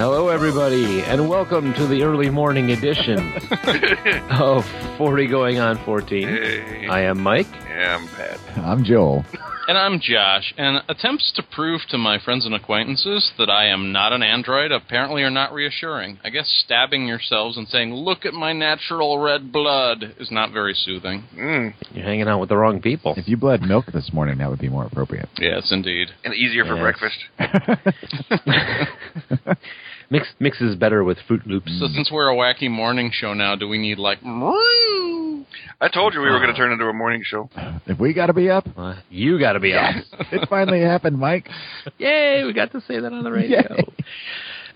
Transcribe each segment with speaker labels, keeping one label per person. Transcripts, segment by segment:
Speaker 1: everybody, and welcome to the early morning edition of 40 Going on 14.
Speaker 2: Hey,
Speaker 1: I am Mike.
Speaker 2: yeah, I'm Pat.
Speaker 3: I'm Joel.
Speaker 4: And I'm Josh, and attempts to prove to my friends and acquaintances that I am not an android apparently are not reassuring. I guess stabbing yourselves and saying, look at my natural red blood, is not very soothing.
Speaker 2: Mm.
Speaker 1: You're hanging out with the wrong people.
Speaker 3: If you bled milk this morning, that would be more appropriate.
Speaker 4: Yes, indeed.
Speaker 2: And easier for
Speaker 1: Yes.
Speaker 2: breakfast.
Speaker 1: Mix mixes better with Fruit Loops.
Speaker 4: So since we're a wacky morning show now, do we need like. Hmm.
Speaker 2: I told you we were going to turn into a morning show.
Speaker 3: If we got to be up,
Speaker 1: Uh, you got to be up.
Speaker 3: it finally happened, Mike.
Speaker 1: Yay, we got to say that on the radio.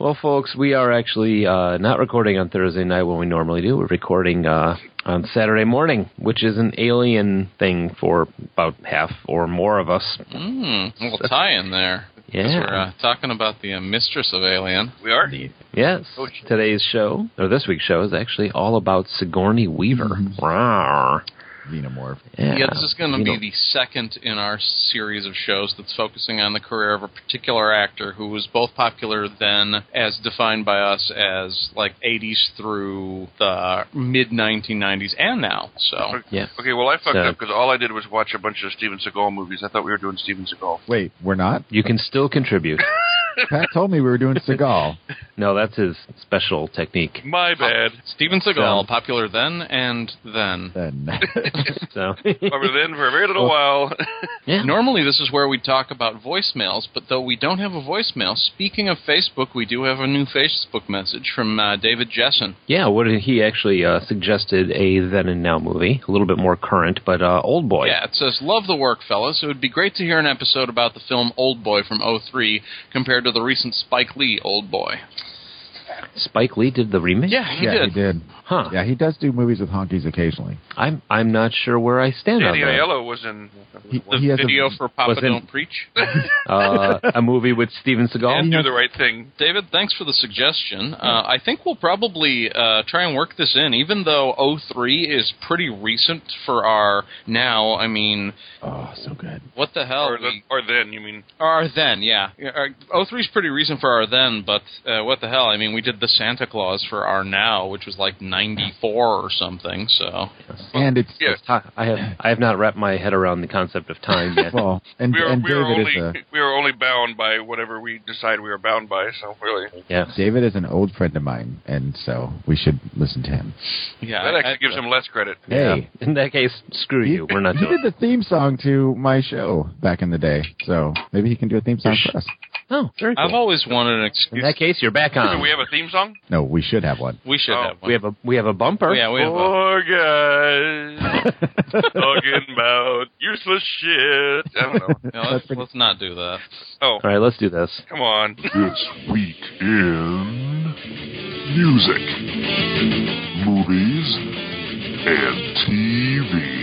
Speaker 1: Well, folks, we are actually uh, not recording on Thursday night when we normally do. We're recording uh, on Saturday morning, which is an alien thing for about half or more of us.
Speaker 4: Mm, a little tie in there. 'Cause
Speaker 1: Yeah.
Speaker 4: We're uh, talking about the uh, mistress of Alien.
Speaker 2: We are?
Speaker 1: Yes.
Speaker 2: Oh, gee.
Speaker 1: Today's show, or this week's show, is actually all about Sigourney Weaver. Rawr.
Speaker 3: Xenomorph.
Speaker 1: Yeah.
Speaker 4: Yeah, this is going to
Speaker 1: You
Speaker 4: be
Speaker 1: know,
Speaker 4: the second in our series of shows that's focusing on the career of a particular actor who was both popular then, as defined by us as like 80s through the mid 1990s and now. So,
Speaker 1: Yeah.
Speaker 2: Okay, well, I fucked
Speaker 1: So-
Speaker 2: up because all I did was watch a bunch of Steven Seagal movies. I thought we were doing Steven Seagal.
Speaker 3: Wait, we're not?
Speaker 1: You can still contribute.
Speaker 3: Pat told me we were doing Seagal.
Speaker 1: no, that's his special technique.
Speaker 2: My bad.
Speaker 4: Steven Seagal,
Speaker 1: So-
Speaker 4: popular then and then.
Speaker 3: Then
Speaker 1: So,
Speaker 2: Over then for a very little while.
Speaker 1: yeah.
Speaker 4: Normally, this is where we talk about voicemails, but though we don't have a voicemail, speaking of Facebook, we do have a new Facebook message from uh, David Jessen.
Speaker 1: Yeah, what did he actually uh, suggested a then and now movie, a little bit more current, but uh, Old Boy.
Speaker 4: Yeah, it says, Love the work, fellas. It would be great to hear an episode about the film Old Boy from '03 compared to the recent Spike Lee Old Boy.
Speaker 1: Spike Lee did the remake.
Speaker 4: Yeah, he
Speaker 3: yeah,
Speaker 4: did.
Speaker 3: he did.
Speaker 1: Huh.
Speaker 3: Yeah, he does do movies with honkies occasionally.
Speaker 1: I'm I'm not sure where I stand
Speaker 2: Danny
Speaker 1: on that.
Speaker 2: Aiello was in.
Speaker 3: He,
Speaker 4: The
Speaker 3: he has
Speaker 4: video
Speaker 3: a,
Speaker 4: for Papa
Speaker 1: was in-
Speaker 4: Don't Preach.
Speaker 1: Uh, a movie with Steven Seagal.
Speaker 2: and do the right thing.
Speaker 4: David, thanks for the suggestion. Uh, I think we'll probably uh, try and work this in, even though '03 is pretty recent for our now. I mean,
Speaker 3: Oh, so good.
Speaker 4: what the hell?
Speaker 2: Or, the,
Speaker 4: we-
Speaker 2: or then, you mean.
Speaker 4: Our then, yeah. O three's pretty recent for our then, but uh, what the hell? I mean, we did the Santa Claus for our now, which was like 94 or something, so.
Speaker 3: And it's
Speaker 2: Yeah.
Speaker 1: Ta- I have I have not wrapped my head around the concept of time yet.
Speaker 3: well, and,
Speaker 2: We are,
Speaker 3: and
Speaker 2: we, are
Speaker 3: David
Speaker 2: only,
Speaker 3: is a
Speaker 2: we are only bound by whatever we decide we are bound by, so really.
Speaker 1: yeah.
Speaker 3: David is an old friend of mine, and so we should listen to him.
Speaker 4: Yeah.
Speaker 2: That
Speaker 4: I-
Speaker 2: actually
Speaker 4: I-
Speaker 2: gives him less credit.
Speaker 3: Hey,
Speaker 1: Yeah. In that case, screw you. We're not
Speaker 3: he
Speaker 1: doing.
Speaker 3: did
Speaker 1: it.
Speaker 3: the theme song to my show back in the day, so maybe he can do a theme song for us.
Speaker 1: Oh, very
Speaker 4: I've
Speaker 1: cool.
Speaker 4: always wanted an
Speaker 1: In
Speaker 4: excuse.
Speaker 1: that case, you're back
Speaker 2: Do
Speaker 1: on.
Speaker 2: we have a theme song?
Speaker 3: No, we should have one.
Speaker 4: We should
Speaker 2: Oh,
Speaker 4: have one.
Speaker 1: We have a we have a bumper.
Speaker 4: yeah, we have a,
Speaker 2: Four guys talking about useless shit. I don't know.
Speaker 4: no, let's, let's not do that.
Speaker 2: Oh,
Speaker 1: All right, let's do this.
Speaker 2: come on.
Speaker 5: This week in music, movies, and TV.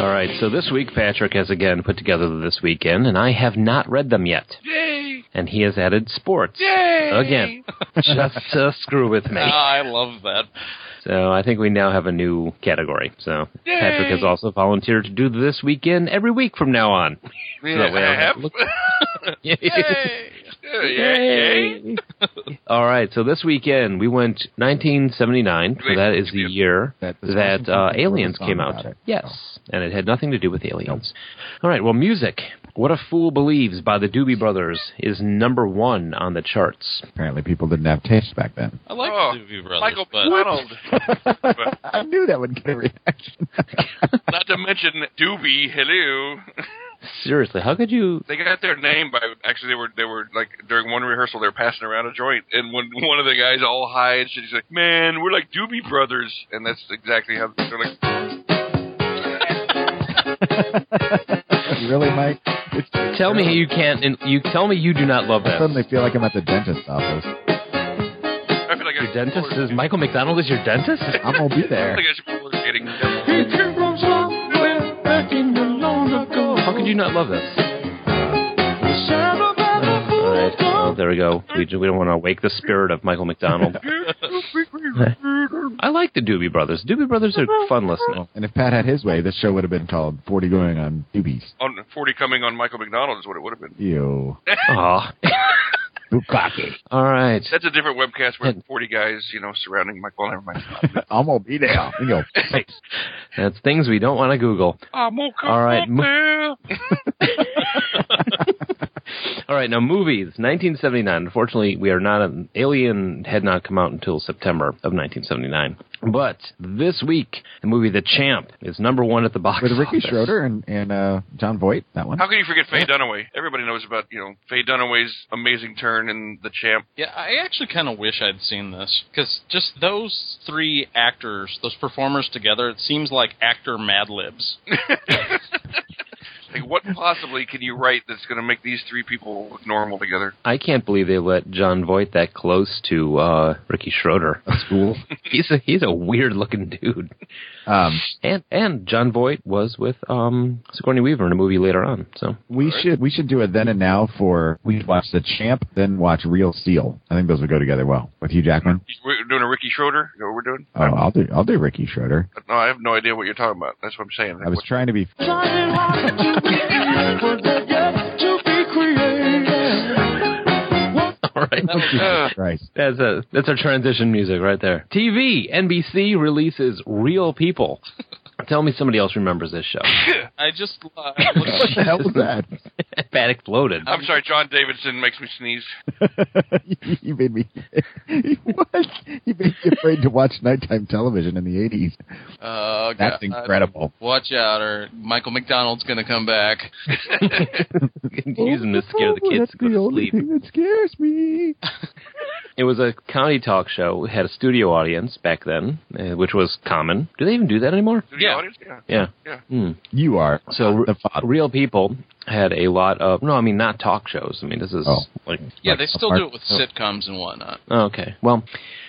Speaker 1: All right. So this week, Patrick has again put together the this weekend, and I have not read them yet.
Speaker 2: Yay!
Speaker 1: And he has added sports
Speaker 2: Yay!
Speaker 1: again, just to screw with me.
Speaker 4: Ah, I love that.
Speaker 1: So I think we now have a new category. So Patrick has also volunteered to do the this weekend every week from now on.
Speaker 2: Yeah,
Speaker 1: that way
Speaker 2: I
Speaker 1: I'll have
Speaker 2: have.
Speaker 1: to look-
Speaker 2: Yay! Yeah, Yay!
Speaker 1: All right, so this weekend we went 1979. So
Speaker 2: Wait,
Speaker 1: that is the
Speaker 2: excuse me.
Speaker 1: year
Speaker 3: That this
Speaker 1: that
Speaker 3: person
Speaker 1: uh,
Speaker 3: wrote a
Speaker 1: Aliens
Speaker 3: song
Speaker 1: came
Speaker 3: about
Speaker 1: out.
Speaker 3: it.
Speaker 1: Yes, and it had nothing to do with aliens. All right, well, music. What a Fool Believes by the Doobie Brothers is number one on the charts.
Speaker 3: Apparently, people didn't have tapes back then.
Speaker 4: I like
Speaker 2: Oh,
Speaker 4: the Doobie Brothers,
Speaker 2: Michael
Speaker 4: but
Speaker 2: McDonald. But
Speaker 3: I knew that would get a reaction.
Speaker 2: not to mention Doobie. Hello.
Speaker 1: Seriously, how could you?
Speaker 2: They got their name by actually they were they were like during one rehearsal they were passing around a joint and when one of the guys all high and shit he's like man we're like Doobie Brothers and that's exactly how they're like
Speaker 3: really, Mike? It's
Speaker 1: Tell me you can't. and You tell me you do not love
Speaker 3: I
Speaker 1: that.
Speaker 3: suddenly feel like I'm at the dentist's office.
Speaker 2: I feel like
Speaker 1: Your
Speaker 2: I
Speaker 1: dentist is Michael McDonald is your dentist.
Speaker 3: I'm gonna be
Speaker 2: I
Speaker 3: there.
Speaker 2: feel like I should be getting
Speaker 1: How could you not love this? All right. Well, there we go. We, we don't want to wake the spirit of Michael McDonald. I like the Doobie Brothers. Doobie Brothers are fun listening.
Speaker 3: And if Pat had his way, this show would have been called 40 Going on Doobies.
Speaker 2: On forty coming on Michael McDonald is what it would have been.
Speaker 3: Ew.
Speaker 1: Aw.
Speaker 3: Bukaki.
Speaker 1: All right.
Speaker 2: That's a different webcast where forty guys, you know, surrounding Michael. Never mind.
Speaker 3: I'm going to be there. You know,
Speaker 1: That's things we don't want to Google.
Speaker 2: I'm gonna come
Speaker 1: All right,
Speaker 2: up
Speaker 1: mo-
Speaker 2: there.
Speaker 1: All right, now movies. 1979. Unfortunately, we are not an Alien had not come out until September of 1979. But this week, the movie The Champ is number one at the box
Speaker 3: with Ricky
Speaker 1: office.
Speaker 3: Schroeder and, and uh, John Voight, that one.
Speaker 2: How can you forget Faye Dunaway? Everybody knows about you know Faye Dunaway's amazing turn in The Champ.
Speaker 4: Yeah, I actually kind of wish I'd seen this because just those three actors, those performers together, it seems like actor Mad Libs.
Speaker 2: Like, what possibly can you write that's going to make these three people look normal together?
Speaker 1: I can't believe they let John Voight that close to uh, Ricky Schroeder.
Speaker 3: That's cool.
Speaker 1: he's a, he's a weird looking dude.
Speaker 3: Um,
Speaker 1: And and John Voight was with um, Sigourney Weaver in a movie later on. So
Speaker 3: we should we should do a then and now for we should watch the champ, then watch Real Steel. I think those would go together well with Hugh Jackman.
Speaker 2: We're doing a Ricky Schroeder. You know what we're doing?
Speaker 3: Oh, I'll do I'll do Ricky Schroeder.
Speaker 2: No, I have no idea what you're talking about. That's what I'm saying.
Speaker 3: I was trying to be
Speaker 1: all right.
Speaker 3: Oh,
Speaker 2: Uh,
Speaker 3: Christ.
Speaker 1: That's a that's our transition music right there. TV NBC releases Real People. Tell me somebody else remembers this show.
Speaker 4: I just uh,
Speaker 3: What the hell was that?
Speaker 1: Pat exploded.
Speaker 2: I'm sorry, John Davidson makes me sneeze.
Speaker 3: you made me. what? You made me afraid to watch nighttime television in the eighties.
Speaker 4: uh,
Speaker 3: That's
Speaker 4: God,
Speaker 3: incredible.
Speaker 4: Watch out, or Michael McDonald's gonna come back.
Speaker 1: Using to scare the kids
Speaker 3: That's
Speaker 1: to go
Speaker 3: the
Speaker 1: to
Speaker 3: only
Speaker 1: sleep.
Speaker 3: thing that scares me.
Speaker 1: It was a comedy talk show. It had a studio audience back then, uh, which was common. Do they even do that anymore?
Speaker 2: To the
Speaker 4: Yeah.
Speaker 2: audience? Yeah.
Speaker 1: Yeah.
Speaker 2: Yeah.
Speaker 1: Hmm.
Speaker 3: You are
Speaker 1: So
Speaker 3: the father.
Speaker 1: real people had a lot of no, I mean not talk shows. I mean this is
Speaker 3: Oh.
Speaker 1: like
Speaker 4: Yeah,
Speaker 3: Like
Speaker 4: they
Speaker 3: a
Speaker 4: still
Speaker 3: part-
Speaker 4: do it with sitcoms and whatnot.
Speaker 1: Oh, okay. Well,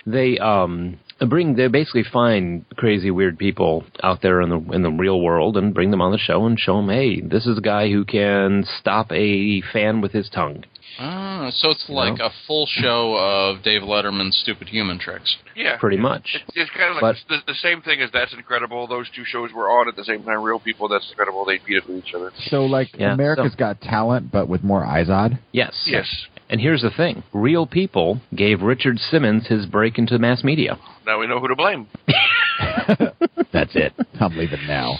Speaker 1: they um bring they basically find crazy weird people out there in the in the real world and bring them on the show and show them, hey, this is a guy who can stop a fan with his tongue.
Speaker 4: Ah, so it's like a full show of Dave Letterman's stupid human tricks.
Speaker 2: Yeah.
Speaker 1: Pretty much.
Speaker 2: It's, it's kind of like
Speaker 1: But-
Speaker 2: the, the same thing as That's Incredible. Those two shows were on at the same time. Real people, That's Incredible. They beat up with each other.
Speaker 3: So like
Speaker 1: Yeah,
Speaker 3: America's
Speaker 1: so-
Speaker 3: Got Talent, but with more Izod.
Speaker 1: Yes.
Speaker 2: Yes.
Speaker 1: And here's the thing: real people gave Richard Simmons his break into mass media.
Speaker 2: Now we know who to blame.
Speaker 3: That's it. I'm leaving now.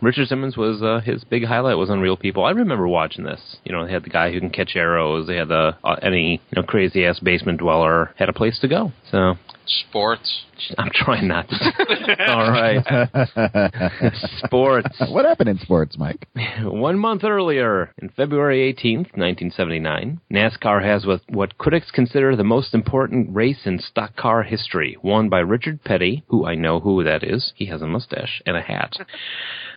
Speaker 1: Richard Simmons was uh, his big highlight was on Real People. I remember watching this. You know, they had the guy who can catch arrows. They had the uh, any you know crazy ass basement dweller had a place to go. So
Speaker 4: Sports.
Speaker 1: I'm trying not to. All right. Sports.
Speaker 3: What happened in sports, Mike?
Speaker 1: One month earlier, in February 18th, 1979, NASCAR has what, what critics consider the most important race in stock car history, won by Richard Petty, who I know who that is. He has a mustache and a hat.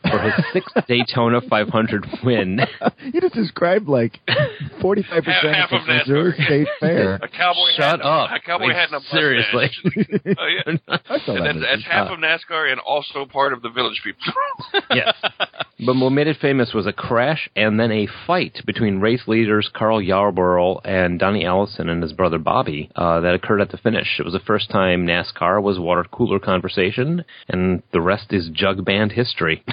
Speaker 1: For his sixth Daytona 500 win.
Speaker 3: You just described like 45 percent
Speaker 2: Half- half
Speaker 3: of
Speaker 2: of
Speaker 3: the
Speaker 2: NASCAR.
Speaker 3: Missouri State Fair.
Speaker 2: A cowboy
Speaker 1: Shut
Speaker 2: hat,
Speaker 1: up.
Speaker 2: A cowboy
Speaker 1: Like,
Speaker 2: hat and a mustache.
Speaker 1: seriously.
Speaker 2: oh, yeah.
Speaker 3: I saw
Speaker 2: And
Speaker 3: that.
Speaker 2: that's,
Speaker 3: movie.
Speaker 2: that's half of NASCAR and also part of the Village People.
Speaker 1: yes. But what made it famous was a crash and then a fight between race leaders Carl Yarborough and Donnie Allison and his brother Bobby uh, that occurred at the finish. It was the first time NASCAR was water cooler conversation, and the rest is jug band history.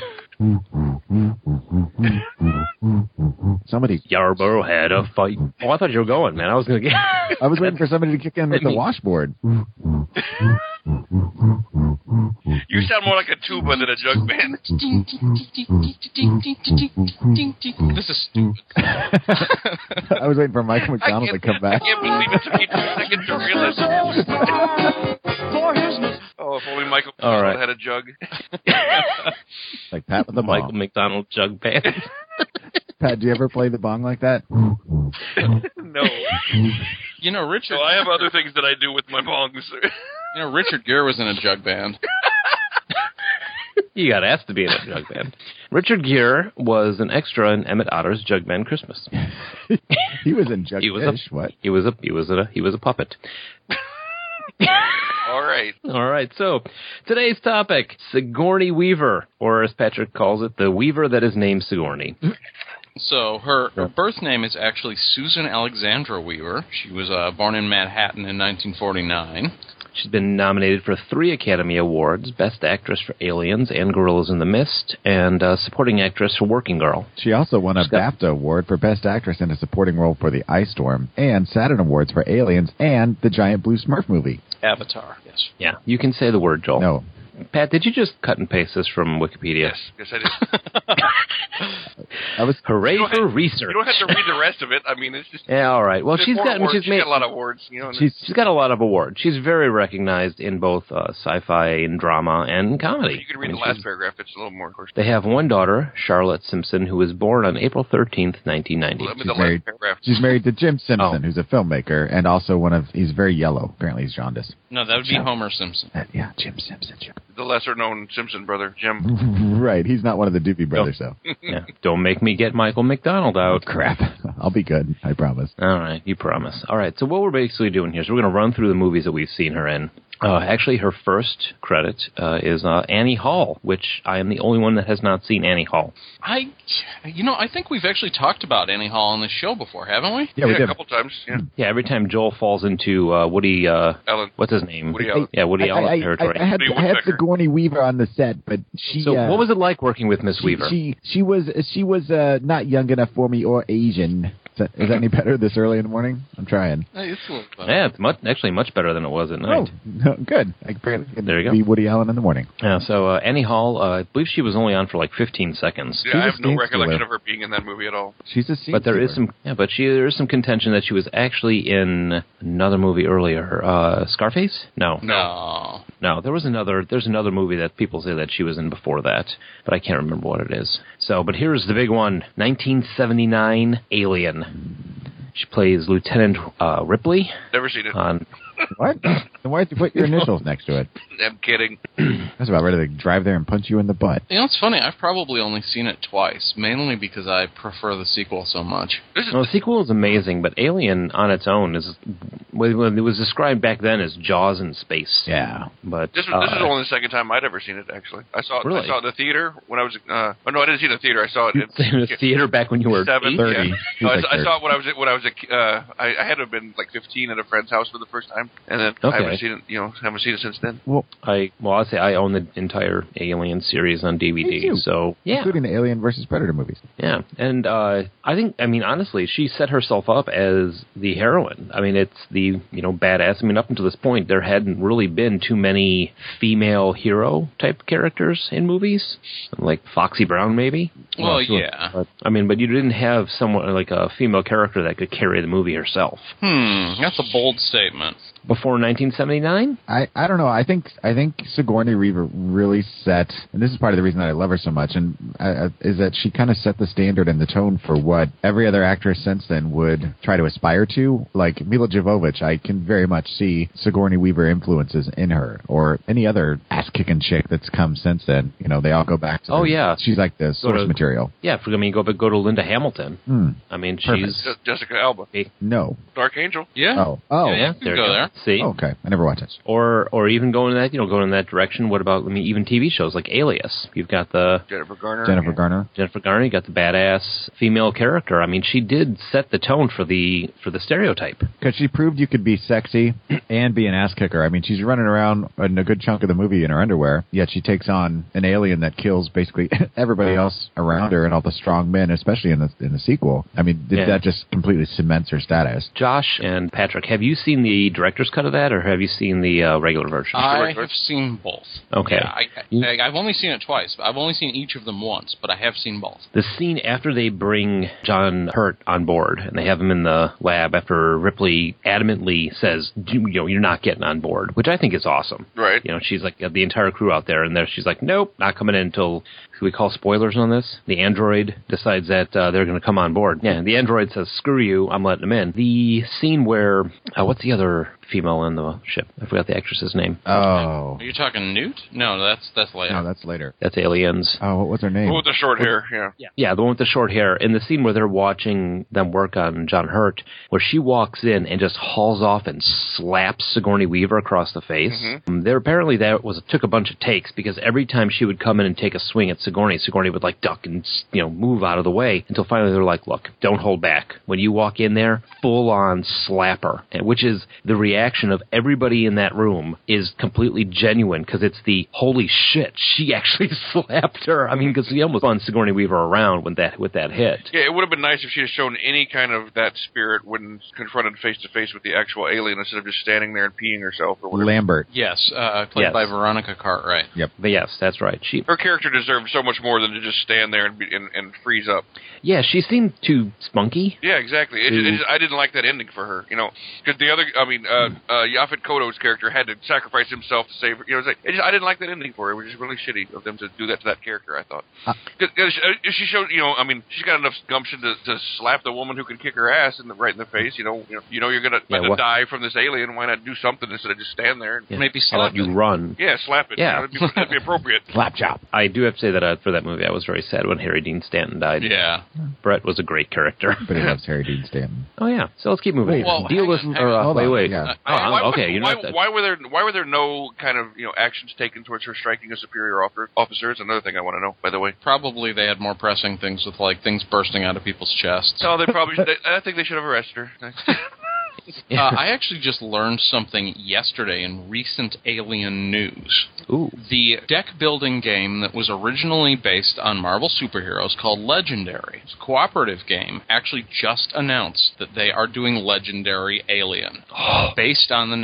Speaker 3: Somebody.
Speaker 1: Yarborough had a fight. Oh, I thought you were going, man. I was going to get.
Speaker 3: I was waiting for somebody to kick in with the
Speaker 1: Me.
Speaker 3: washboard.
Speaker 2: you sound more like a tuba than a jug band.
Speaker 4: This is stupid.
Speaker 3: I was waiting for Mike
Speaker 2: I
Speaker 3: McDonald to
Speaker 2: can't,
Speaker 3: come back.
Speaker 2: I can't believe it took me two seconds to realize. Oh, if only Michael
Speaker 1: All right.
Speaker 2: McDonald had a jug.
Speaker 3: Like Pat with the
Speaker 1: Michael
Speaker 3: bong.
Speaker 1: McDonald jug band.
Speaker 3: Pat, do you ever play the bong like that?
Speaker 2: no.
Speaker 4: You know, Richard.
Speaker 2: So I have other things that I do with my bongs.
Speaker 4: You know, Richard Gere was in a jug band.
Speaker 1: you got asked to be in a jug band. Richard Gere was an extra in Emmett Otter's Jug Band Christmas.
Speaker 3: He was in
Speaker 1: He was a-
Speaker 3: Jugfish. What?
Speaker 1: He was a he was a he was a puppet.
Speaker 2: All right.
Speaker 1: All right, so today's topic Sigourney Weaver, or as Patrick calls it, the Weaver that is named Sigourney.
Speaker 2: Mm-hmm.
Speaker 4: So her, her birth name is actually Susan Alexandra Weaver. She was uh, born in Manhattan in 1949.
Speaker 1: She's been nominated for three Academy Awards Best Actress for Aliens and Gorillas in the Mist, and uh, Supporting Actress for Working Girl.
Speaker 3: She also won a
Speaker 1: She's got-
Speaker 3: BAFTA award for Best Actress in a Supporting Role for The Ice Storm, and Saturn awards for Aliens and the Giant Blue Smurf movie.
Speaker 4: Avatar. Yes.
Speaker 1: Yeah. You can say the word, Joel.
Speaker 3: No,
Speaker 1: Pat, did you just cut and paste this from Wikipedia?
Speaker 2: Yes, yes, I did.
Speaker 3: I was
Speaker 1: Hooray
Speaker 2: don't
Speaker 1: for
Speaker 2: have-
Speaker 1: research.
Speaker 2: you don't have to read the rest of it. I mean, it's just
Speaker 1: yeah, all right. Well,
Speaker 2: there's
Speaker 1: she's
Speaker 2: more
Speaker 1: got,
Speaker 2: awards.
Speaker 1: she's made
Speaker 2: got a lot of words. You know, and
Speaker 3: she's
Speaker 1: She's got a lot of awards. She's very recognized in both uh, sci-fi and drama and comedy.
Speaker 2: you can read
Speaker 1: I mean,
Speaker 2: the last
Speaker 1: she's-
Speaker 2: paragraph. It's a little more. Of course.
Speaker 1: They have one daughter, Charlotte Simpson, who was born on April 13th, 1990.
Speaker 2: I mean,
Speaker 3: she's
Speaker 2: the last
Speaker 3: married.
Speaker 2: paragraph.
Speaker 3: she's married to Jim Simpson,
Speaker 1: Oh.
Speaker 3: who's a filmmaker and also one of he's very yellow. Apparently, he's jaundiced.
Speaker 4: No, that would be Homer Simpson.
Speaker 3: Uh, yeah, Jim Simpson. Jim.
Speaker 2: The lesser-known Simpson brother, Jim.
Speaker 3: right, he's not one of the Doobie Brothers though.
Speaker 1: Yeah. Don't make me get Michael McDonald out.
Speaker 3: Crap, I'll be good. I promise.
Speaker 1: All right, you promise. All right, so what we're basically doing here is we're going to run through the movies that we've seen her in. Uh, actually, her first credit uh, is uh, Annie Hall, which I am the only one that has not seen Annie Hall.
Speaker 4: I, you know, I think we've actually talked about Annie Hall on this show before, haven't we?
Speaker 3: Yeah, we
Speaker 2: a
Speaker 3: did.
Speaker 2: couple times. Yeah,
Speaker 1: Yeah, every time Joel falls into uh, Woody, uh,
Speaker 2: Alan.
Speaker 1: what's his name?
Speaker 2: Woody Allen.
Speaker 1: Yeah, Woody
Speaker 3: I,
Speaker 1: Allen
Speaker 3: I- I-
Speaker 1: territory.
Speaker 3: I had,
Speaker 2: Woody
Speaker 3: I had
Speaker 2: Woodpecker.
Speaker 3: Sigourney Weaver on the set, but she.
Speaker 1: so,
Speaker 3: uh,
Speaker 1: what was it like working with Miss
Speaker 3: she-
Speaker 1: Weaver?
Speaker 3: She she was she was uh, not young enough for me or Asian. Is that, is that any better this early in the morning? I'm trying.
Speaker 4: Hey, It's a little fun.
Speaker 1: yeah, it's much, actually much better than it was at night.
Speaker 3: Oh, no, good. I barely can
Speaker 1: There you go.
Speaker 3: be Woody Allen in the morning.
Speaker 1: Yeah, so uh, Annie Hall, uh, I believe she was only on for like 15 seconds.
Speaker 2: Yeah, I
Speaker 3: was
Speaker 2: have no
Speaker 3: gangster
Speaker 2: recollection
Speaker 3: though.
Speaker 2: of her being in that movie at all.
Speaker 3: She's a scene
Speaker 1: But there is
Speaker 3: stealer.
Speaker 1: some, yeah. But she there is some contention that she was actually in another movie earlier, uh, Scarface. No,
Speaker 4: No.
Speaker 1: no, there was another. There's another movie that people say that she was in before that, but I can't remember what it is. So, but here's the big one: 1979 Alien. She plays Lieutenant uh, Ripley
Speaker 2: Never seen it.
Speaker 1: on.
Speaker 3: what? Then why'd you put your initials next to it?
Speaker 2: I'm kidding.
Speaker 3: I was about ready to drive there and punch you in the butt.
Speaker 4: You know, it's funny. I've probably only seen it twice, mainly because I prefer the sequel so much.
Speaker 2: This is
Speaker 1: No, the sequel is amazing, but Alien on its own is well, well, it was described back then as Jaws in space.
Speaker 3: Yeah.
Speaker 1: But
Speaker 2: This, was-
Speaker 1: uh,
Speaker 2: this is only the second time I'd ever seen it. Actually, I saw it. I
Speaker 1: Really?
Speaker 2: saw it in the theater when I was. Uh, oh no, I didn't see it in the theater. I saw it.
Speaker 1: it's in a theater back when you were
Speaker 2: Seven,
Speaker 1: eight?
Speaker 3: Thirty.
Speaker 2: yeah.
Speaker 3: He's
Speaker 2: No, I,
Speaker 3: like
Speaker 2: saw- I saw it when I was a- when I was a ki- uh, I, I had to have been like 15 at a friend's house for the first time, and then I
Speaker 1: Okay.
Speaker 2: haven't seen it. You know, haven't seen it since then.
Speaker 3: Well,
Speaker 1: I well, I say I own the entire Alien series on
Speaker 3: Me too.
Speaker 1: DVD. So yeah,
Speaker 3: including the Alien versus Predator movies.
Speaker 1: yeah, and uh, I think I mean honestly, she set herself up as the heroine. I mean, it's the you know badass. I mean, up until this point, there hadn't really been too many female hero type characters in movies, like Foxy Brown maybe.
Speaker 4: Well,
Speaker 1: sure.
Speaker 4: yeah.
Speaker 1: But, I mean, but you didn't have someone like a female character that could carry the movie herself
Speaker 4: Hmm, that's a bold statement.
Speaker 1: before 1979.
Speaker 3: I, I don't know. I think I think Sigourney Weaver really set, and this is part of the reason that I love her so much, and uh, is that she kind of set the standard and the tone for what every other actress since then would try to aspire to. Like Mila Jovovich, I can very much see Sigourney Weaver influences in her, or any other ass kicking chick that's come since then. You know, they all go back to.
Speaker 1: Oh,
Speaker 3: the-
Speaker 1: yeah.
Speaker 3: she's like the source
Speaker 1: of-
Speaker 3: material.
Speaker 1: Yeah, if, I mean, go go to Linda Hamilton.
Speaker 3: Hmm.
Speaker 1: I mean,
Speaker 3: Perfect.
Speaker 1: she's.
Speaker 2: Je- Jessica Alba,
Speaker 3: No.
Speaker 2: Dark Angel.
Speaker 4: Yeah.
Speaker 3: Oh. Oh.
Speaker 4: Yeah, yeah.
Speaker 1: Yeah, there
Speaker 4: Go
Speaker 1: you go.
Speaker 4: there.
Speaker 1: See,
Speaker 3: Oh, okay. I never watched it.
Speaker 1: or or even going in that you know going in that direction. What about I mean even TV shows like Alias? You've got the
Speaker 2: Jennifer Garner.
Speaker 3: Jennifer Garner.
Speaker 1: Jennifer Garner, you got the badass female character. I mean, she did set the tone for the for the stereotype.
Speaker 3: Because she proved you could be sexy and be an ass kicker. I mean, she's running around in a good chunk of the movie in her underwear, yet she takes on an alien that kills basically everybody else around her and all the strong men, especially in the in the sequel. I mean, th-
Speaker 1: Yeah.
Speaker 3: that just completely cements her status.
Speaker 1: Josh and Patrick, have you seen the director's cut of that, or have you seen the uh, regular version?
Speaker 4: I have seen both.
Speaker 1: Okay.
Speaker 4: Yeah, I, I, I've only seen it twice. I've only seen each of them once, but I have seen both.
Speaker 1: the scene after they bring John Hurt on board and they have him in the lab after Ripley adamantly says, "Do- you know, you're not getting on board, which I think is awesome.
Speaker 2: Right.
Speaker 1: You know, she's like got the entire crew out there, and there she's like, nope, not coming in until should we call spoilers on this? The android decides that uh, they're going to come on board. Yeah, and the android says, screw you, I'm letting them in. The scene where uh, what's the other female in the ship? I forgot the actress's name.
Speaker 3: Oh,
Speaker 4: Are you talking Newt? No, that's that's later.
Speaker 3: no, Oh, that's later.
Speaker 1: That's Aliens.
Speaker 3: Oh, what was her name?
Speaker 2: Who with the short hair? Yeah.
Speaker 1: Yeah. yeah, the one with the short hair. In the scene where they're watching them work on John Hurt, where she walks in and just hauls off and slaps Sigourney Weaver across the face. Um, There apparently that was took a bunch of takes because every time she would come in and take a swing at Sig- Sigourney. Sigourney would like duck and you know move out of the way until finally they're like, "Look, don't hold back. When you walk in there, full on slapper," and- which is the reaction of everybody in that room is completely genuine because it's the holy shit. She actually slapped her. I mean, because he almost spun Sigourney Weaver around when that with that hit.
Speaker 2: Yeah, it would have been nice if she had shown any kind of that spirit when confronted face to face with the actual alien instead of just standing there and peeing herself or whatever.
Speaker 3: Lambert.
Speaker 4: Yes, uh, played
Speaker 1: Yes.
Speaker 4: by Veronica Cartwright.
Speaker 1: But yes, that's right. She
Speaker 2: Her character deserved so much more than to just stand there and be, and, and freeze up.
Speaker 1: yeah, she seemed too spunky.
Speaker 2: Yeah, exactly. It,
Speaker 1: Mm-hmm.
Speaker 2: it, I didn't like that ending for her, you know, because the other, I mean, uh, uh, Yaphet Koto's character had to sacrifice himself to save her. You know, it's like, it just, I didn't like that ending for her. It was just really shitty of them to do that to that character. I thought
Speaker 3: Uh,
Speaker 2: because she showed, you know, I mean, she's got enough gumption to, to slap the woman who can kick her ass in the right in the face. You know, you know, you know you're gonna
Speaker 1: Yeah,
Speaker 2: about to
Speaker 1: what-
Speaker 2: die from this alien. Why not do something instead of just stand there? And, yeah.
Speaker 1: Yeah.
Speaker 4: Maybe
Speaker 1: I'll let
Speaker 4: slap
Speaker 1: you
Speaker 4: it.
Speaker 1: run.
Speaker 2: slap it.
Speaker 1: Yeah.
Speaker 2: that'd, be, that'd be appropriate.
Speaker 3: Slap chop.
Speaker 1: I do have to say that uh, for that movie, I was very sad when Harry Dean Stanton died.
Speaker 4: Yeah.
Speaker 1: Brett was a great character.
Speaker 3: But he loves Harry Dean Stanton.
Speaker 1: oh yeah. So let's keep moving.
Speaker 3: Wait,
Speaker 1: on.
Speaker 4: well,
Speaker 1: Deal
Speaker 4: hang
Speaker 1: with.
Speaker 4: on, hang
Speaker 1: Or,
Speaker 4: on.
Speaker 1: uh,
Speaker 3: Hold
Speaker 1: wait,
Speaker 3: on,
Speaker 1: wait.
Speaker 3: yeah.
Speaker 1: Oh, I'm-
Speaker 2: why,
Speaker 1: okay.
Speaker 2: Was,
Speaker 1: You're
Speaker 2: why,
Speaker 1: not. that-
Speaker 2: why were there why were there no kind of you know actions taken towards her striking a superior officer? Officer is another thing I want to know. By the way,
Speaker 4: Probably they had more pressing things with like things bursting out of people's chests.
Speaker 2: no, they probably. they, I think they should have arrested her.
Speaker 4: Uh, I actually just learned something yesterday in recent Alien news.
Speaker 1: Ooh.
Speaker 4: The deck building game that was originally based on Marvel superheroes called Legendary, it's a cooperative game, actually just announced that they are doing Legendary Alien, based on the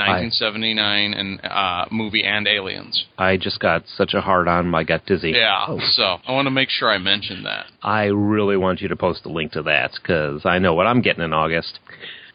Speaker 4: 1979 and uh, movie and Aliens.
Speaker 1: I just got such a hard on. I got dizzy. Oh,
Speaker 4: Yeah, so I want to make sure I mention that.
Speaker 1: I really want you to post a link to that because I know what I'm getting in August.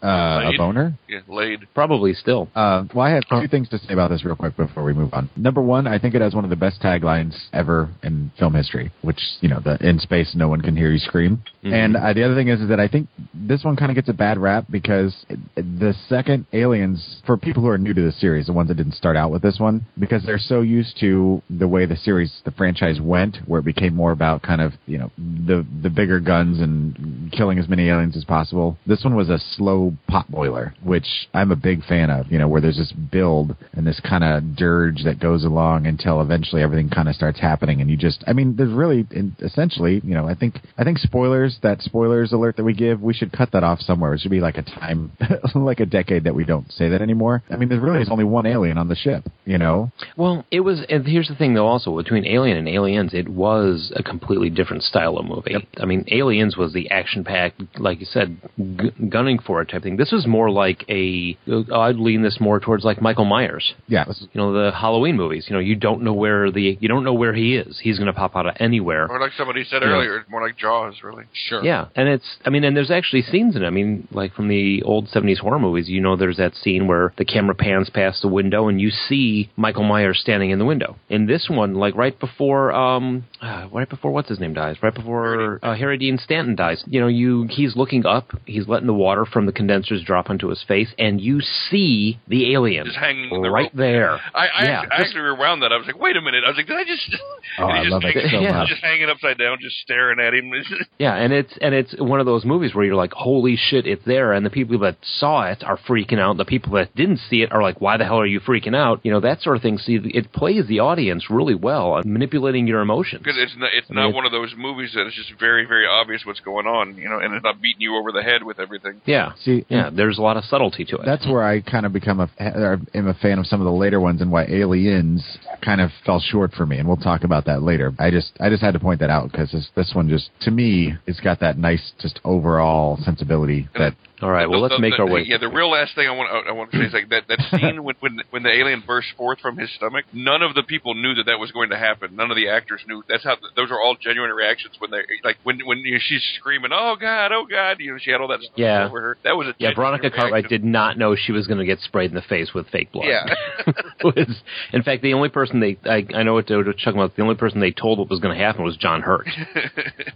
Speaker 3: Uh,
Speaker 2: you-
Speaker 3: a boner?
Speaker 2: yeah, laid.
Speaker 1: Probably still.
Speaker 3: Uh, well, I have two
Speaker 1: Oh.
Speaker 3: things to say about this real quick before we move on. Number one, I think it has one of the best taglines ever in film history, which you know, the in space, no one can hear you scream. And uh, the other thing is, is that I think this one kind of gets a bad rap because the second Aliens, for people who are new to the series, the ones that didn't start out with this one, because they're so used to the way the series, the franchise went, where it became more about kind of you know the the bigger guns and killing as many aliens as possible. This one was a slow potboiler, which I'm a big fan of. You know, where there's this build and this kind of dirge that goes along until eventually everything kind of starts happening, and you just, I mean, there's really in, essentially, you know, I think I think spoilers that spoilers alert that we give, we should cut that off somewhere. It should be like a time, like a decade that we don't say that anymore. I mean, there really is only one alien on the ship. You know,
Speaker 1: Well, it was, and here's the thing though. Also, between Alien and Aliens, it was a completely different style of movie. I mean, Aliens was the action-packed, like you said, g- gunning for it type thing. This is more like a. oh, I'd lean this more towards like Michael Myers.
Speaker 3: yeah, this is-
Speaker 1: You know, the Halloween movies. You know, you don't know where the you don't know where he is. He's going to pop out of anywhere.
Speaker 2: Or like somebody said
Speaker 1: Yeah.
Speaker 2: earlier, it's more like Jaws, really.
Speaker 4: Sure.
Speaker 1: Yeah, and it's I mean, and there's actually scenes in it. I mean, like from the old '70s horror movies, you know, there's that scene where the camera pans past the window and you see Michael Myers standing in the window. In this one, like right before, um, uh, right before what's his name dies, right before uh, Harry Dean Stanton dies, you know, you he's looking up, he's letting the water from the condensers drop onto his face, and you see the alien
Speaker 2: Just hanging in the
Speaker 1: right
Speaker 2: rope.
Speaker 1: there.
Speaker 2: I, I,
Speaker 1: yeah,
Speaker 2: actually, I actually rewound that. I was like, wait a minute. I was like, did I just?
Speaker 3: Oh,
Speaker 2: and he
Speaker 3: I
Speaker 2: just
Speaker 3: love it
Speaker 2: hangs-
Speaker 3: so
Speaker 1: Yeah.
Speaker 3: much.
Speaker 2: Just hanging upside down, just staring at him.
Speaker 1: Yeah, and it's and it's one of those movies where you're like, holy shit, it's there, and the people that saw it are freaking out. The people that didn't see it are like, why the hell are you freaking out? You know that sort of thing. See, it plays the audience really well, on manipulating your emotions.
Speaker 2: Because it's not, it's
Speaker 1: I mean,
Speaker 2: not
Speaker 1: it-
Speaker 2: one of those movies that is just very, very obvious what's going on, you know, and it's not beating you over the head with everything.
Speaker 1: Yeah,
Speaker 3: See,
Speaker 1: yeah, there's a lot of subtlety to it.
Speaker 3: That's where I kind of become a or am a fan of some of the later ones and why Aliens kind of fell short for me. And we'll talk about that later. I just I just had to point that out because this, this one just to me it's got that nice just overall sensibility that
Speaker 1: All right, well,
Speaker 2: The-
Speaker 1: let's
Speaker 2: the-
Speaker 1: make
Speaker 2: the-
Speaker 1: our way.
Speaker 2: Yeah, the real last thing I want I want to say is like that that scene when, when when the alien bursts forth from his stomach. None of the people knew that that was going to happen. None of the actors knew. That's how those are all genuine reactions when they like when when you know, she's screaming, "Oh God, oh God!" You know, she had all that stuff
Speaker 1: Yeah.
Speaker 2: over her. That was a
Speaker 1: yeah,
Speaker 2: genuine
Speaker 1: Veronica Cartwright
Speaker 2: reaction.
Speaker 1: did not know she was going to get sprayed in the face with fake blood.
Speaker 2: Yeah.
Speaker 1: was, in fact, the only person they I, I know what they were talking about. The only person they told what was going to happen was John Hurt.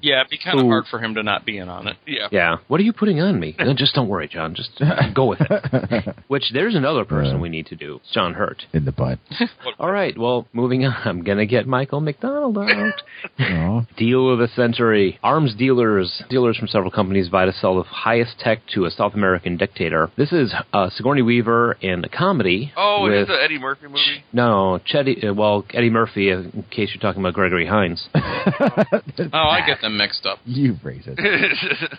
Speaker 4: Yeah, it'd be kind of
Speaker 1: Ooh.
Speaker 4: hard for him to not be in on it.
Speaker 2: Yeah.
Speaker 1: Yeah. What are you putting on me? No, just don't worry, John. Just go with it. Which there's another person
Speaker 3: Right.
Speaker 1: we need to do. It's John Hurt.
Speaker 3: in the butt.
Speaker 1: All right. Well, moving on. I'm gonna get Michael McDonald out.
Speaker 3: Aw.
Speaker 1: Deal of the century. Arms dealers, dealers from several companies vie to sell the highest tech to a South American dictator. This is uh, Sigourney Weaver in a comedy.
Speaker 2: Oh,
Speaker 1: with,
Speaker 2: it's the Eddie Murphy movie?
Speaker 1: No, Chetty. uh, Well, Eddie Murphy. uh, In case you're talking about Gregory Hines,
Speaker 4: Oh, I get them mixed up.
Speaker 3: you racist.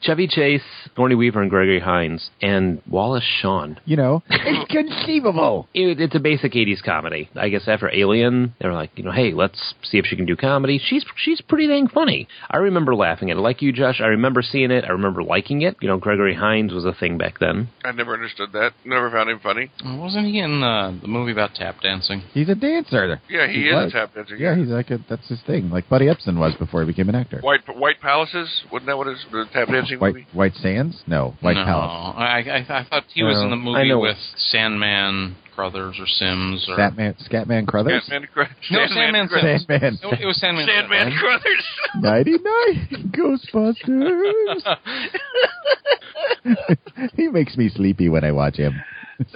Speaker 1: Chevy Chase, Gordy Weaver, and Gregory Hines, and Wallace Shawn.
Speaker 3: You know, it's conceivable.
Speaker 1: It, it's a basic '80s comedy. I guess after Alien, they were like, you know, hey, let's see if she can do comedy. She's she's pretty dang funny. I remember laughing at it, like you, Josh. I remember seeing it. I remember liking it. You know, Gregory Hines was a thing back then.
Speaker 2: I never understood that. Never found him funny.
Speaker 4: Oh, Wasn't he in uh, the movie about tap dancing?
Speaker 3: He's a dancer.
Speaker 2: Yeah, he,
Speaker 3: He
Speaker 2: is
Speaker 3: was.
Speaker 2: a tap dancer.
Speaker 3: Yeah, he's like a, that's his thing. Like Buddy Epson was before he became an actor.
Speaker 2: White White Palaces wasn't that what his the tap dancing
Speaker 3: White
Speaker 2: movie?
Speaker 3: White Sands? No, White
Speaker 4: no,
Speaker 3: Palace.
Speaker 4: I, I I thought he was
Speaker 1: No,
Speaker 4: in the
Speaker 1: I
Speaker 4: movie
Speaker 1: know.
Speaker 4: with Sandman Crothers or Sims or
Speaker 3: Scatman Scatman Crothers.
Speaker 2: Sandman Cr-
Speaker 4: no
Speaker 2: Sandman
Speaker 4: Sandman
Speaker 2: Cr-
Speaker 4: Sims.
Speaker 3: Sandman.
Speaker 4: No, it was Sandman.
Speaker 2: Sandman Crothers.
Speaker 3: Ninety nine Ghostbusters. he makes me sleepy when I watch him.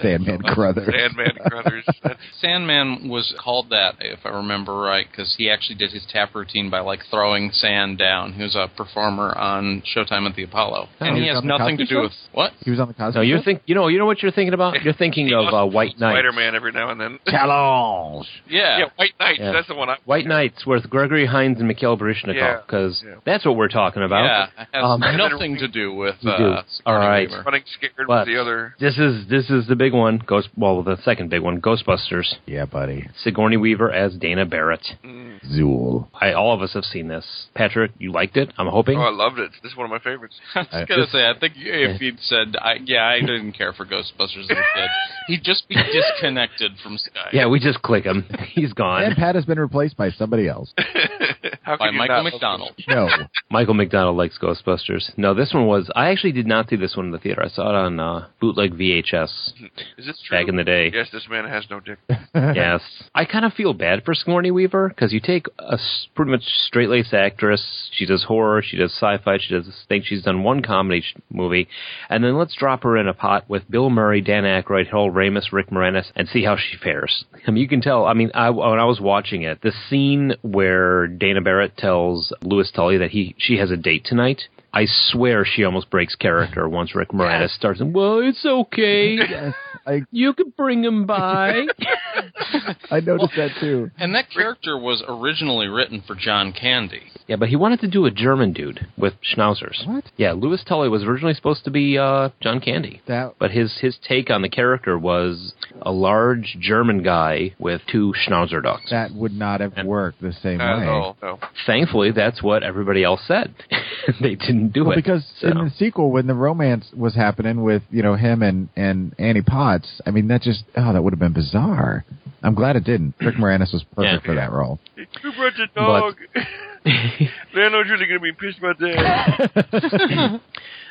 Speaker 3: Sandman Crothers.
Speaker 2: Sandman Crothers. That's
Speaker 4: Sandman was called that, if I remember right, because he actually did his tap routine by like throwing sand down. He was a performer on Showtime at the Apollo,
Speaker 3: Oh,
Speaker 4: and
Speaker 3: he
Speaker 4: he
Speaker 3: was
Speaker 4: has
Speaker 3: on the
Speaker 4: nothing to
Speaker 3: Cosby
Speaker 4: do
Speaker 3: Show?
Speaker 4: with what?
Speaker 3: He was on the Cosby.
Speaker 1: No, you're
Speaker 3: Show?
Speaker 1: think you know you know what you're thinking about. You're thinking of uh, White Knight.
Speaker 2: Spider Man every now and then.
Speaker 3: challenge.
Speaker 4: Yeah,
Speaker 2: Yeah, White Knights.
Speaker 1: Yeah.
Speaker 2: That's the one. I,
Speaker 1: White Knights with Gregory Hines and Mikhail
Speaker 2: Yeah,
Speaker 1: Baryshnikov, because
Speaker 2: yeah.
Speaker 1: that's what we're talking about.
Speaker 4: Yeah, it has
Speaker 1: Um,
Speaker 4: nothing to do with.
Speaker 1: You do.
Speaker 4: Uh,
Speaker 1: All right.
Speaker 4: Sigourney Weaver.
Speaker 2: Running scared
Speaker 1: But
Speaker 2: was the other.
Speaker 1: This is this is the big one. Ghost. Well, the second big one, Ghostbusters.
Speaker 3: Yeah, buddy.
Speaker 1: Sigourney Weaver as Dana Barrett.
Speaker 2: Mm.
Speaker 3: Zool.
Speaker 1: I all of us have seen this. Patrick, you liked it. I'm hoping.
Speaker 2: Oh, I loved it. This is one of my favorites.
Speaker 4: I was
Speaker 3: I-
Speaker 4: gonna say, I think if he'd said, I, "Yeah, I didn't care for Ghostbusters as a kid," he'd just be disconnected from Sky.
Speaker 1: yeah, we just click him. He's
Speaker 3: And
Speaker 1: gone.
Speaker 3: Pat has been replaced by somebody else.
Speaker 2: How
Speaker 4: by
Speaker 2: could you
Speaker 4: Michael
Speaker 2: not love
Speaker 4: McDonald.
Speaker 3: No.
Speaker 1: Michael McDonald likes Ghostbusters. No, this one was. I actually did not see this one in the theater. I saw it on uh, bootleg VHS
Speaker 2: this? Is this true?
Speaker 1: back in the day.
Speaker 2: Yes, this man has no dick.
Speaker 1: yes. I kind of feel bad for Sigourney Weaver because you take a s- pretty much straight laced actress. She does horror, she does sci fi, she does this thing. She's done one comedy sh- movie, and then let's drop her in a pot with Bill Murray, Dan Aykroyd, Harold Ramis, Rick Moranis, and see how she fares. I mean, you can tell. I mean, I, when I was watching it, the scene where Dana Barrett tells Louis Tully that he she has a date tonight. I swear she almost breaks character once Rick Moranis starts. Well, it's okay.
Speaker 3: Yes, I
Speaker 1: You can bring him by.
Speaker 3: I noticed that too.
Speaker 4: And that character was originally written for John Candy.
Speaker 1: Yeah, but he wanted to do a German dude with schnauzers.
Speaker 3: What?
Speaker 1: Yeah, Louis Tully was originally supposed to be uh, John Candy.
Speaker 3: That
Speaker 1: But his, his take on the character was a large German guy with two schnauzer dogs.
Speaker 3: that would not have worked the same
Speaker 2: Not
Speaker 3: way.
Speaker 2: at all. No.
Speaker 1: Thankfully, that's what everybody else said. they didn't do
Speaker 3: Well,
Speaker 1: it.
Speaker 3: because
Speaker 1: So,
Speaker 3: in the sequel, when the romance was happening with you know him and and Annie Potts, I mean that just oh that would have been bizarre. I'm glad it didn't. Rick Moranis was perfect
Speaker 1: Yeah.
Speaker 3: for that role.
Speaker 2: Who brought the dog? Landlord's really gonna be pissed about that.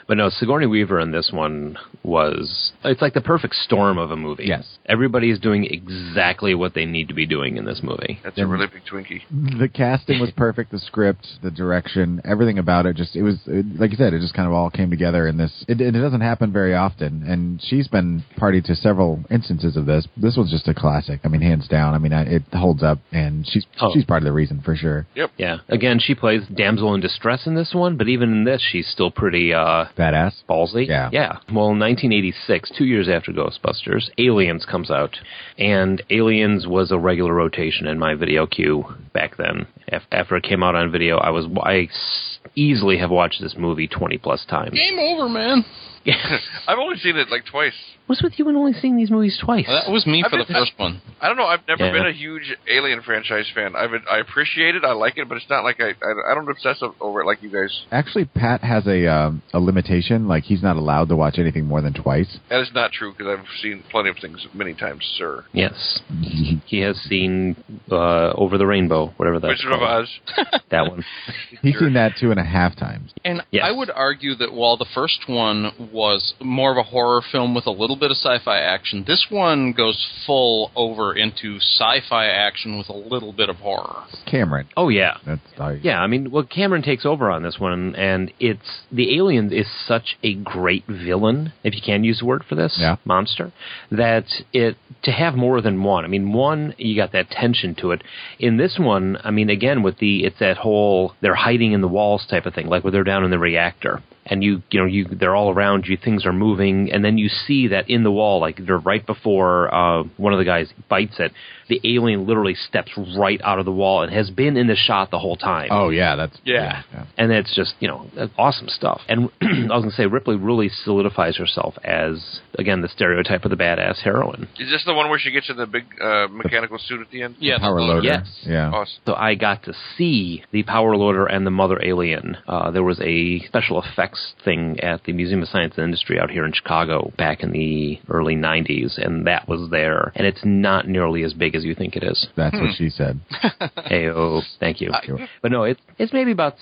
Speaker 1: but no, Sigourney Weaver in this one was it's like the perfect storm of a movie.
Speaker 3: Yes.
Speaker 1: everybody is doing exactly what they need to be doing in this movie.
Speaker 2: That's a really big Twinkie.
Speaker 3: The casting was perfect. The script, the direction, everything about it just it was it, like you said. It just kind of all came together in this. It, it doesn't happen very often, and she's been party to several instances of this. This one's just a classic. I mean, hands down. I mean, I, it holds up, and she's
Speaker 1: Oh.
Speaker 3: she's part of the reason for sure.
Speaker 1: Yeah, again, she plays damsel in distress in this one, but even in this, she's still pretty uh,
Speaker 3: Badass.
Speaker 1: ballsy.
Speaker 3: Yeah.
Speaker 1: Yeah. Well, in 1986, two years after Ghostbusters, Aliens comes out, and Aliens was a regular rotation in my video queue back then. Af- After it came out on video, I was I s- easily have watched this movie 20 plus times.
Speaker 4: Game over, man.
Speaker 2: I've only seen it like twice.
Speaker 1: What's with you and only seeing these movies twice?
Speaker 4: That was me
Speaker 2: I
Speaker 4: for the
Speaker 2: bet-
Speaker 4: first one.
Speaker 2: I don't know. I've never
Speaker 1: Yeah.
Speaker 2: been a huge Alien franchise fan. I've I appreciate it. I like it, but it's not like I I, I don't obsess o- over it like you guys.
Speaker 3: Actually, Pat has a um, a limitation. Like he's not allowed to watch anything more than twice.
Speaker 2: That is not true because I've seen plenty of things many times, sir.
Speaker 1: yes. He has seen uh, Over the Rainbow, whatever that's
Speaker 2: Wizard of
Speaker 1: called.
Speaker 2: Oz.
Speaker 1: That one.
Speaker 3: He's
Speaker 2: Sure.
Speaker 3: seen that two and a half times.
Speaker 4: And
Speaker 1: Yes.
Speaker 4: I would argue that while the first one was more of a horror film with a little bit of sci-fi action, this one goes full over into sci-fi action with a little bit of horror.
Speaker 3: Cameron.
Speaker 1: Oh, yeah.
Speaker 3: That's uh, all you-
Speaker 1: Yeah, I mean, well, Cameron takes over on this one, and it's the alien is such a great villain, if you can use the word for this
Speaker 3: Yeah.
Speaker 1: monster, that it to have more than one. I mean, one you got that tension to it. In this one, I mean, again with the it's that whole they're hiding in the walls type of thing, like when they're down in the reactor. and you you know you they're all around you things are moving and then you see that in the wall like they're right before uh, one of the guys bites it the alien literally steps right out of the wall and has been in the shot the whole time
Speaker 3: Oh yeah, that's
Speaker 4: Yeah.
Speaker 1: and it's just you know awesome stuff. And I was gonna say Ripley really solidifies herself as again the stereotype of the badass heroine.
Speaker 2: Is this the one where she gets in the big uh, mechanical suit at the end?
Speaker 4: Yeah,
Speaker 3: Power
Speaker 4: the-
Speaker 3: loader.
Speaker 1: Yes.
Speaker 3: Yeah.
Speaker 2: Awesome.
Speaker 1: So I got to see the Power Loader and the Mother Alien. Uh, there was a special effects thing at the Museum of Science and Industry out here in Chicago back in the early '90s, and that was there. And it's not nearly as big as you think it is.
Speaker 3: That's what she said.
Speaker 1: Ayo, thank you.
Speaker 3: Sure.
Speaker 1: Uh, But no, it's it's maybe about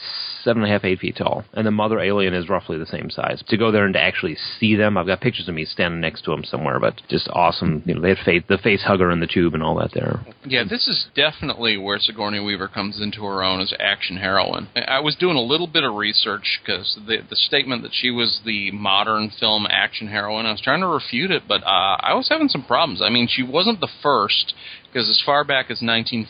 Speaker 1: seven and a half, eight feet tall, and the mother alien is roughly the same size. To go there and to actually see them, I've got pictures of me standing next to them somewhere, but just awesome. You know, they had face, the face hugger in the tube and all that there.
Speaker 4: Yeah, this is definitely where Sigourney Weaver comes into her own as action heroine. I- I was doing a little bit of research because the the statement that she was the modern film action heroine, I was trying to refute it, but uh, I was having some problems. I mean, she wasn't the first because as far back as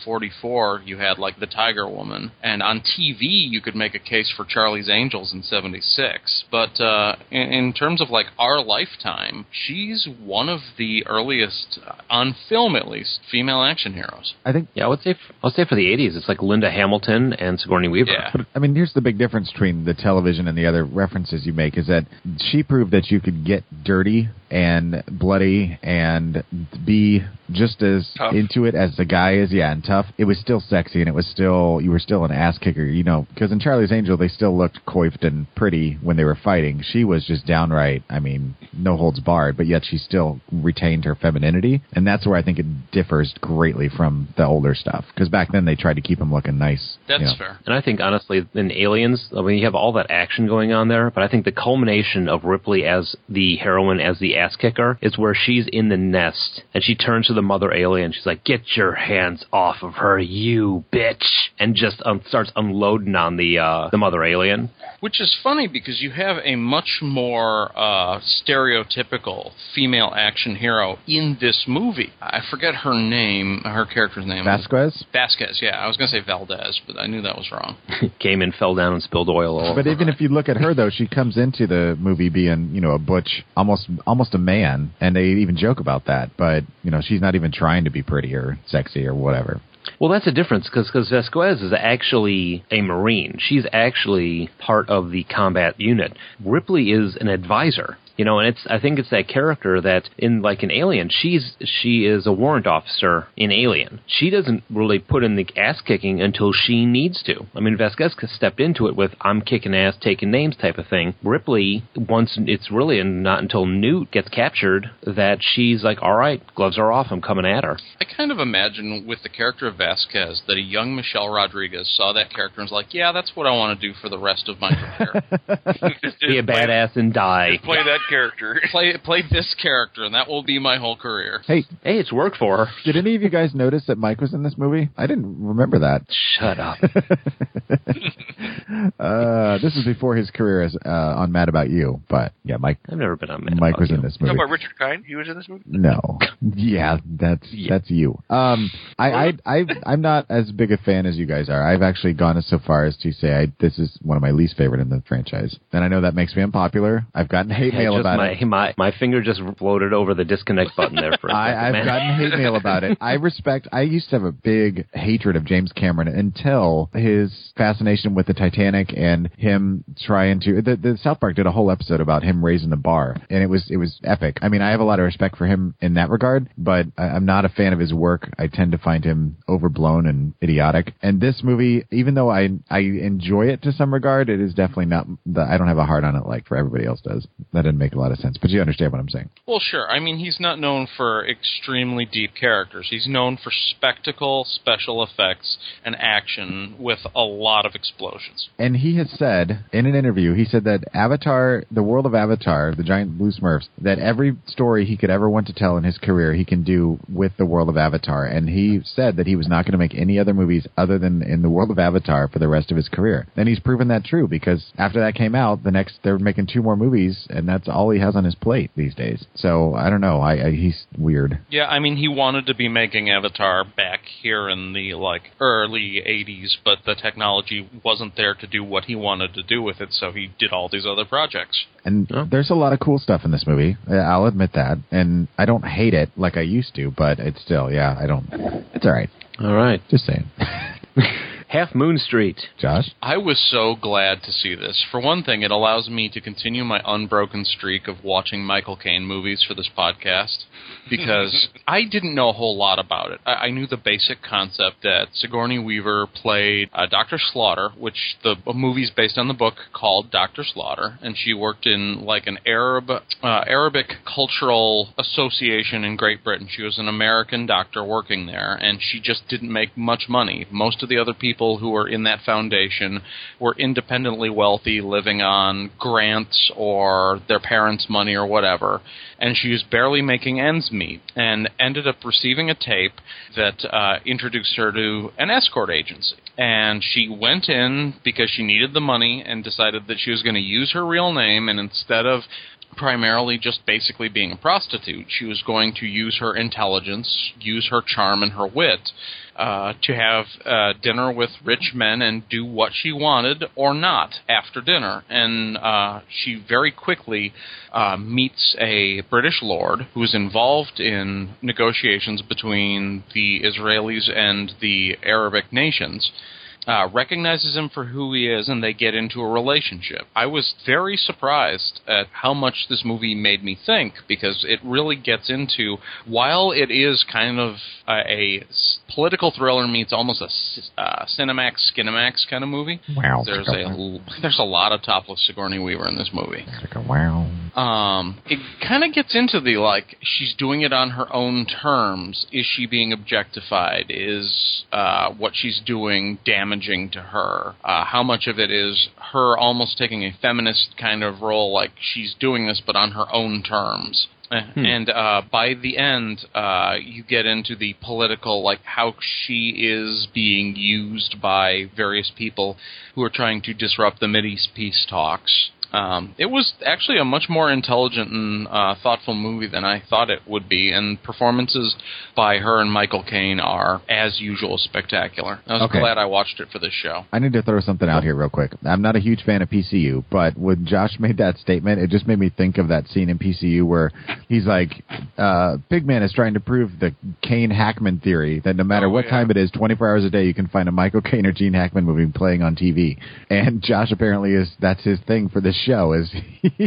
Speaker 4: 1944, you had like the Tiger Woman, and on TV you could make a case for Charlie's Angels in '76. But uh, in, in terms of like our lifetime, she's one of the earliest uh, on film, at least, female action heroes.
Speaker 3: I think
Speaker 1: Yeah, I would say f- I'll say for the '80s, it's like Linda Hamilton and Sigourney Weaver.
Speaker 4: Yeah.
Speaker 3: I mean, here's the big difference between the television and the other references you make is that she proved that you could get dirty and bloody and be just as
Speaker 2: Tough.
Speaker 3: into it as the guy is, yeah, and tough. It was still sexy, and it was still you were still an ass kicker, you know. Because in Charlie's Angel, they still looked coiffed and pretty when they were fighting. She was just downright, I mean, no holds barred, but yet she still retained her femininity, and that's where I think it differs greatly from the older stuff. Because back then they tried to keep him looking nice. you
Speaker 4: That's
Speaker 3: know.
Speaker 4: fair.
Speaker 1: And I think honestly, in Aliens, I mean, you have all that action going on there, but I think the culmination of Ripley as the heroine, as the ass kicker, is where she's in the nest and she turns to the mother alien. She's like, "Get your hands off of her, you bitch!" and just um, starts unloading on the uh, the mother alien.
Speaker 4: Which is funny because you have a much more uh, stereotypical female action hero in this movie. I forget her name, her character's name.
Speaker 3: Vasquez.
Speaker 4: Vasquez, yeah. I was going to say Valdez, but I knew that was wrong.
Speaker 1: Came in, fell down, and spilled oil. All
Speaker 3: But even if you look at her though, she comes into the movie being, you know, a butch, almost almost a man, and they even joke about that. But you know, she's not even trying to be pretty or sexy or whatever.
Speaker 1: Well, that's a difference because Vasquez is actually a Marine. She's actually part of the combat unit. Ripley is an advisor. You know, and it's I think it's that character that in like an Alien, she's she is a warrant officer in Alien. She doesn't really put in the ass kicking until she needs to. I mean, Vasquez stepped into it with I'm kicking ass, taking names type of thing. Ripley, once it's really not until Newt gets captured that she's like, all right, gloves are off, I'm coming at her.
Speaker 4: I kind of imagine with the character of Vasquez that a young Michelle Rodriguez saw that character and was like, yeah, that's what I want to do for the rest of my career.
Speaker 2: Just-
Speaker 1: Be a
Speaker 2: just play-
Speaker 1: badass and die.
Speaker 2: Just play that character.
Speaker 4: play, play this character, and that will be my whole career.
Speaker 3: Hey,
Speaker 1: Hey, it's worked for her.
Speaker 3: did any of you guys notice that Mike was in this movie? I didn't remember that.
Speaker 1: Shut up.
Speaker 3: Uh, this is before his career as uh, on Mad About You, but yeah, Mike
Speaker 1: I've never been on Mad
Speaker 3: Mike
Speaker 1: About
Speaker 3: was
Speaker 1: You.
Speaker 3: in this
Speaker 2: You
Speaker 3: movie.
Speaker 2: talking about Richard Kind? He was in this movie.
Speaker 3: No. Yeah, that's that's you. Um, I, I I I'm not as big a fan as you guys are. I've actually gone as so far as to say I, this is one of my least favorite in the franchise, and I know that makes me unpopular. I've gotten hate
Speaker 1: Yeah,
Speaker 3: mail
Speaker 1: just
Speaker 3: about
Speaker 1: my,
Speaker 3: it.
Speaker 1: my my finger just floated over the disconnect button there for a second.
Speaker 3: I, I've
Speaker 1: man.
Speaker 3: gotten hate mail about it. I respect. I used to have a big hatred of James Cameron until his fascination with the Titanic and him trying to. The, the South Park did a whole episode about him raising the bar, and it was it was epic. I mean, I have a lot of respect for him in that regard, but I, I'm not a fan of his work. I tend to find him overblown and idiotic. And this movie, even though I I enjoy it to some regard, it is definitely not. The, I don't have a heart on it like for everybody else does. That didn't make a lot of sense, but you understand what I'm saying.
Speaker 4: Well, sure. I mean, he's not known for extremely deep characters. He's known for spectacle, special effects, and action with a lot of explosions.
Speaker 3: And he has said in an interview, he said that Avatar, the world of Avatar, the giant blue Smurfs, that every story he could ever want to tell in his career, he can do with the world of Avatar. And he said that he was not going to make any other movies other than in the world of Avatar for the rest of his career. And he's proven that true because after that came out, the next they're making two more movies, and that's all he has on his plate these days. So I don't know. I, I he's weird.
Speaker 4: Yeah, I mean, he wanted to be making Avatar back here in the like early '80s, but the technology wasn't there to do what he wanted to do with it, so he did all these other projects.
Speaker 3: And
Speaker 4: Oh.
Speaker 1: Yeah.
Speaker 3: there's a lot of cool stuff in this movie. Uh, I'll admit that. And I don't hate it like I used to, but it's still, yeah, I don't. It's all right.
Speaker 1: All right.
Speaker 3: Just saying.
Speaker 1: Half Moon Street.
Speaker 3: Josh?
Speaker 4: I was so glad to see this. For one thing, it allows me to continue my unbroken streak of watching Michael Caine movies for this podcast because I didn't know a whole lot about it. I, I knew the basic concept that Sigourney Weaver played uh, Dr. Slaughter, which the a movie's based on the book called Dr. Slaughter, and she worked in like an Arab uh, Arabic cultural association in Great Britain. She was an American doctor working there, and she just didn't make much money. Most of the other people who were in that foundation were independently wealthy, living on grants or their parents' money or whatever. And she was barely making ends meet and ended up receiving a tape that uh, introduced her to an escort agency. And she went in because she needed the money and decided that she was going to use her real name and instead of primarily just basically being a prostitute. She was going to use her intelligence, use her charm and her wit uh, to have uh, dinner with rich men and do what she wanted or not after dinner. And uh, she very quickly uh, meets a British lord who is involved in negotiations between the Israelis and the Arabic nations uh, recognizes him for who he is, and they get into a relationship. I was very surprised at how much this movie made me think because it really gets into, while it is kind of a, a s- political thriller meets almost a s- uh, Cinemax, Skinemax kind of movie.
Speaker 3: Wow.
Speaker 4: There's a l- there's a lot of topless Sigourney Weaver in this movie
Speaker 3: Wow.
Speaker 4: um, it kind of gets into the like she's doing it on her own terms. Is she being objectified? Is uh, what she's doing damaging to her? Uh, how much of it is her almost taking a feminist kind of role, like she's doing this but on her own terms? Eh, And uh, by the end, uh, you get into the political, like how she is being used by various people who are trying to disrupt the Mideast peace talks. Um, it was actually a much more intelligent and uh, thoughtful movie than I thought it would be, and performances by her and Michael Caine are, as usual, spectacular. I was
Speaker 3: Okay.
Speaker 4: glad I watched it for this show.
Speaker 3: I need to throw something out here real quick. I'm not a huge fan of PCU, but when Josh made that statement, it just made me think of that scene in PCU where he's like, uh, Big Man is trying to prove the Kane Hackman theory that no matter
Speaker 2: Oh,
Speaker 3: what
Speaker 2: yeah.
Speaker 3: time it is, 24 hours a day, you can find a Michael Caine or Gene Hackman movie playing on TV. And Josh apparently is that's his thing for this show is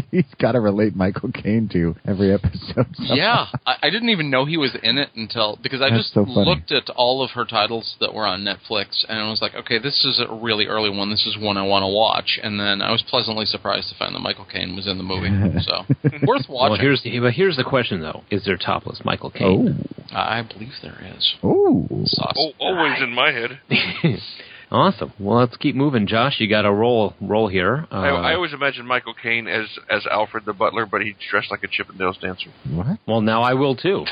Speaker 3: he's got to relate Michael Caine to every episode. somehow.
Speaker 4: Yeah, I, I didn't even know he was in it until because I
Speaker 3: That's
Speaker 4: just
Speaker 3: so funny.
Speaker 4: looked at all of her titles that were on Netflix and I was like, okay, this is a really early one. This is one I want to watch. And then I was pleasantly surprised to find that Michael Caine was in the movie. So worth watching.
Speaker 1: Well, here's the, but here's the question though: Is there topless Michael Caine?
Speaker 4: I believe there is.
Speaker 3: Oh, Ooh.
Speaker 4: Sauce.
Speaker 2: Oh, always in my head.
Speaker 3: Oh.
Speaker 1: awesome. Well, let's keep moving, Josh. You got a roll roll here. Uh,
Speaker 2: I,
Speaker 3: Uh-huh.
Speaker 2: I always imagine Michael Caine as as Alfred the Butler, but he's dressed like a Chippendales dancer.
Speaker 3: What?
Speaker 1: well, now I will too.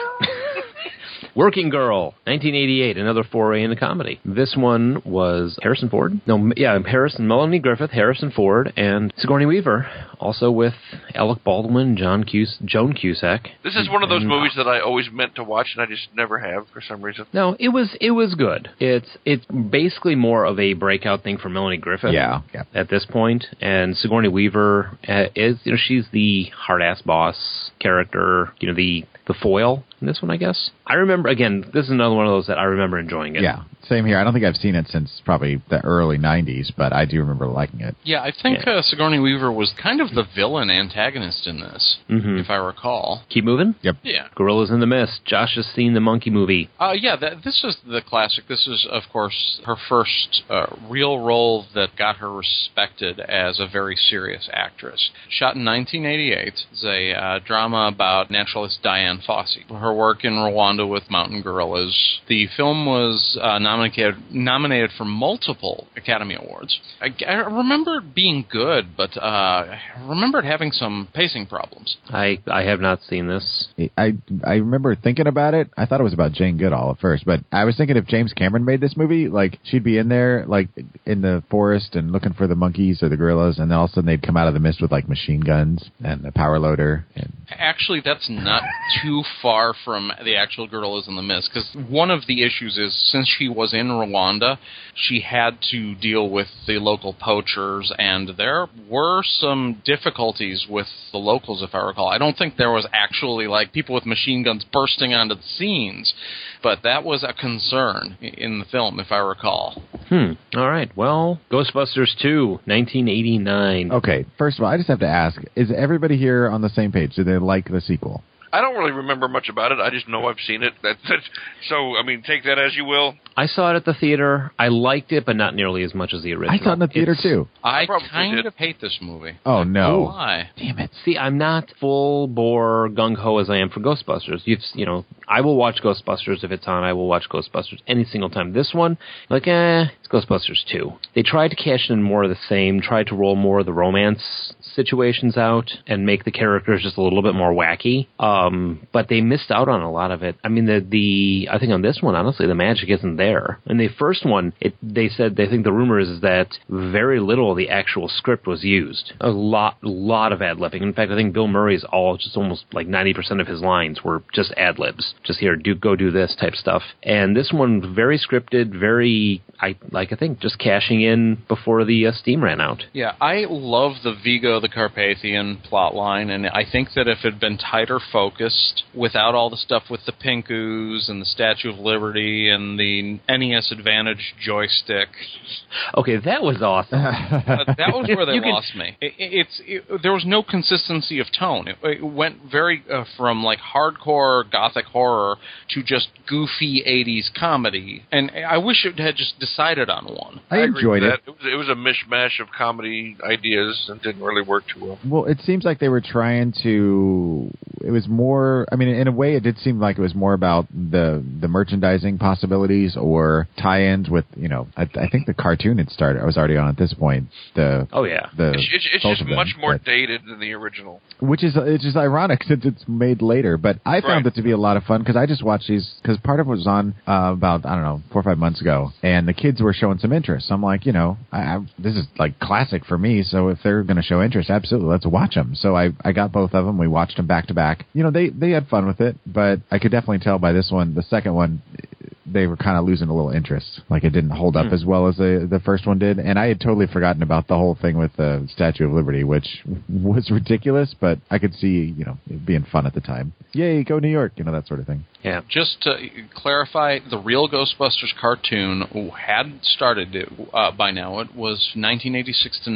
Speaker 1: Working Girl, 1988, another foray into comedy. This one was Harrison Ford. No, m- yeah, Harrison, Melanie Griffith, Harrison Ford, and Sigourney Weaver, also with Alec Baldwin, John Cus- Joan Cusack.
Speaker 2: This is one of
Speaker 3: Mm-hmm.
Speaker 2: those
Speaker 1: And-
Speaker 2: movies that I always meant to watch, and I just never have for some reason.
Speaker 1: No, it was it was good. It's it's basically more of a breakout thing for Melanie Griffith.
Speaker 3: Yeah. Yeah.
Speaker 1: At this point, and Sigourney Weaver uh, is you know she's the hard ass boss character, you know the the foil in this one, I guess. I remember again, this is another one of those that I remember enjoying it.
Speaker 3: Yeah, same here. I don't think I've seen it since probably the early '90s, but I do remember liking it.
Speaker 4: Yeah, I think
Speaker 1: Yeah.
Speaker 4: Uh, Sigourney Weaver was kind of the villain antagonist in this,
Speaker 1: Mhm.
Speaker 4: if I recall.
Speaker 1: Keep moving.
Speaker 3: Yep.
Speaker 4: Yeah.
Speaker 1: Gorillas in the Mist. Josh has seen the monkey movie.
Speaker 4: Uh, yeah, that, this is the classic. This is, of course, her first uh, real role that got her respected as a very serious actress. Shot in 1988, it's a uh, drama about naturalist Diane Fossey. Her work in Rwanda with mountain gorillas. The film was uh, nominated nominated for multiple Academy Awards. I, I remember it being good, but uh, I remember it having some pacing problems.
Speaker 1: I I have not seen this.
Speaker 3: I I remember thinking about it. I thought it was about Jane Goodall at first, but I was thinking if James Cameron made this movie, like she'd be in there, like in the forest and looking for the monkeys or the gorillas, and then all of a sudden they'd come out of the mist with like machine guns and a power loader. And
Speaker 4: Actually, that's not too far from the actual Gorillas in the Mist, because one of the issues is since she was was in Rwanda, she had to deal with the local poachers, and there were some difficulties with the locals, if I recall. I don't think there was actually like people with machine guns bursting onto the scenes, but that was a concern i- in the film, if I recall.
Speaker 1: Hmm. All right. Well, Ghostbusters 2, 1989.
Speaker 3: Okay, first of all, I just have to ask: Is everybody here on the same page? Do they like the sequel?
Speaker 2: I don't really remember much about it. I just know I've seen it. That, that's so. I mean, take that as you will.
Speaker 1: I saw it at the theater. I liked it, but not nearly as much as the original.
Speaker 3: I saw it in the theater
Speaker 1: It's-
Speaker 3: too.
Speaker 4: I,
Speaker 2: probably
Speaker 4: kind
Speaker 2: did.
Speaker 4: of hate this movie.
Speaker 3: Oh no!
Speaker 4: Why?
Speaker 3: Damn it!
Speaker 1: See, I'm not full bore gung ho as I am for Ghostbusters. You've, you know, I will watch Ghostbusters if it's on. I will watch Ghostbusters any single time. This one, like, eh, it's Ghostbusters two. They tried to cash in more of the same, tried to roll more of the romance situations out and make the characters just a little bit more wacky. Um, but they missed out on a lot of it. I mean, the the I think on this one, honestly, the magic isn't there. In the first one, it they said they think the rumor is that very little of the actual script was used. A lot, lot of ad libbing. In fact, I think Bill Murray's all just almost like ninety percent of his lines were just ad libs. Just here, do go do this type stuff. And this one, very scripted, very I like I think just cashing in before the uh, steam ran out.
Speaker 4: Yeah, I love the Vigo the Carpathian plotline, and I think that if it had been tighter focused, without all the stuff with the Pinkus and the Statue of Liberty and the NES Advantage joystick,
Speaker 1: Okay, that was awesome.
Speaker 4: uh, that was where they
Speaker 1: You can-
Speaker 4: lost me. It, it- it's it, there was no consistency of tone. It, it went very uh, from like hardcore gothic horror to just goofy '80s comedy, and I wish it had just decided on one.
Speaker 3: I
Speaker 2: agree
Speaker 3: enjoyed
Speaker 2: with
Speaker 3: it.
Speaker 2: that. It was, it was a mishmash of comedy ideas and didn't really work too well.
Speaker 3: Well, it seems like they were trying to. It was more. I mean, in a way, it did seem like it was more about the the merchandising possibilities or tie-ins with. You know, I, I think the cartoon had started. I was already on at this point. The
Speaker 1: Oh yeah.
Speaker 3: the
Speaker 2: It's, it's, it's
Speaker 3: both
Speaker 2: just
Speaker 3: of them,
Speaker 2: much more
Speaker 3: but-
Speaker 2: dated than the original.
Speaker 3: which is it's just ironic since it's made later. But I found
Speaker 2: Right.
Speaker 3: it to be a lot of fun because I just watched these because part of it was on uh, about I don't know four or five months ago, and the kids were showing some interest. So I'm like, you know, I, I, this is like classic for me. So if they're going to show interest, absolutely, let's watch them. So I I got both of them. We watched them back to back. You know, they they had fun with it, but I could definitely tell by this one, the second one. They were kind of losing a little interest, like it didn't hold
Speaker 4: Hmm.
Speaker 3: up as well as the the first one did, and I had totally forgotten about the whole thing with the Statue of Liberty, which was ridiculous, but I could see, you know, it being fun at the time. Yay, go New York, you know, that sort of thing.
Speaker 1: Yeah.
Speaker 4: just to clarify, the real Ghostbusters cartoon had started uh, by now. It was 1986 to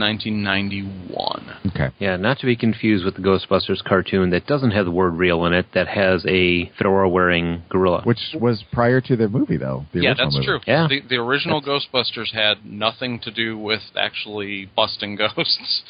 Speaker 4: 1991.
Speaker 3: Okay.
Speaker 1: Yeah, not to be confused with the Ghostbusters cartoon that doesn't have the word real in it, that has a fedora wearing gorilla.
Speaker 3: Which was prior to the movie, though. The
Speaker 4: yeah,
Speaker 3: original
Speaker 4: that's
Speaker 3: movie.
Speaker 4: true.
Speaker 1: Yeah.
Speaker 4: The, the original Ghostbusters had nothing to do with actually busting ghosts.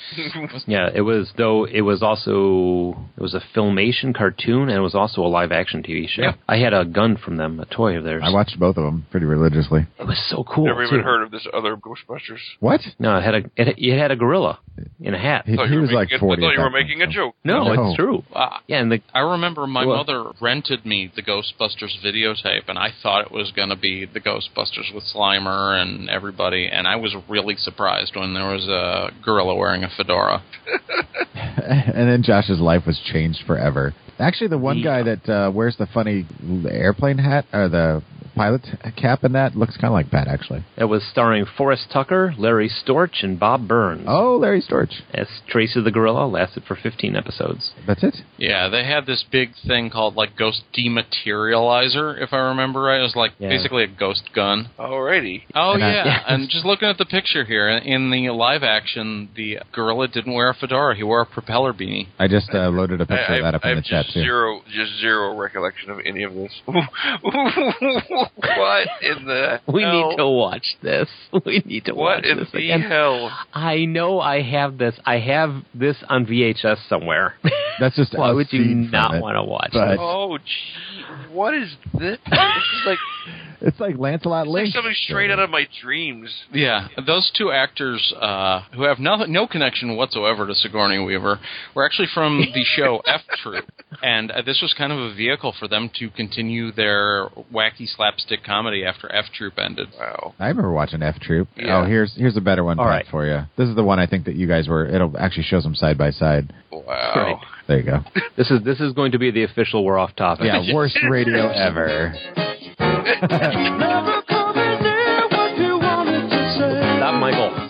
Speaker 1: yeah, it was though it was also it was a filmation cartoon and it was also a live action TV show.
Speaker 4: Yeah.
Speaker 1: I had a gun from them, a toy of theirs.
Speaker 3: I watched both of them pretty religiously.
Speaker 1: it was so cool.
Speaker 2: Never even
Speaker 1: too.
Speaker 2: heard of this other Ghostbusters.
Speaker 3: What?
Speaker 1: No, it had a it, it had a gorilla in a hat.
Speaker 3: He,
Speaker 2: I thought
Speaker 3: he
Speaker 2: you were
Speaker 3: was like
Speaker 2: making a-
Speaker 3: 40.
Speaker 2: I
Speaker 3: at
Speaker 2: thought you
Speaker 3: that
Speaker 2: were
Speaker 3: point,
Speaker 2: making a
Speaker 3: so.
Speaker 2: joke.
Speaker 1: No,
Speaker 3: No.
Speaker 1: it's true.
Speaker 4: Uh,
Speaker 1: Yeah, and the
Speaker 4: I remember my
Speaker 1: Well-
Speaker 4: mother rented me the Ghostbusters videotape, and I thought it was going to be the Ghostbusters with Slimer and everybody, and I was really surprised when there was a gorilla wearing a fedora.
Speaker 3: and then Josh's life was changed forever. Actually, the one
Speaker 1: Yeah.
Speaker 3: guy that uh, wears the funny airplane hat or the pilot cap and that looks kind of like Pat, actually.
Speaker 1: it was starring Forrest Tucker, Larry Storch, and Bob Burns.
Speaker 3: Oh, Larry Storch.
Speaker 1: As Tracy the Gorilla lasted for 15 episodes.
Speaker 3: That's it.
Speaker 4: Yeah, they had this big thing called like Ghost Dematerializer, if I remember right. It was like
Speaker 1: Yeah.
Speaker 4: basically a ghost gun.
Speaker 2: Alrighty.
Speaker 4: Oh
Speaker 3: And I-
Speaker 4: yeah.
Speaker 1: Yeah.
Speaker 4: and just looking at the picture here in the live action, the gorilla didn't wear a fedora; he wore a propeller beanie.
Speaker 3: I just uh, loaded a picture
Speaker 2: I,
Speaker 3: of that up
Speaker 2: I
Speaker 3: in
Speaker 2: have
Speaker 3: the chat
Speaker 2: just
Speaker 3: too.
Speaker 2: zero, just zero recollection of any of this. what in the
Speaker 1: We
Speaker 2: hell?
Speaker 1: need to watch this. We need to watch
Speaker 2: What in
Speaker 1: this
Speaker 2: the
Speaker 1: again.
Speaker 2: hell?
Speaker 1: I know I have this. I have this on VHS somewhere.
Speaker 3: That's just
Speaker 1: Why
Speaker 3: a
Speaker 1: would you
Speaker 3: scene from
Speaker 1: not
Speaker 3: it.
Speaker 1: want to watch
Speaker 3: But-
Speaker 1: this?
Speaker 2: Oh, gee, what is this? This is like,
Speaker 3: It's like Lancelot
Speaker 2: like
Speaker 3: Link.
Speaker 2: something straight out of my dreams.
Speaker 4: Yeah, those two actors uh, who have no no connection whatsoever to Sigourney Weaver were actually from the show F Troop, and uh, this was kind of a vehicle for them to continue their wacky slapstick comedy after F Troop ended.
Speaker 2: Wow.
Speaker 3: I remember watching F Troop.
Speaker 2: Yeah.
Speaker 3: Oh, here's here's a better one
Speaker 1: All
Speaker 3: Pat,
Speaker 1: right.
Speaker 3: for you. This is the one I think that you guys were. It'll actually shows them side by side.
Speaker 2: Wow.
Speaker 1: Right.
Speaker 3: There you go.
Speaker 1: This is this is going to be the official. We're off topic.
Speaker 3: Yeah, worst radio ever.
Speaker 6: Never come as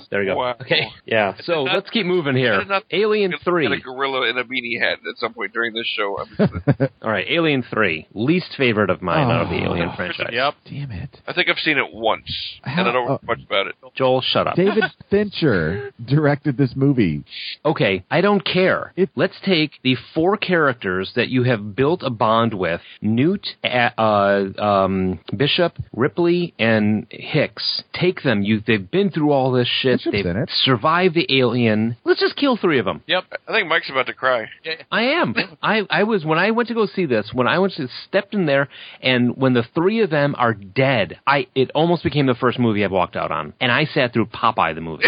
Speaker 1: There we go.
Speaker 2: Wow.
Speaker 1: Okay. Yeah. So
Speaker 2: not-
Speaker 1: let's keep moving here.
Speaker 2: That is not-
Speaker 1: Alien
Speaker 2: And a
Speaker 1: Three.
Speaker 2: gorilla in a beanie hat at some point during this show. I mean,
Speaker 1: All right, Alien Three. Least favorite of mine out of the
Speaker 3: Oh.
Speaker 1: Alien franchise.
Speaker 4: Yep.
Speaker 3: Damn it.
Speaker 2: I think I've seen it once, and I don't
Speaker 3: How-
Speaker 2: remember much about it.
Speaker 1: Joel, shut up.
Speaker 3: David Fincher directed this movie.
Speaker 1: Okay, I don't care.
Speaker 3: It-
Speaker 1: Let's take the four characters that you have built a bond with Newt, uh, uh, um, Bishop, Ripley, and Hicks. Take them. You, they've been through all this shit.
Speaker 3: Bishop's
Speaker 1: they've
Speaker 3: in it.
Speaker 1: survived the alien. Let's just kill three of them.
Speaker 4: Yep.
Speaker 2: I think Mike's about to cry.
Speaker 1: I am. I, I was when I went to go see this. When I went to stepped in there, and when the three of them are dead, I it almost became the first movie I walked out on, and I sat through Popeye the movie.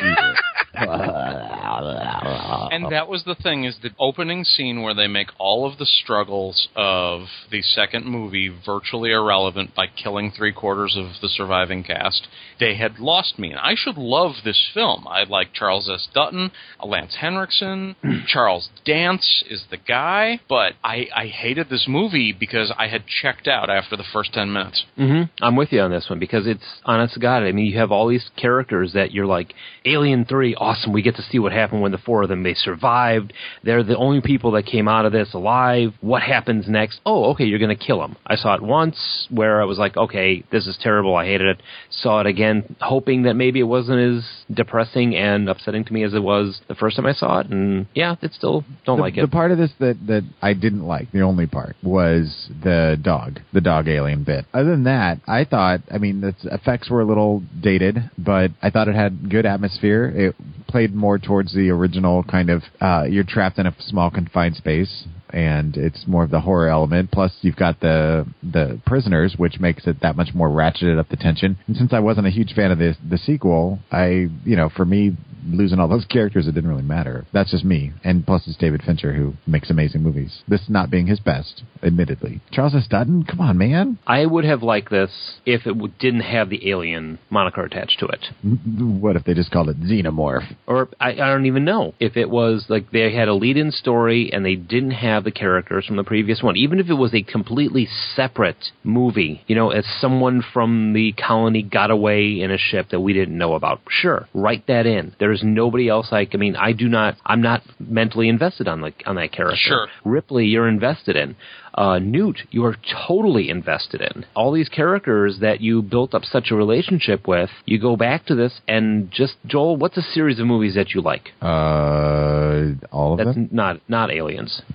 Speaker 4: And that was the thing is the opening scene where they make all of the struggles of the second movie virtually irrelevant by killing three quarters of the surviving cast. They had lost me, and I should love this film. I like Charles S. Dutton, Lance Henriksen, Charles Dance is the guy, but I, I hated this movie because I had checked out after the first ten minutes.
Speaker 1: hmm I'm with you on this one because it's honest to God. I mean, you have all these characters that you're like, Alien Three, awesome. We get to see what happened when the four of them they survived. They're the only people that came out of this alive. What happens next? Oh, okay, you're gonna kill them. I saw it once where I was like, okay, this is terrible. I hated it. Saw it again, hoping that maybe it wasn't as depressing and upsetting to me as it was the first time I saw it. And yeah, it still don't
Speaker 3: the,
Speaker 1: like
Speaker 3: the
Speaker 1: it.
Speaker 3: part of this that, that I didn't like, the only part, was the dog, the dog alien bit. Other than that, I thought, I mean, the effects were a little dated, but I thought it had good atmosphere. It played more towards the original kind of uh, you're trapped in a small confined space, and it's more of the horror element. Plus, you've got the the prisoners, which makes it that much more ratcheted up the tension. And since I wasn't a huge fan of the the sequel, I you know for me losing all those characters, it didn't really matter. That's just me. And plus, it's David Fincher who makes amazing movies. This not being his best, admittedly. Charles S. Dutton, come on, man.
Speaker 1: I would have liked this if it w- didn't have the alien moniker attached to it.
Speaker 3: What if they just called it Xenomorph?
Speaker 1: or I, I don't even know if it was like they had a lead-in story and they didn't have the characters from the previous one. Even if it was a completely separate movie, you know, as someone from the colony got away in a ship that we didn't know about. Sure, write that in. There's nobody else. Like, I mean, I do not. I'm not mentally invested on like on that character.
Speaker 4: Sure.
Speaker 1: Ripley, you're invested in. Uh, Newt, you are totally invested in. All these characters that you built up such a relationship with, you go back to this and just Joel, what's a series of movies that you like?
Speaker 3: Uh, all of
Speaker 1: That's
Speaker 3: them?
Speaker 1: not not aliens.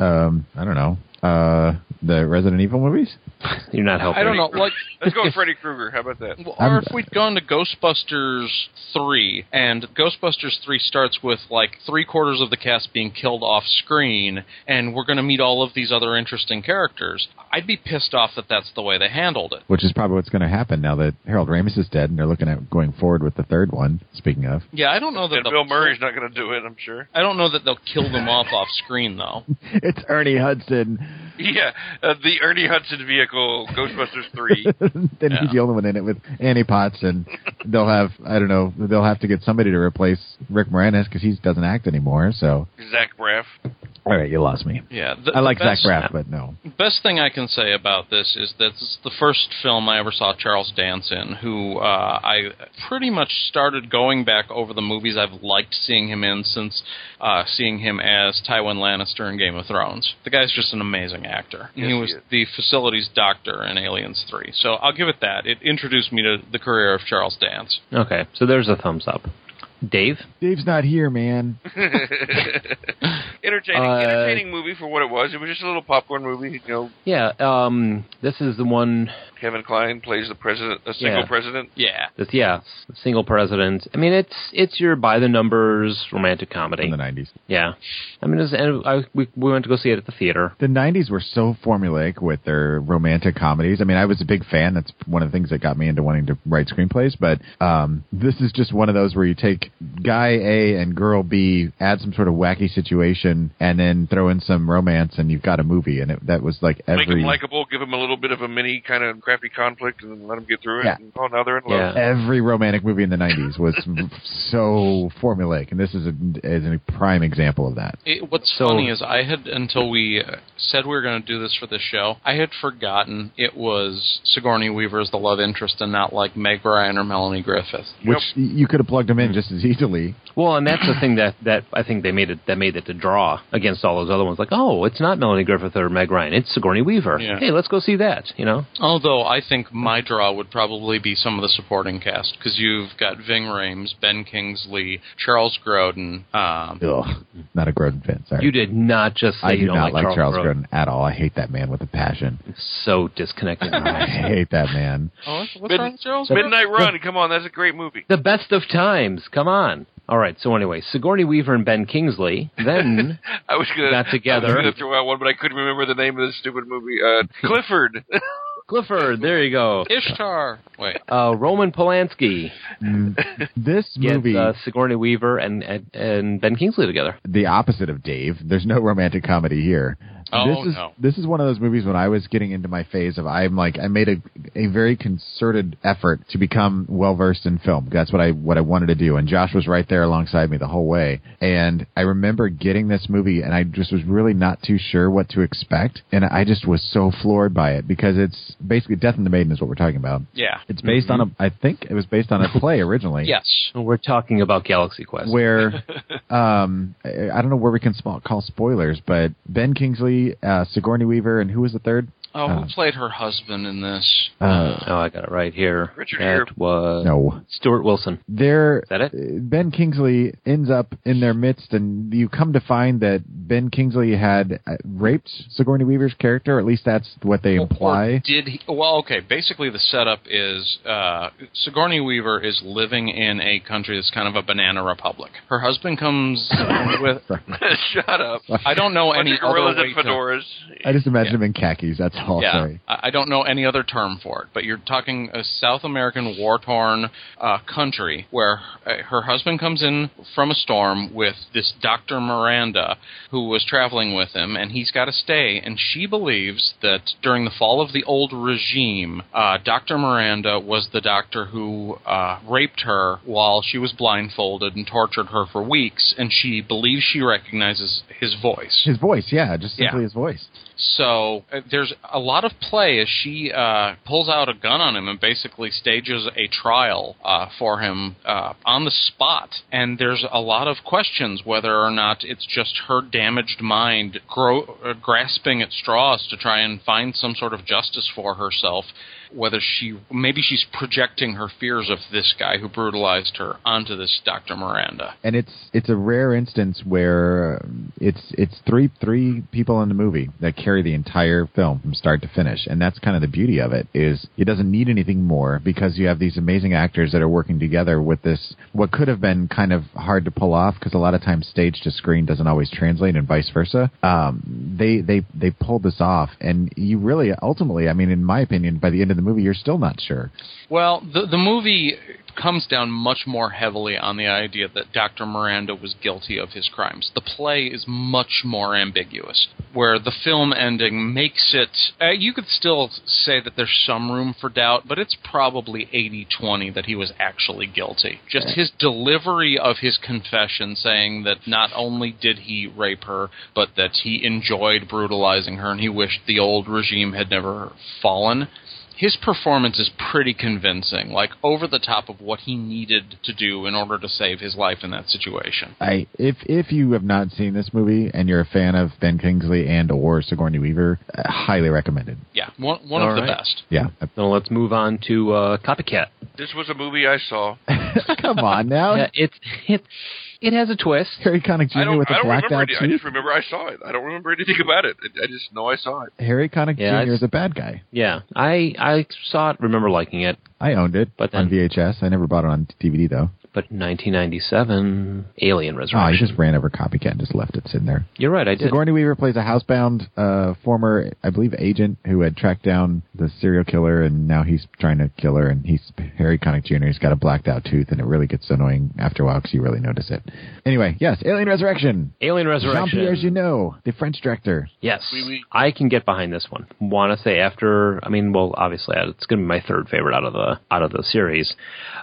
Speaker 3: Um, I don't know. Uh, the Resident Evil movies?
Speaker 1: You're not helping.
Speaker 4: I don't
Speaker 1: me.
Speaker 4: know, like
Speaker 2: Let's go with Freddy Krueger. How about that?
Speaker 4: Well,
Speaker 3: I'm-
Speaker 4: or if we'd gone to Ghostbusters 3, and Ghostbusters 3 starts with like three quarters of the cast being killed off screen, and we're going to meet all of these other interesting characters, I'd be pissed off that that's the way they handled it.
Speaker 3: Which is probably what's going to happen now that Harold Ramis is dead and they're looking at going forward with the third one. Speaking of,
Speaker 4: Yeah, I don't know that
Speaker 2: And
Speaker 4: they'll-
Speaker 2: Bill Murray's not going to do it, I'm sure.
Speaker 4: I don't know that they'll kill them off off screen though.
Speaker 3: it's Ernie Hudson.
Speaker 2: Yeah, uh, the Ernie Hudson vehicle, Ghostbusters 3.
Speaker 3: then he's the only one in it with Annie Potts, and they'll have I don't know they'll have to get somebody to replace Rick Moranis because he doesn't act anymore. So
Speaker 2: Zach Braff.
Speaker 3: all right, you lost me.
Speaker 4: Yeah, the,
Speaker 3: I like
Speaker 4: the best,
Speaker 3: Zach Braff, but no.
Speaker 4: best thing I can say about this is that this is the first film I ever saw Charles Dance in, who uh, I pretty much started going back over the movies I've liked seeing him in since uh, seeing him as Tywin Lannister in Game of Thrones. The guy's just an amazing actor. And he
Speaker 2: Yes,
Speaker 4: was
Speaker 2: he is.
Speaker 4: the facilities doctor in Aliens 3. So I'll give it that. It introduced me to the career of Charles Dance.
Speaker 1: Okay, so there's a thumbs up. Dave,
Speaker 3: Dave's not here, man.
Speaker 2: entertaining,
Speaker 1: Uh,
Speaker 2: entertaining movie for what it was. It was just a little popcorn movie. You know,
Speaker 1: yeah, um, this is the one
Speaker 2: Kevin Klein plays the president, a single
Speaker 1: Yeah.
Speaker 2: president.
Speaker 4: Yeah.
Speaker 1: That's yeah, single president. I mean, it's it's your by the numbers romantic comedy.
Speaker 3: In the nineties,
Speaker 1: Yeah, I mean, it's, and I, we we went to go see it at the theater.
Speaker 3: the nineties were so formulaic with their romantic comedies. I mean, I was a big fan. That's one of the things that got me into wanting to write screenplays. But um, this is just one of those where you take guy A and girl B, add some sort of wacky situation, and then throw in some romance, and you've got a movie. And it, that was like every
Speaker 2: Make him likable, give him a little bit of a mini kind of crappy conflict and let them get through it.
Speaker 3: Yeah.
Speaker 2: And, oh, now they're in love.
Speaker 1: Yeah.
Speaker 3: Every romantic movie in the '90s was so formulaic, and this is a, is a prime example of that.
Speaker 4: It, what's
Speaker 1: So-
Speaker 4: funny is I had until we uh, said we were going to do this for this show, I had forgotten it was Sigourney Weaver as the love interest and not like Meg Ryan or Melanie Griffith.
Speaker 3: Which you could have plugged them in just as easily.
Speaker 1: Well, and that's the thing that, that I think they made it that made it to draw against all those other ones. Like, oh, it's not Melanie Griffith or Meg Ryan, it's Sigourney Weaver.
Speaker 4: Yeah.
Speaker 1: Hey, let's go see that. You know,
Speaker 4: Although I think my draw would probably be some of the supporting cast because you've got Ving Rhames, Ben Kingsley, Charles Grodin. Um,
Speaker 3: Ugh, not a Grodin fan. Sorry,
Speaker 1: you did not just say
Speaker 3: I
Speaker 1: you
Speaker 3: do
Speaker 1: don't
Speaker 3: not like Charles,
Speaker 1: Grodin.
Speaker 3: Grodin at all. I hate that man with a passion.
Speaker 1: So disconnected.
Speaker 3: I hate that man.
Speaker 4: oh, what's, what's
Speaker 2: Mid-
Speaker 4: wrong with Charles? Grodin?
Speaker 2: Midnight Run, come on, that's a great movie.
Speaker 1: the best of times. Come on. All right. So anyway, Sigourney Weaver and Ben Kingsley. Then
Speaker 2: I was gonna
Speaker 1: Got together.
Speaker 2: I was gonna throw out one, but I couldn't remember the name of this stupid movie. Uh, Clifford.
Speaker 1: Clifford. There you go.
Speaker 4: Ishtar. Wait,
Speaker 1: Uh, Roman Polanski
Speaker 3: Mm, This
Speaker 1: gets
Speaker 3: movie,
Speaker 1: uh, Sigourney Weaver and, and and Ben Kingsley together.
Speaker 3: the opposite of Dave. There's no romantic comedy here.
Speaker 4: Oh,
Speaker 3: this is
Speaker 4: no.
Speaker 3: this is one of those movies when I was getting into my phase of I'm like I made a a very concerted effort to become well versed in film. That's what I what I wanted to do, and Josh was right there alongside me the whole way. And I remember getting this movie, and I just was really not too sure what to expect, and I just was so floored by it because it's basically Death in the Maiden is what we're talking about.
Speaker 4: yeah.
Speaker 3: It's based
Speaker 4: Mm-hmm.
Speaker 3: on a I think it was based on a play originally.
Speaker 4: Yes.
Speaker 1: Oh, We're talking about Galaxy Quest.
Speaker 3: Where um, I I don't know where we can sp- call spoilers, but Ben Kingsley, uh, Sigourney Weaver, and who was the third?
Speaker 4: Oh,
Speaker 3: Uh,
Speaker 4: who played her husband in this?
Speaker 3: Uh,
Speaker 1: oh, I got it right here.
Speaker 2: Richard
Speaker 1: that
Speaker 2: Gere.
Speaker 1: was
Speaker 3: no,
Speaker 1: Stuart Wilson.
Speaker 3: there.
Speaker 1: Is that it?
Speaker 3: Ben Kingsley ends up in their midst, and you come to find that Ben Kingsley had uh, raped Sigourney Weaver's character. Or at least that's what they
Speaker 4: Or
Speaker 3: imply.
Speaker 4: did he? Well, okay. Basically, the setup is uh, Sigourney Weaver is living in a country that's kind of a banana republic. Her husband comes with.
Speaker 2: Shut up.
Speaker 4: I don't know
Speaker 2: Bunch
Speaker 4: any
Speaker 2: of gorillas
Speaker 4: other way
Speaker 2: and
Speaker 4: to-
Speaker 2: fedoras.
Speaker 3: I just imagine him in khakis. That's all.
Speaker 4: yeah,
Speaker 3: Sorry.
Speaker 4: I I don't know any other term for it, but you're talking a South American war-torn uh, country where uh, her husband comes in from a storm with this Dr. Miranda who was traveling with him, and he's got to stay. And she believes that during the fall of the old regime, uh, Dr. Miranda was the doctor who uh, raped her while she was blindfolded and tortured her for weeks, and she believes she recognizes his voice.
Speaker 3: His voice, yeah, just simply
Speaker 4: Yeah.
Speaker 3: his voice.
Speaker 4: So uh, there's a lot of play as she uh, pulls out a gun on him and basically stages a trial uh, for him uh, on the spot. And there's a lot of questions whether or not it's just her damaged mind gro- uh, grasping at straws to try and find some sort of justice for herself. Whether she maybe she's projecting her fears of this guy who brutalized her onto this Dr. Miranda.
Speaker 3: and it's it's a rare instance where um, it's it's three three people in the movie that carry the entire film from start to finish, and that's kind of the beauty of it is it doesn't need anything more because you have these amazing actors that are working together with this what could have been kind of hard to pull off because a lot of times stage to screen doesn't always translate and vice versa. Um, they they they pulled this off, and you really ultimately, I mean, in my opinion, by the end of the movie, you're still not sure.
Speaker 4: Well, the the movie comes down much more heavily on the idea that Dr. Miranda was guilty of his crimes. The play is much more ambiguous, where the film ending makes it. Uh, you could still say that there's some room for doubt, but it's probably 80 20 that he was actually guilty. Just his delivery of his confession saying that not only did he rape her, but that he enjoyed brutalizing her and he wished the old regime had never fallen his performance is pretty convincing, like over the top of what he needed to do in order to save his life in that situation.
Speaker 3: I if if you have not seen this movie and you're a fan of Ben Kingsley and or Sigourney Weaver, uh, highly recommended.
Speaker 4: Yeah, one one
Speaker 1: All
Speaker 4: of the
Speaker 1: right.
Speaker 4: best.
Speaker 3: Yeah,
Speaker 1: So let's move on to uh, Copycat.
Speaker 2: This was a movie I saw.
Speaker 3: come on now,
Speaker 1: Yeah, it's it it has a twist.
Speaker 3: Harry Connick
Speaker 2: I
Speaker 3: Jr.
Speaker 2: don't,
Speaker 3: with
Speaker 2: I
Speaker 3: a
Speaker 2: don't
Speaker 3: blacked
Speaker 2: remember
Speaker 3: out
Speaker 2: it. I
Speaker 3: tooth.
Speaker 2: just remember I saw it. I don't remember anything about it. I- I just know I saw it.
Speaker 3: Harry Connick
Speaker 1: Yeah,
Speaker 3: Jr.
Speaker 1: it's-
Speaker 3: is a bad guy.
Speaker 1: Yeah, I I saw it, remember liking it.
Speaker 3: I owned it
Speaker 1: But
Speaker 3: on
Speaker 1: then-
Speaker 3: VHS. I never bought it on DVD though.
Speaker 1: But 1997, Alien
Speaker 3: Oh, you
Speaker 1: Resurrection.
Speaker 3: just ran over copycat and just left it sitting there.
Speaker 1: You're right, I did.
Speaker 3: Sigourney Weaver plays a housebound uh, former, I believe, agent who had tracked down the serial killer, and now he's trying to kill her. And he's Harry Connick Jr. He's got a blacked out tooth, and it really gets annoying after a while because you really notice it. Anyway, yes, Alien Resurrection.
Speaker 1: Alien
Speaker 3: Jean
Speaker 1: Resurrection.
Speaker 3: Pierre Junot, the French director.
Speaker 1: Yes,
Speaker 2: Oui, oui.
Speaker 1: I can get behind this one. Want to say after? I mean, well, obviously, I- it's going to be my third favorite out of the out of the series.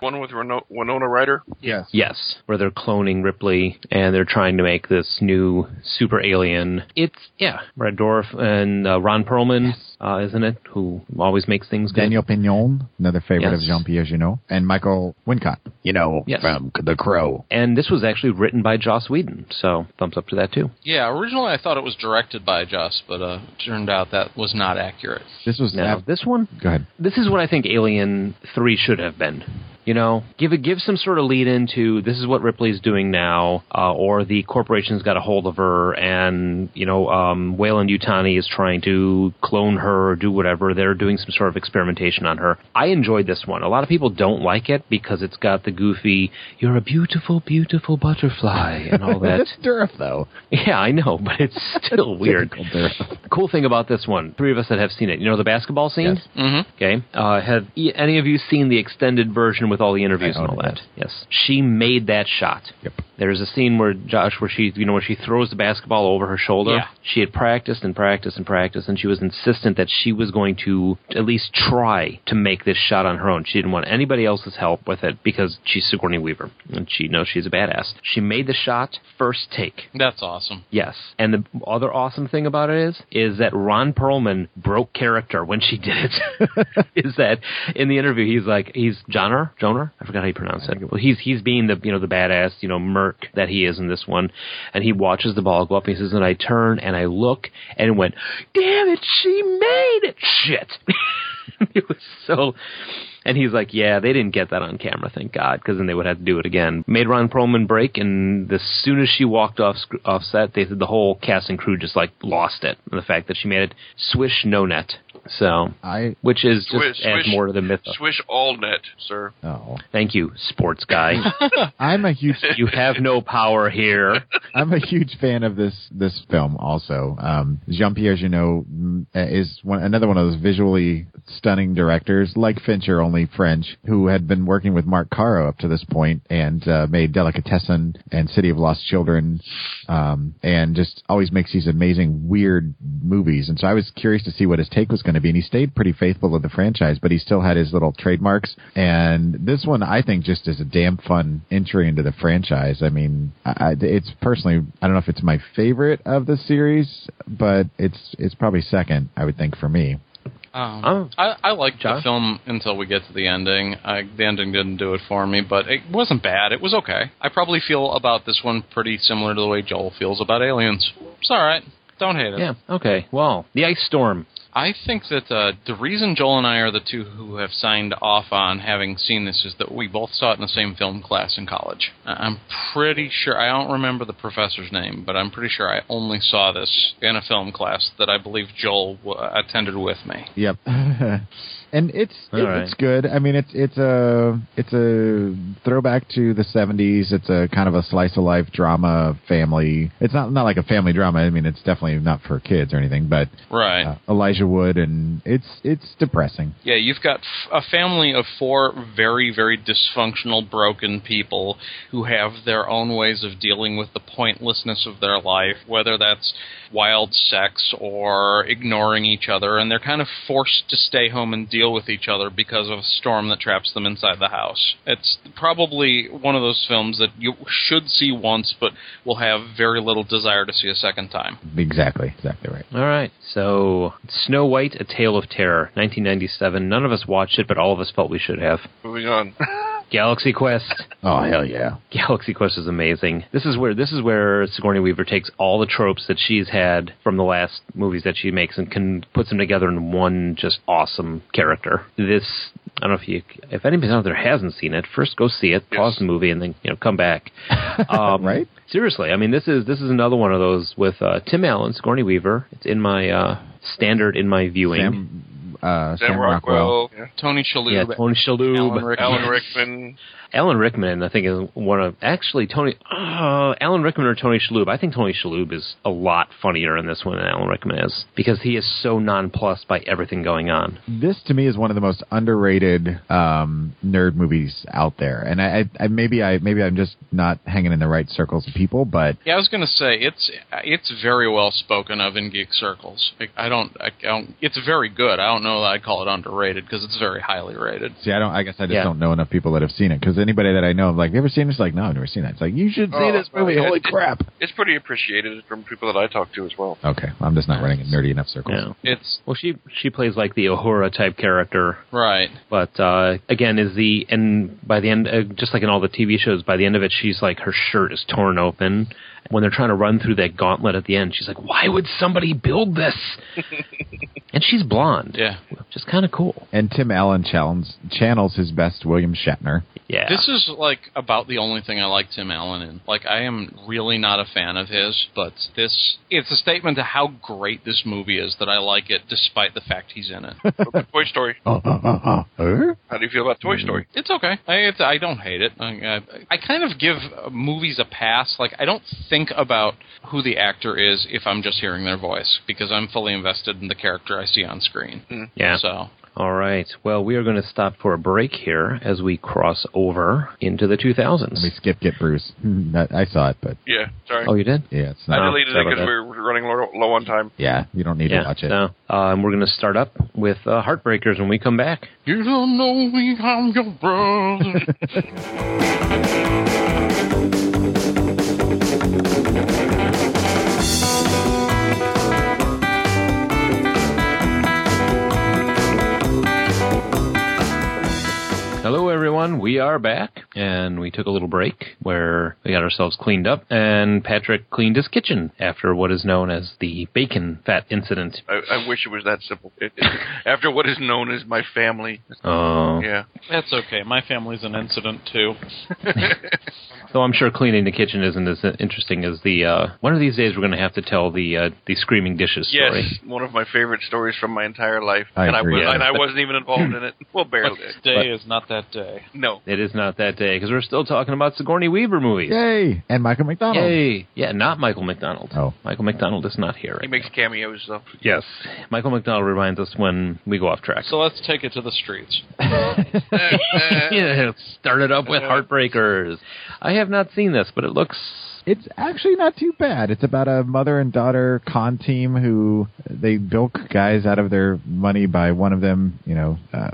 Speaker 2: One with Reno- Winona Ryder.
Speaker 3: Yes.
Speaker 1: Yes, where they're cloning Ripley and they're trying to make this new super alien. It's yeah, Brad Dorff and uh, Ron Perlman, uh, isn't it? Who always makes things good.
Speaker 3: Daniel Pignon, another favorite
Speaker 1: Yes.
Speaker 3: of Jean Pierre Junot, and Michael Wincott. You know,
Speaker 1: Yes.
Speaker 3: from The Crow.
Speaker 1: And this was actually written by Joss Whedon, so thumbs up to that too.
Speaker 4: Yeah, originally I thought it was directed by Joss, but uh, turned out that was not accurate.
Speaker 3: This was
Speaker 1: Now
Speaker 3: af-
Speaker 1: this one,
Speaker 3: Go ahead.
Speaker 1: this is what I think Alien Three should have been. You know, give a, give some sort of lead into this is what Ripley's doing now, uh, or the corporation's got a hold of her, and you know, um, Wayland Utani is trying to clone her or do whatever. They're doing some sort of experimentation on her. I enjoyed this one. A lot of people don't like it because it's got the goofy "You're a beautiful, beautiful butterfly" and all that.
Speaker 3: That's Durf, though.
Speaker 1: yeah, I know, but it's still weird.
Speaker 3: Typical Durf.
Speaker 1: Cool thing about this one, three of us that have seen it. You know the basketball scene.
Speaker 3: Yes.
Speaker 4: Mm-hmm.
Speaker 1: Okay. Uh, have e- any of you seen the extended version with all the interviews
Speaker 3: I
Speaker 1: and all
Speaker 3: own it,
Speaker 1: that? Yes. She made that shot.
Speaker 3: Yep.
Speaker 1: There's a scene where Josh, where she, you know, where she throws the basketball over her shoulder.
Speaker 4: Yeah.
Speaker 1: She had practiced and practiced and practiced, and she was insistent that she was going to at least try to make this shot on her own. She didn't want anybody else's help with it because she's Sigourney Weaver, and she knows she's a badass. She made the shot first take.
Speaker 4: That's awesome.
Speaker 1: Yes. And the other awesome thing about it is is that Ron Perlman broke character when she did it. is that in the interview he's like he's Johnner, Johnner, I forgot how you pronounce it. Well, he's he's being the you know the badass you know merc that he is in this one, and he watches the ball go up. And he says, and I turn and I look and it went, damn it, she made it. Shit. it was so. And he's like, yeah, they didn't get that on camera, thank God, because then they would have to do it again. Made Ron Perlman break, and as soon as she walked off sc- off set, they the whole cast and crew just like lost it, and the fact that she made it swish no net, so
Speaker 3: I.
Speaker 1: which is just
Speaker 2: Swish,
Speaker 1: adds
Speaker 2: swish.
Speaker 1: more to the myth. of-
Speaker 2: Swish all net, sir.
Speaker 3: Oh.
Speaker 1: Thank you, sports guy.
Speaker 3: I'm a huge
Speaker 1: you have no power here.
Speaker 3: I'm a huge fan of this this film. Also, um, Jean Pierre Junot mm, is one another one of those visually stunning directors, like Fincher, only French, who had been working with Mark Caro up to this point and uh, made Delicatessen and City of Lost Children, um, and just always makes these amazing weird movies. And so I was curious to see what his take was going to be, and he stayed pretty faithful to the franchise, but he still had his little trademarks. And this one, I think, just is a damn fun entry into the franchise. I mean, I, I- it's personally, I don't know if it's my favorite of the series, but it's it's probably second, I would think, for me.
Speaker 4: Um,
Speaker 1: Oh.
Speaker 4: I, I liked
Speaker 1: John?
Speaker 4: the film until we get to the ending. I, the ending didn't do it for me, but it wasn't bad. It was okay. I probably feel about this one pretty similar to the way Joel feels about Aliens. It's all right. Don't hate it.
Speaker 1: Yeah. Okay. Well, the ice storm.
Speaker 4: I think that uh, the reason Joel and I are the two who have signed off on having seen this is that we both saw it in the same film class in college. I- I'm pretty sure, I don't remember the professor's name, but I'm pretty sure I only saw this in a film class that I believe Joel w- attended with me.
Speaker 3: Yep. and it's
Speaker 1: All
Speaker 3: it-
Speaker 1: right.
Speaker 3: it's good. I mean, it's it's a it's a throwback to the '70s. It's a kind of a slice of life drama family. It's not not like a family drama. I mean, it's definitely not for kids or anything, but
Speaker 4: Right.
Speaker 3: uh, Elijah Wood, and it's it's depressing.
Speaker 4: Yeah, you've got f- a family of four very, very dysfunctional, broken people who have their own ways of dealing with the pointlessness of their life, whether that's wild sex or ignoring each other, and they're kind of forced to stay home and deal with each other because of a storm that traps them inside the house. It's probably one of those films that you should see once, but will have very little desire to see a second time.
Speaker 3: Exactly, exactly right.
Speaker 1: All right. So, Snow White: A Tale of Terror, 1997. None of us watched it, but all of us felt we should have.
Speaker 2: Moving on.
Speaker 1: Galaxy Quest.
Speaker 3: Oh hell yeah!
Speaker 1: Galaxy Quest is amazing. This is where this is where Sigourney Weaver takes all the tropes that she's had from the last movies that she makes and can puts them together in one just awesome character. This I don't know if you if anybody out there hasn't seen it, first go see it, pause the movie, and then you know come back. Um,
Speaker 3: Right?
Speaker 1: Seriously, I mean this is this is another one of those with uh, Tim Allen, Sigourney Weaver. It's in my uh, standard in my viewing.
Speaker 3: Sam, uh,
Speaker 2: Sam Rockwell, yeah.
Speaker 4: Tony Shalhoub,
Speaker 1: yeah, Tony Shalhoub,
Speaker 4: Alan Rickman.
Speaker 2: Alan Rickman.
Speaker 1: Alan Rickman, I think, is one of actually Tony. Uh, Alan Rickman or Tony Shalhoub. I think Tony Shalhoub is a lot funnier in this one than Alan Rickman is because he is so nonplussed by everything going on.
Speaker 3: this to me is one of the most underrated um, nerd movies out there, and I, I, I maybe I maybe I'm just not hanging in the right circles of people, but
Speaker 4: Yeah, I was gonna say it's it's very well spoken of in geek circles. Like, I don't, I don't. It's very good. I don't know that I'd call it underrated because it's very highly rated.
Speaker 3: see, I don't. I guess I just
Speaker 1: Yeah.
Speaker 3: don't know enough people that have seen it because anybody that I know, I'm like, you ever seen this? Like, no, I've never seen that. It's like you should see
Speaker 2: Oh,
Speaker 3: this movie.
Speaker 2: yeah.
Speaker 3: Holy crap!
Speaker 2: It's pretty appreciated from people that I talk to as well.
Speaker 3: Okay, I'm just not running in nerdy enough circles.
Speaker 1: Yeah.
Speaker 4: It's
Speaker 1: Well, she she plays like the Ahura type character
Speaker 4: right.
Speaker 1: But uh, again, is the and by the end, uh, just like in all the TV shows, by the end of it, she's like her shirt is torn open. When they're trying to run through that gauntlet at the end, she's like, "Why would somebody build this?" and she's blonde,
Speaker 4: Yeah.
Speaker 1: which is kind of cool.
Speaker 3: And Tim Allen channels channels his best William Shatner.
Speaker 1: Yeah,
Speaker 4: This is like about the only thing I like Tim Allen in. Like I am really not a fan of his, but this it's a statement to how great this movie is that I like it despite the fact he's in it.
Speaker 2: But Toy Story.
Speaker 3: Uh, uh, uh, uh, uh?
Speaker 2: How do you feel about Toy Story?
Speaker 4: It's okay. I it's, I don't hate it. I, I, I kind of give uh, movies a pass. Like I don't think about who the actor is if I'm just hearing their voice because I'm fully invested in the character I see on screen.
Speaker 1: yeah.
Speaker 4: So
Speaker 1: All right. Well, we are going to stop for a break here as we cross over into the 2000s.
Speaker 3: We skip Get Bruce. Hmm, that- I saw it, but
Speaker 2: Yeah, sorry.
Speaker 1: Oh, you did?
Speaker 3: yeah, it's
Speaker 2: I
Speaker 3: not.
Speaker 2: deleted
Speaker 1: sorry
Speaker 2: it
Speaker 1: about
Speaker 2: because
Speaker 1: that.
Speaker 2: we were running low, low on time.
Speaker 3: Yeah, you don't need
Speaker 1: yeah.
Speaker 3: to watch it.
Speaker 1: So, um, we're going to start up with uh, Heartbreakers when we come back.
Speaker 4: you don't know me, I'm your brother.
Speaker 1: Hello, everyone. We are back, and we took a little break where we got ourselves cleaned up, and Patrick cleaned his kitchen after what is known as the bacon fat incident.
Speaker 2: I, I wish it was that simple. It, it- after what is known as my family,
Speaker 1: Oh,
Speaker 2: yeah,
Speaker 4: That's okay. My family's an incident too.
Speaker 1: so I'm sure cleaning the kitchen isn't as interesting as the. Uh, one of these days, we're going to have to tell the uh, the screaming dishes
Speaker 2: yes,
Speaker 1: story.
Speaker 2: one of my favorite stories from my entire life,
Speaker 3: I
Speaker 2: and I
Speaker 3: agree.
Speaker 2: was,
Speaker 1: Yeah.
Speaker 2: and I wasn't even involved in it. Well, barely.
Speaker 4: day is not that day.
Speaker 2: No,
Speaker 1: It is not that day because we're still talking about Sigourney Weaver movies.
Speaker 3: Yay! And Michael McDonald.
Speaker 1: Yay. Yeah, not Michael McDonald.
Speaker 3: Oh.
Speaker 1: Michael McDonald is not here.
Speaker 2: he makes cameos though.
Speaker 1: yes, Michael McDonald reminds us when we go off track.
Speaker 4: So let's take it to the streets.
Speaker 2: uh,
Speaker 1: yeah, started up with Heartbreakers. I have not seen this, but it looks.
Speaker 3: It's actually not too bad. It's about a mother and daughter con team who they bilk guys out of their money by one of them, you know, uh,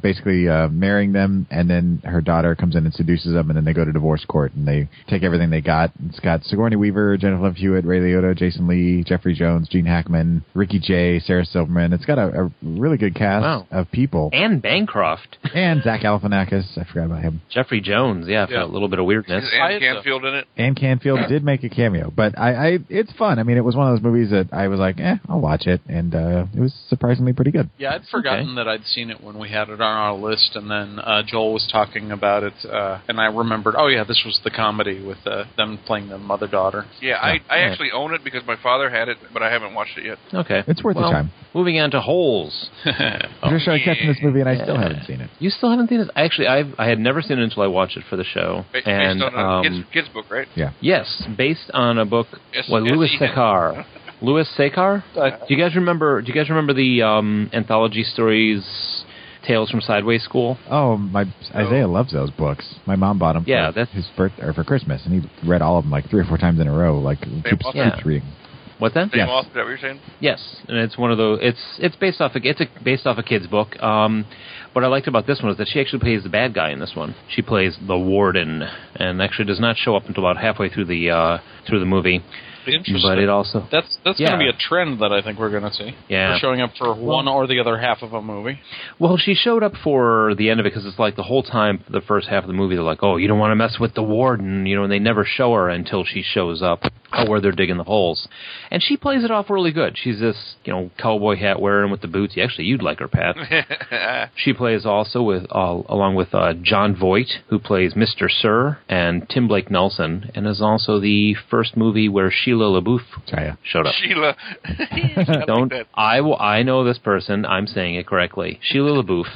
Speaker 3: basically uh, marrying them, and then her daughter comes in and seduces them, and then they go to divorce court and they take everything they got. It's got Sigourney Weaver, Jennifer Love Hewitt, Ray Liotta, Jason Lee, Jeffrey Jones, Gene Hackman, Ricky Jay, Sarah Silverman. It's got a, a really good cast
Speaker 1: Wow.
Speaker 3: of people,
Speaker 1: Anne Bancroft,
Speaker 3: and Zach Galifianakis. I forgot about him.
Speaker 1: Jeffrey Jones, yeah, for
Speaker 2: Yeah.
Speaker 1: a little bit of
Speaker 2: Is
Speaker 1: weirdness.
Speaker 2: Anne
Speaker 4: it's a-
Speaker 2: Canfield in it?
Speaker 3: Anne Canfield did make a cameo, but I, I it's fun. I mean, it was one of those movies that I was like, eh, I'll watch it, and uh, it was surprisingly pretty good.
Speaker 4: Yeah, I'd forgotten that I'd seen it when we had it on our list, and then uh, Joel was talking about it, uh, and I remembered. Oh yeah, this was the comedy with uh, them playing the mother daughter.
Speaker 2: Yeah, I, I actually own it because my father had it, but I haven't watched it yet.
Speaker 1: Okay,
Speaker 3: It's worth your
Speaker 1: Well,
Speaker 3: time.
Speaker 1: Moving on to Holes. Oh.
Speaker 3: I'm just trying to catch in this movie, and I still
Speaker 1: yeah.
Speaker 3: haven't seen it.
Speaker 1: You still haven't seen this? Actually, I've, I had never seen it until I watched it for the show.
Speaker 2: Ba- Based
Speaker 1: and
Speaker 2: on a
Speaker 1: um,
Speaker 2: kid's, kid's book, right?
Speaker 1: yes, based on a book
Speaker 2: Yes,
Speaker 1: well,
Speaker 2: yes,
Speaker 1: Louis
Speaker 2: he did.
Speaker 1: Sekar. Louis Sekar.
Speaker 4: Uh,
Speaker 1: Do you guys remember? Do you guys remember the um, anthology stories, Tales from Sideways School?
Speaker 3: Oh, my Isaiah loves those books. My mom bought them.
Speaker 1: Yeah,
Speaker 3: for
Speaker 1: that's-
Speaker 3: his birth or for Christmas, and he read all of them like three or four times in a row. Like keeps,
Speaker 2: awesome.
Speaker 1: Yeah.
Speaker 3: keeps reading.
Speaker 1: What's that?
Speaker 2: Same
Speaker 3: Yes.
Speaker 2: author, is that what you're saying?
Speaker 1: Yes, and it's one of those. It's it's based off a it's a, based off a kid's book. Um, what I liked about this one is that she actually plays the bad guy in this one. She plays the warden, and actually does not show up until about halfway through the uh, through the movie.
Speaker 4: Interesting.
Speaker 1: But it also
Speaker 4: that's that's
Speaker 1: Yeah.
Speaker 4: going to be a trend that I think we're going to see.
Speaker 1: Yeah.
Speaker 4: For showing up for one or the other half of a movie.
Speaker 1: well, she showed up for the end of it because it's like the whole time the first half of the movie they're like, oh, you don't want to mess with the warden, you know, and they never show her until she shows up. uh, where they're digging the holes. And she plays it off really good. She's this, you know, cowboy hat wearing with the boots. Actually, you'd like her, Pat. She plays also with uh, along with uh, John Voight, who plays Mr. Sir, and Tim Blake Nelson, and is also the first movie where Sheila LaBeouf
Speaker 3: Sorry.
Speaker 1: showed up.
Speaker 2: Sheila. I like
Speaker 1: Don't
Speaker 2: that.
Speaker 1: I will I know this person. I'm saying it correctly. Sheila LaBeouf.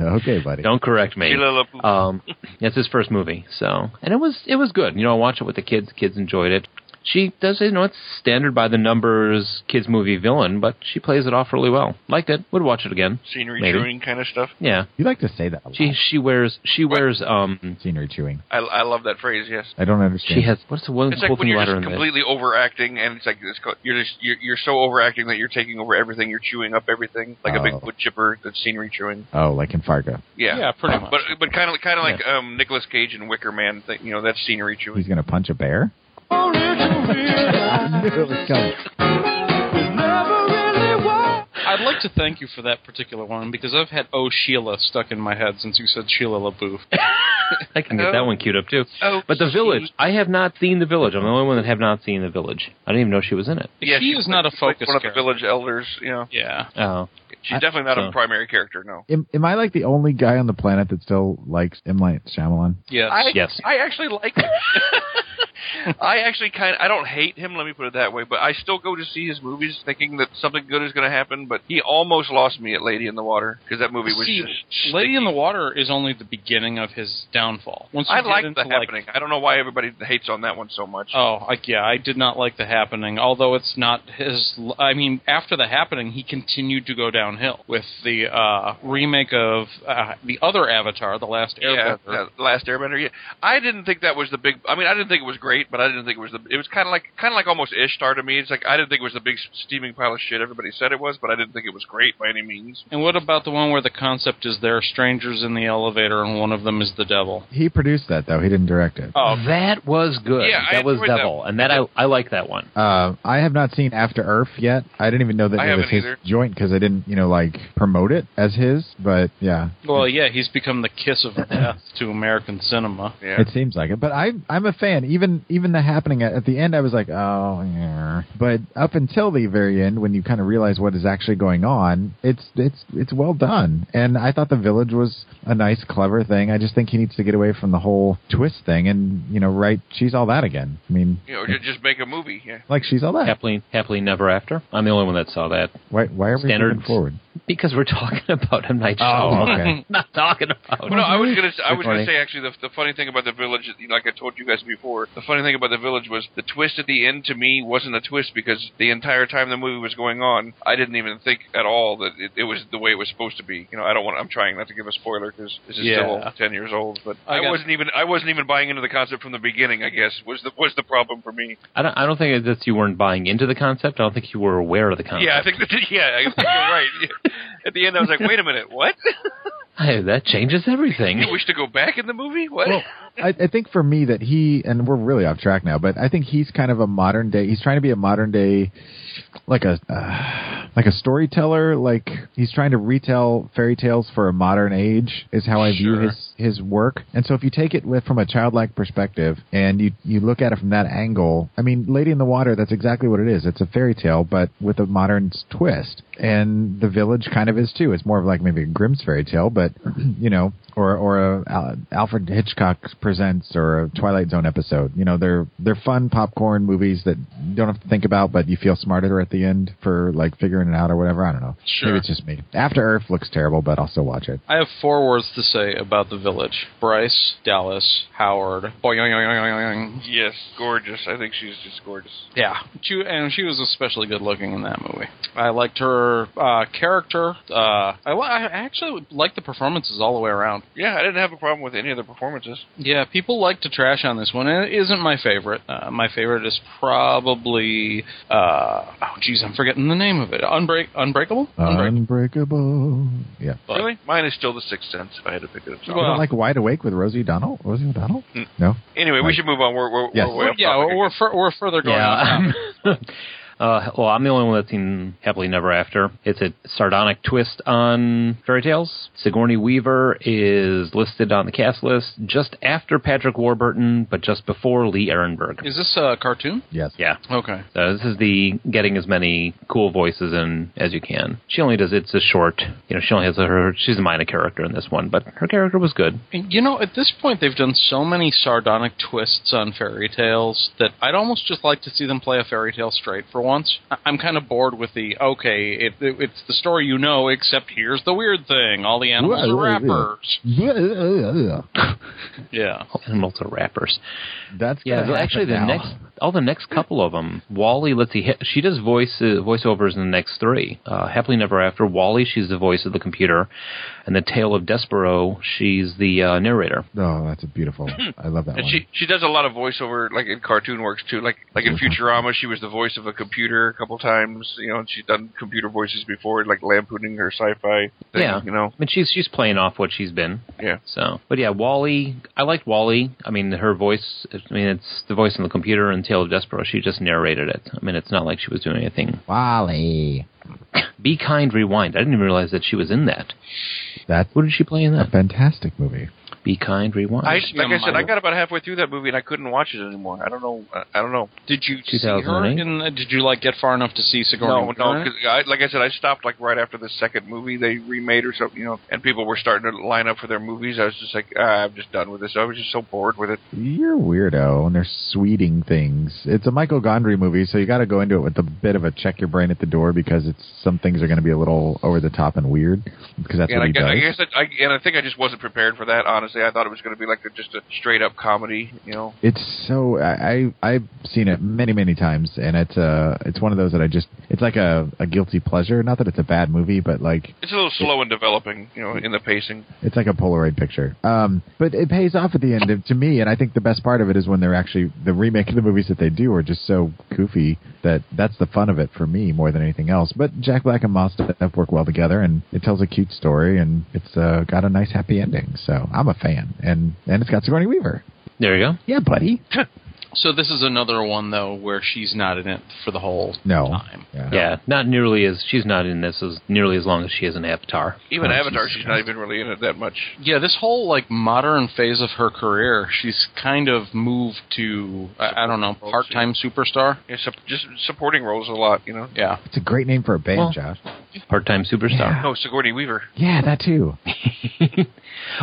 Speaker 3: Okay, buddy.
Speaker 1: Don't correct me.
Speaker 2: Sheila LaBeouf.
Speaker 1: Um, that's his first movie. So, and it was it was good. You know, I watched it with the kids. The kids enjoyed it. She does, you know, it's standard by the numbers kids movie villain, but she plays it off really well. Liked it. Would watch it again.
Speaker 2: scenery
Speaker 1: Maybe.
Speaker 2: chewing kind of stuff.
Speaker 1: Yeah.
Speaker 3: You like to say that a lot.
Speaker 1: She she wears she wears um
Speaker 3: Scenery chewing.
Speaker 2: I, I love that phrase. Yes.
Speaker 3: I don't understand.
Speaker 1: she has what's the one
Speaker 2: It's like
Speaker 1: cool
Speaker 2: when
Speaker 1: thing
Speaker 2: you're
Speaker 1: about her
Speaker 2: just
Speaker 1: in the
Speaker 2: completely overacting, and it's like it's, co- you're just you're, you're so overacting that you're taking over everything. You're chewing up everything like a big
Speaker 3: Oh.
Speaker 2: wood chipper that's scenery chewing.
Speaker 3: oh, like in Fargo.
Speaker 2: Yeah,
Speaker 4: Yeah, pretty much.
Speaker 2: But but kind of kind of like um, Nicolas Cage and Wicker Man. Thing, you know, that's scenery chewing.
Speaker 3: He's going to punch a bear? I knew it was coming.
Speaker 4: I'd like to thank you for that particular one because I've had Oh Sheila stuck in my head since you said Sheila LaBeouf.
Speaker 1: I can get that one queued up too.
Speaker 2: Oh,
Speaker 1: But the village, I have not seen the village. I'm the only one that have not seen the village. I didn't even know she was in it.
Speaker 2: Yeah,
Speaker 4: she is not a
Speaker 2: she's like
Speaker 4: focus
Speaker 2: One of the
Speaker 4: character.
Speaker 2: village elders. You know,
Speaker 4: Yeah.
Speaker 1: Oh,
Speaker 2: she's definitely not
Speaker 1: so-
Speaker 2: a primary character. No.
Speaker 3: Am, am I like the only guy on the planet that still likes M. Night Shyamalan?
Speaker 4: Yes.
Speaker 2: I
Speaker 1: Yes.
Speaker 2: I actually like. I actually kind of I don't hate him. Let me put it that way. But I still go to see his movies thinking that something good is going to happen. But he almost lost me at Lady in the Water because that movie was
Speaker 4: See,
Speaker 2: just
Speaker 4: Lady in the Water is only the beginning of his downfall. Once you
Speaker 2: I
Speaker 4: get
Speaker 2: liked
Speaker 4: into,
Speaker 2: the happening. I don't know why everybody hates on that one so much.
Speaker 4: Oh, like yeah, I did not like the happening. Although it's not his. I mean, after the happening, he continued to go downhill with the uh, remake of uh, the other Avatar, the last
Speaker 2: yeah,
Speaker 4: Airbender.
Speaker 2: yeah, Last Airbender. Yeah, I didn't think that was the big. I mean, I didn't think it was great, but I didn't think it was the. It was kind of like kind of like almost Ishtar to me. It's like I didn't think it was the big steaming pile of shit everybody said it was, but I didn't think it was great by any means.
Speaker 4: And what about the one where the concept is there are strangers in the elevator and one of them is the devil?
Speaker 3: He produced that, though. He didn't direct it.
Speaker 2: Hmm.
Speaker 4: Oh,
Speaker 1: that was good.
Speaker 2: Yeah, I
Speaker 1: that was
Speaker 2: enjoyed that
Speaker 1: Devil, and that I I like that one.
Speaker 3: Uh, I have not seen After Earth yet. I didn't even know that
Speaker 2: I
Speaker 3: it was
Speaker 2: haven't
Speaker 3: his
Speaker 2: either.
Speaker 3: joint because I didn't, you know, like promote it as his. But yeah,
Speaker 4: well, yeah, he's become the kiss of death to American cinema.
Speaker 2: Yeah.
Speaker 3: it seems like it. But I, I'm a fan. Even even the happening at, at the end, I was like, oh, yeah. but up until the very end, when you kind of realize what is actually going on, it's it's it's well done. And I thought the village was a nice, clever thing. I just think he needs to get away from the whole twist thing and you know, write she's all that again. I mean,
Speaker 2: You know, ju- just make a movie. Yeah.
Speaker 3: like she's all that.
Speaker 1: Happily, happily never after. I'm the only one that saw that
Speaker 3: Why why are we
Speaker 1: Standards.
Speaker 3: moving forward?
Speaker 1: because we're talking about M Night
Speaker 3: Oh,
Speaker 1: Shyamalan.
Speaker 3: okay.
Speaker 1: not talking about.
Speaker 2: Well, no, I was gonna. I
Speaker 1: Good
Speaker 2: was gonna
Speaker 1: morning.
Speaker 2: say actually, the, the funny thing about the village, you know, like I told you guys before, the funny thing about the village was the twist at the end. To me, wasn't a twist because the entire time the movie was going on, I didn't even think at all that it, it was the way it was supposed to be. You know, I don't want. I'm trying not to give a spoiler because this is still
Speaker 4: Yeah.
Speaker 2: ten years old. But
Speaker 4: I
Speaker 2: I,
Speaker 4: got-
Speaker 2: wasn't even. I wasn't even buying into the concept from the beginning. I guess was the was the problem for me.
Speaker 1: I don't. I don't think that you weren't buying into the concept. I don't think you were aware of the concept.
Speaker 2: Yeah, I think that. Yeah, I think you're right. Yeah. At the end, I was like, wait a minute, what?
Speaker 1: Hey, that changes everything.
Speaker 2: you wish to go back in the movie? What?
Speaker 3: Well, I, I think for me that he and we're really off track now, but I think he's kind of a modern day. He's trying to be a modern day, like a uh, like a storyteller. Like he's trying to retell fairy tales for a modern age. Is how I view
Speaker 4: Sure.
Speaker 3: his his work. And so if you take it with from a childlike perspective and you you look at it from that angle, I mean, Lady in the Water. That's exactly what it is. It's a fairy tale, but with a modern s- twist. And the village kind of is too. It's more of like maybe a Grimm's fairy tale, but you know, or or a Al- Alfred Hitchcock presents or a Twilight Zone episode. You know, they're they're fun popcorn movies that you don't have to think about, but you feel smarter at the end for like figuring it out or whatever. I don't know.
Speaker 4: Sure.
Speaker 3: Maybe it's just me. After Earth looks terrible, but I'll still watch it.
Speaker 4: I have four words to say about the village: Bryce, Dallas, Howard. Boing.
Speaker 2: yes, gorgeous. I think she's just gorgeous.
Speaker 4: Yeah, she and she was especially good looking in that movie. I liked her uh, character. Uh, I, li- I actually liked the performances all the way around.
Speaker 2: Yeah, I didn't have a problem with any of the performances.
Speaker 4: Yeah, people like to trash on this one, and it isn't my favorite. Uh, my favorite is probably uh, oh, geez, I'm forgetting the name of it. Unbreak, Unbreakable,
Speaker 3: Um,
Speaker 4: Unbreakable.
Speaker 3: Unbreakable. Yeah.
Speaker 4: But-
Speaker 2: really? Mine is still the Sixth Sense. If I had to pick it up.
Speaker 3: You
Speaker 4: Well-
Speaker 3: don't like Wide Awake with Rosie O'Donnell? Rosie O'Donnell?
Speaker 2: Mm.
Speaker 3: No.
Speaker 2: anyway, we
Speaker 3: Right.
Speaker 2: should move on. We're we're,
Speaker 3: Yes.
Speaker 2: we're way off
Speaker 4: yeah,
Speaker 2: topic
Speaker 4: we're
Speaker 2: again.
Speaker 4: fur- we're further going.
Speaker 1: yeah.
Speaker 4: off topic.
Speaker 1: Uh, well, I'm the only one that's seen Happily Never After. It's a sardonic twist on fairy tales. Sigourney Weaver is listed on the cast list just after Patrick Warburton, but just before Lee Ehrenberg.
Speaker 4: Is this a cartoon?
Speaker 3: Yes.
Speaker 1: yeah.
Speaker 4: Okay.
Speaker 1: So Uh, this is the getting as many cool voices in as you can. She only does it's a short. You know, she only has a, her. She's a minor character in this one, but her character was good.
Speaker 4: And, You know, at this point, they've done so many sardonic twists on fairy tales that I'd almost just like to see them play a fairy tale straight for once. I- I'm kind of bored with the okay, it, it, it's the story you know, except here's the weird thing: all the animals are rappers. Yeah.
Speaker 1: And multiple rappers.
Speaker 3: That's
Speaker 1: Yeah,
Speaker 3: gonna
Speaker 1: so
Speaker 3: happen
Speaker 1: actually the
Speaker 3: now.
Speaker 1: next all the next couple of them. Wally, let's see, she does voice uh, voiceovers in the next three. Uh, Happily Never After, Wally, she's the voice of the computer, and the Tale of Despero, she's the uh, narrator.
Speaker 3: Oh, that's a beautiful. I love that
Speaker 2: And
Speaker 3: one.
Speaker 2: she she does a lot of voiceover like in cartoon works too. Like like in Futurama, she was the voice of a computer a couple times. You know, and she's done computer voices before, like lampooning her sci-fi. Thing,
Speaker 1: Yeah,
Speaker 2: you know.
Speaker 1: I mean she's she's playing off what she's been.
Speaker 2: Yeah.
Speaker 1: So, but yeah, Wally, I liked Wally. I mean, her voice. I mean, it's the voice on the computer in Tale of Despero. She just narrated it. I mean, it's not like she was doing anything.
Speaker 3: Wally.
Speaker 1: Be kind, rewind. I didn't even realize that she was in that.
Speaker 3: That's
Speaker 1: Who did she play in
Speaker 3: a
Speaker 1: that?
Speaker 3: fantastic movie.
Speaker 1: Be kind, rewind.
Speaker 2: I
Speaker 4: She
Speaker 2: like I said, I
Speaker 4: might-
Speaker 2: got about halfway through that movie and I couldn't watch it anymore. I don't know. I, I don't know.
Speaker 4: Did you see her?
Speaker 1: 2008?
Speaker 4: In, uh, did you like get far enough to see Sigourney?
Speaker 2: No,
Speaker 4: Weaver
Speaker 2: no,
Speaker 4: in it?
Speaker 2: 'cause I, like I said, I stopped like right after the second movie they remade or something, you know, and people were starting to line up for their movies. I was just like, ah, I'm just done with this. I was just so bored with it.
Speaker 3: You're a weirdo, and they're sweeting things. It's a Michael Gondry movie, so you got to go into it with a bit of a check your brain at the door because it's some things are going to be a little over the top and weird because that's
Speaker 2: And
Speaker 3: what
Speaker 2: I
Speaker 3: he
Speaker 2: guess,
Speaker 3: does.
Speaker 2: I guess, that, I, and I think I just wasn't prepared for that. Honestly, I thought it was going to be like a, just a straight up comedy, you know.
Speaker 3: It's so I, I I've seen it many many times, and it's uh it's one of those that I just it's like a, a guilty pleasure. Not that it's a bad movie, but like
Speaker 2: It's a little slow in developing, you know, in the pacing.
Speaker 3: it's like a Polaroid picture. Um, but it pays off at the end of, to me, and I think the best part of it is when they're actually the remake of the movies that they do are just so goofy that that's the fun of it for me more than anything else. But Jack Black and Moss have worked well together, and it tells a cute story, and it's uh, got a nice happy ending. So I'm a fan, and and it's got Sigourney Weaver.
Speaker 1: there you go.
Speaker 3: Yeah, buddy.
Speaker 4: So this is another one though where she's not in it for the whole
Speaker 3: No.
Speaker 4: time.
Speaker 1: Yeah, not nearly as she's not in this as nearly as long as she is in Avatar.
Speaker 2: Even
Speaker 3: Oh,
Speaker 2: Avatar,
Speaker 3: Jesus
Speaker 2: she's not even really in it that much.
Speaker 4: Yeah, this whole like modern phase of her career, she's kind of moved to I, I don't know part time superstar.
Speaker 2: You know, sup- just supporting roles a lot, you know.
Speaker 4: Yeah,
Speaker 3: It's a great name for a band,
Speaker 1: Well-
Speaker 3: Josh.
Speaker 1: Part-time superstar.
Speaker 2: No, Sigourney Weaver.
Speaker 3: Yeah, that too.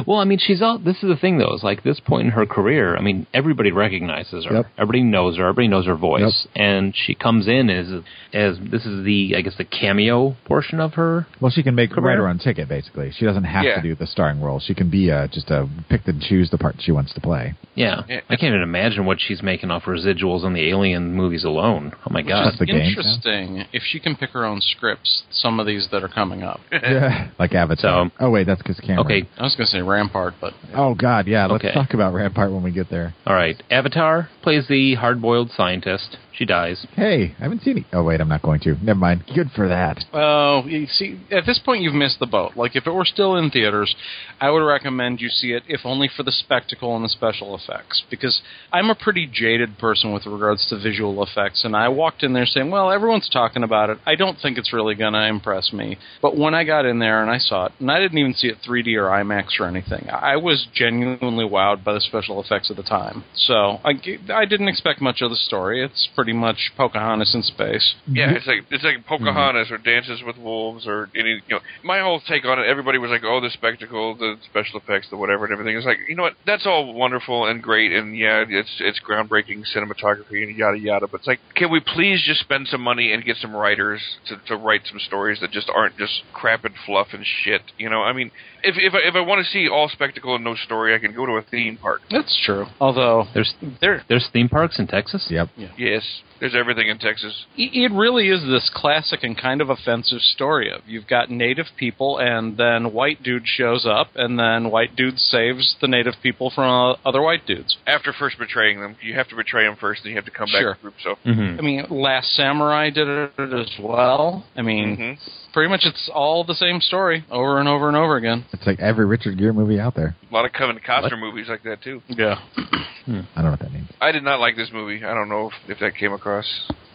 Speaker 1: well, I mean, she's all. This is the thing, though. Is like this point in her career. I mean, everybody recognizes her.
Speaker 3: Yep.
Speaker 1: Everybody knows her. Everybody knows her voice, and she comes in as as this is the I guess the cameo portion of her.
Speaker 3: Well, she can make
Speaker 1: Career.
Speaker 3: write her own ticket, basically. She doesn't have
Speaker 2: Yeah.
Speaker 3: to do the starring role. She can be uh, just a pick and choose the part she wants to play.
Speaker 1: Yeah,
Speaker 2: Yeah.
Speaker 1: I can't even imagine what she's making off residuals on the Alien movies alone. Oh my god.
Speaker 3: Just the game.
Speaker 4: interesting. If she can pick her own scripts, some of these that are coming up.
Speaker 3: Yeah, like Avatar.
Speaker 1: So-
Speaker 3: oh wait, that's because Cameron.
Speaker 1: Okay,
Speaker 4: I was gonna say Rampart, but
Speaker 3: Oh God, yeah. Let's
Speaker 1: Okay.
Speaker 3: talk about Rampart when we get there.
Speaker 1: all right. Avatar plays the hard-boiled scientist. She dies.
Speaker 3: Hey, I haven't seen it. Oh wait, I'm not going to. Never mind. Good for that.
Speaker 4: Oh, you see, at this point you've missed the boat. Like if it were still in theaters, I would recommend you see it, if only for the spectacle and the special effects. Because I'm a pretty jaded person with regards to visual effects, and I walked in there saying, "Well, everyone's talking about it. I don't think it's really going to impress me." But when I got in there and I saw it, and I didn't even see it 3D or IMAX or anything, I was genuinely wowed by the special effects at the time. So I, I didn't expect much of the story. It's pretty much Pocahontas in space.
Speaker 2: Yeah, it's like it's like Pocahontas or Dances with Wolves or any you know. My whole take on it, everybody was like, "Oh, the spectacle, the special effects, the whatever, and everything." It's like you know what? That's all wonderful and great, and yeah, it's it's groundbreaking cinematography and yada yada. But it's like, can we please just spend some money and get some writers to, to write some stories that just aren't just crap and fluff and shit? You know, I mean, if if I, if I want to see all spectacle and no story, I can go to a theme park.
Speaker 4: That's true. Although
Speaker 1: There's
Speaker 4: there
Speaker 1: there's theme parks in Texas.
Speaker 3: Yep.
Speaker 2: Yes, there's everything in Texas.
Speaker 4: it it really is this classic and kind of offensive story of you've got native people and then white dude shows up and then white dude saves the native people from uh, other white dudes.
Speaker 2: After first betraying them, you have to betray them first, and you have to come back
Speaker 4: Sure.
Speaker 2: to group. So
Speaker 1: Mm-hmm.
Speaker 4: I mean, Last Samurai did it as well. I mean,
Speaker 2: Mhm.
Speaker 4: pretty much it's all the same story over and over and over again.
Speaker 3: It's like every Richard Gere movie out there.
Speaker 2: A lot of Kevin Costner movies like that too.
Speaker 4: Yeah.
Speaker 3: I don't know what that means.
Speaker 2: I did not like this movie. I don't know if, if that came across.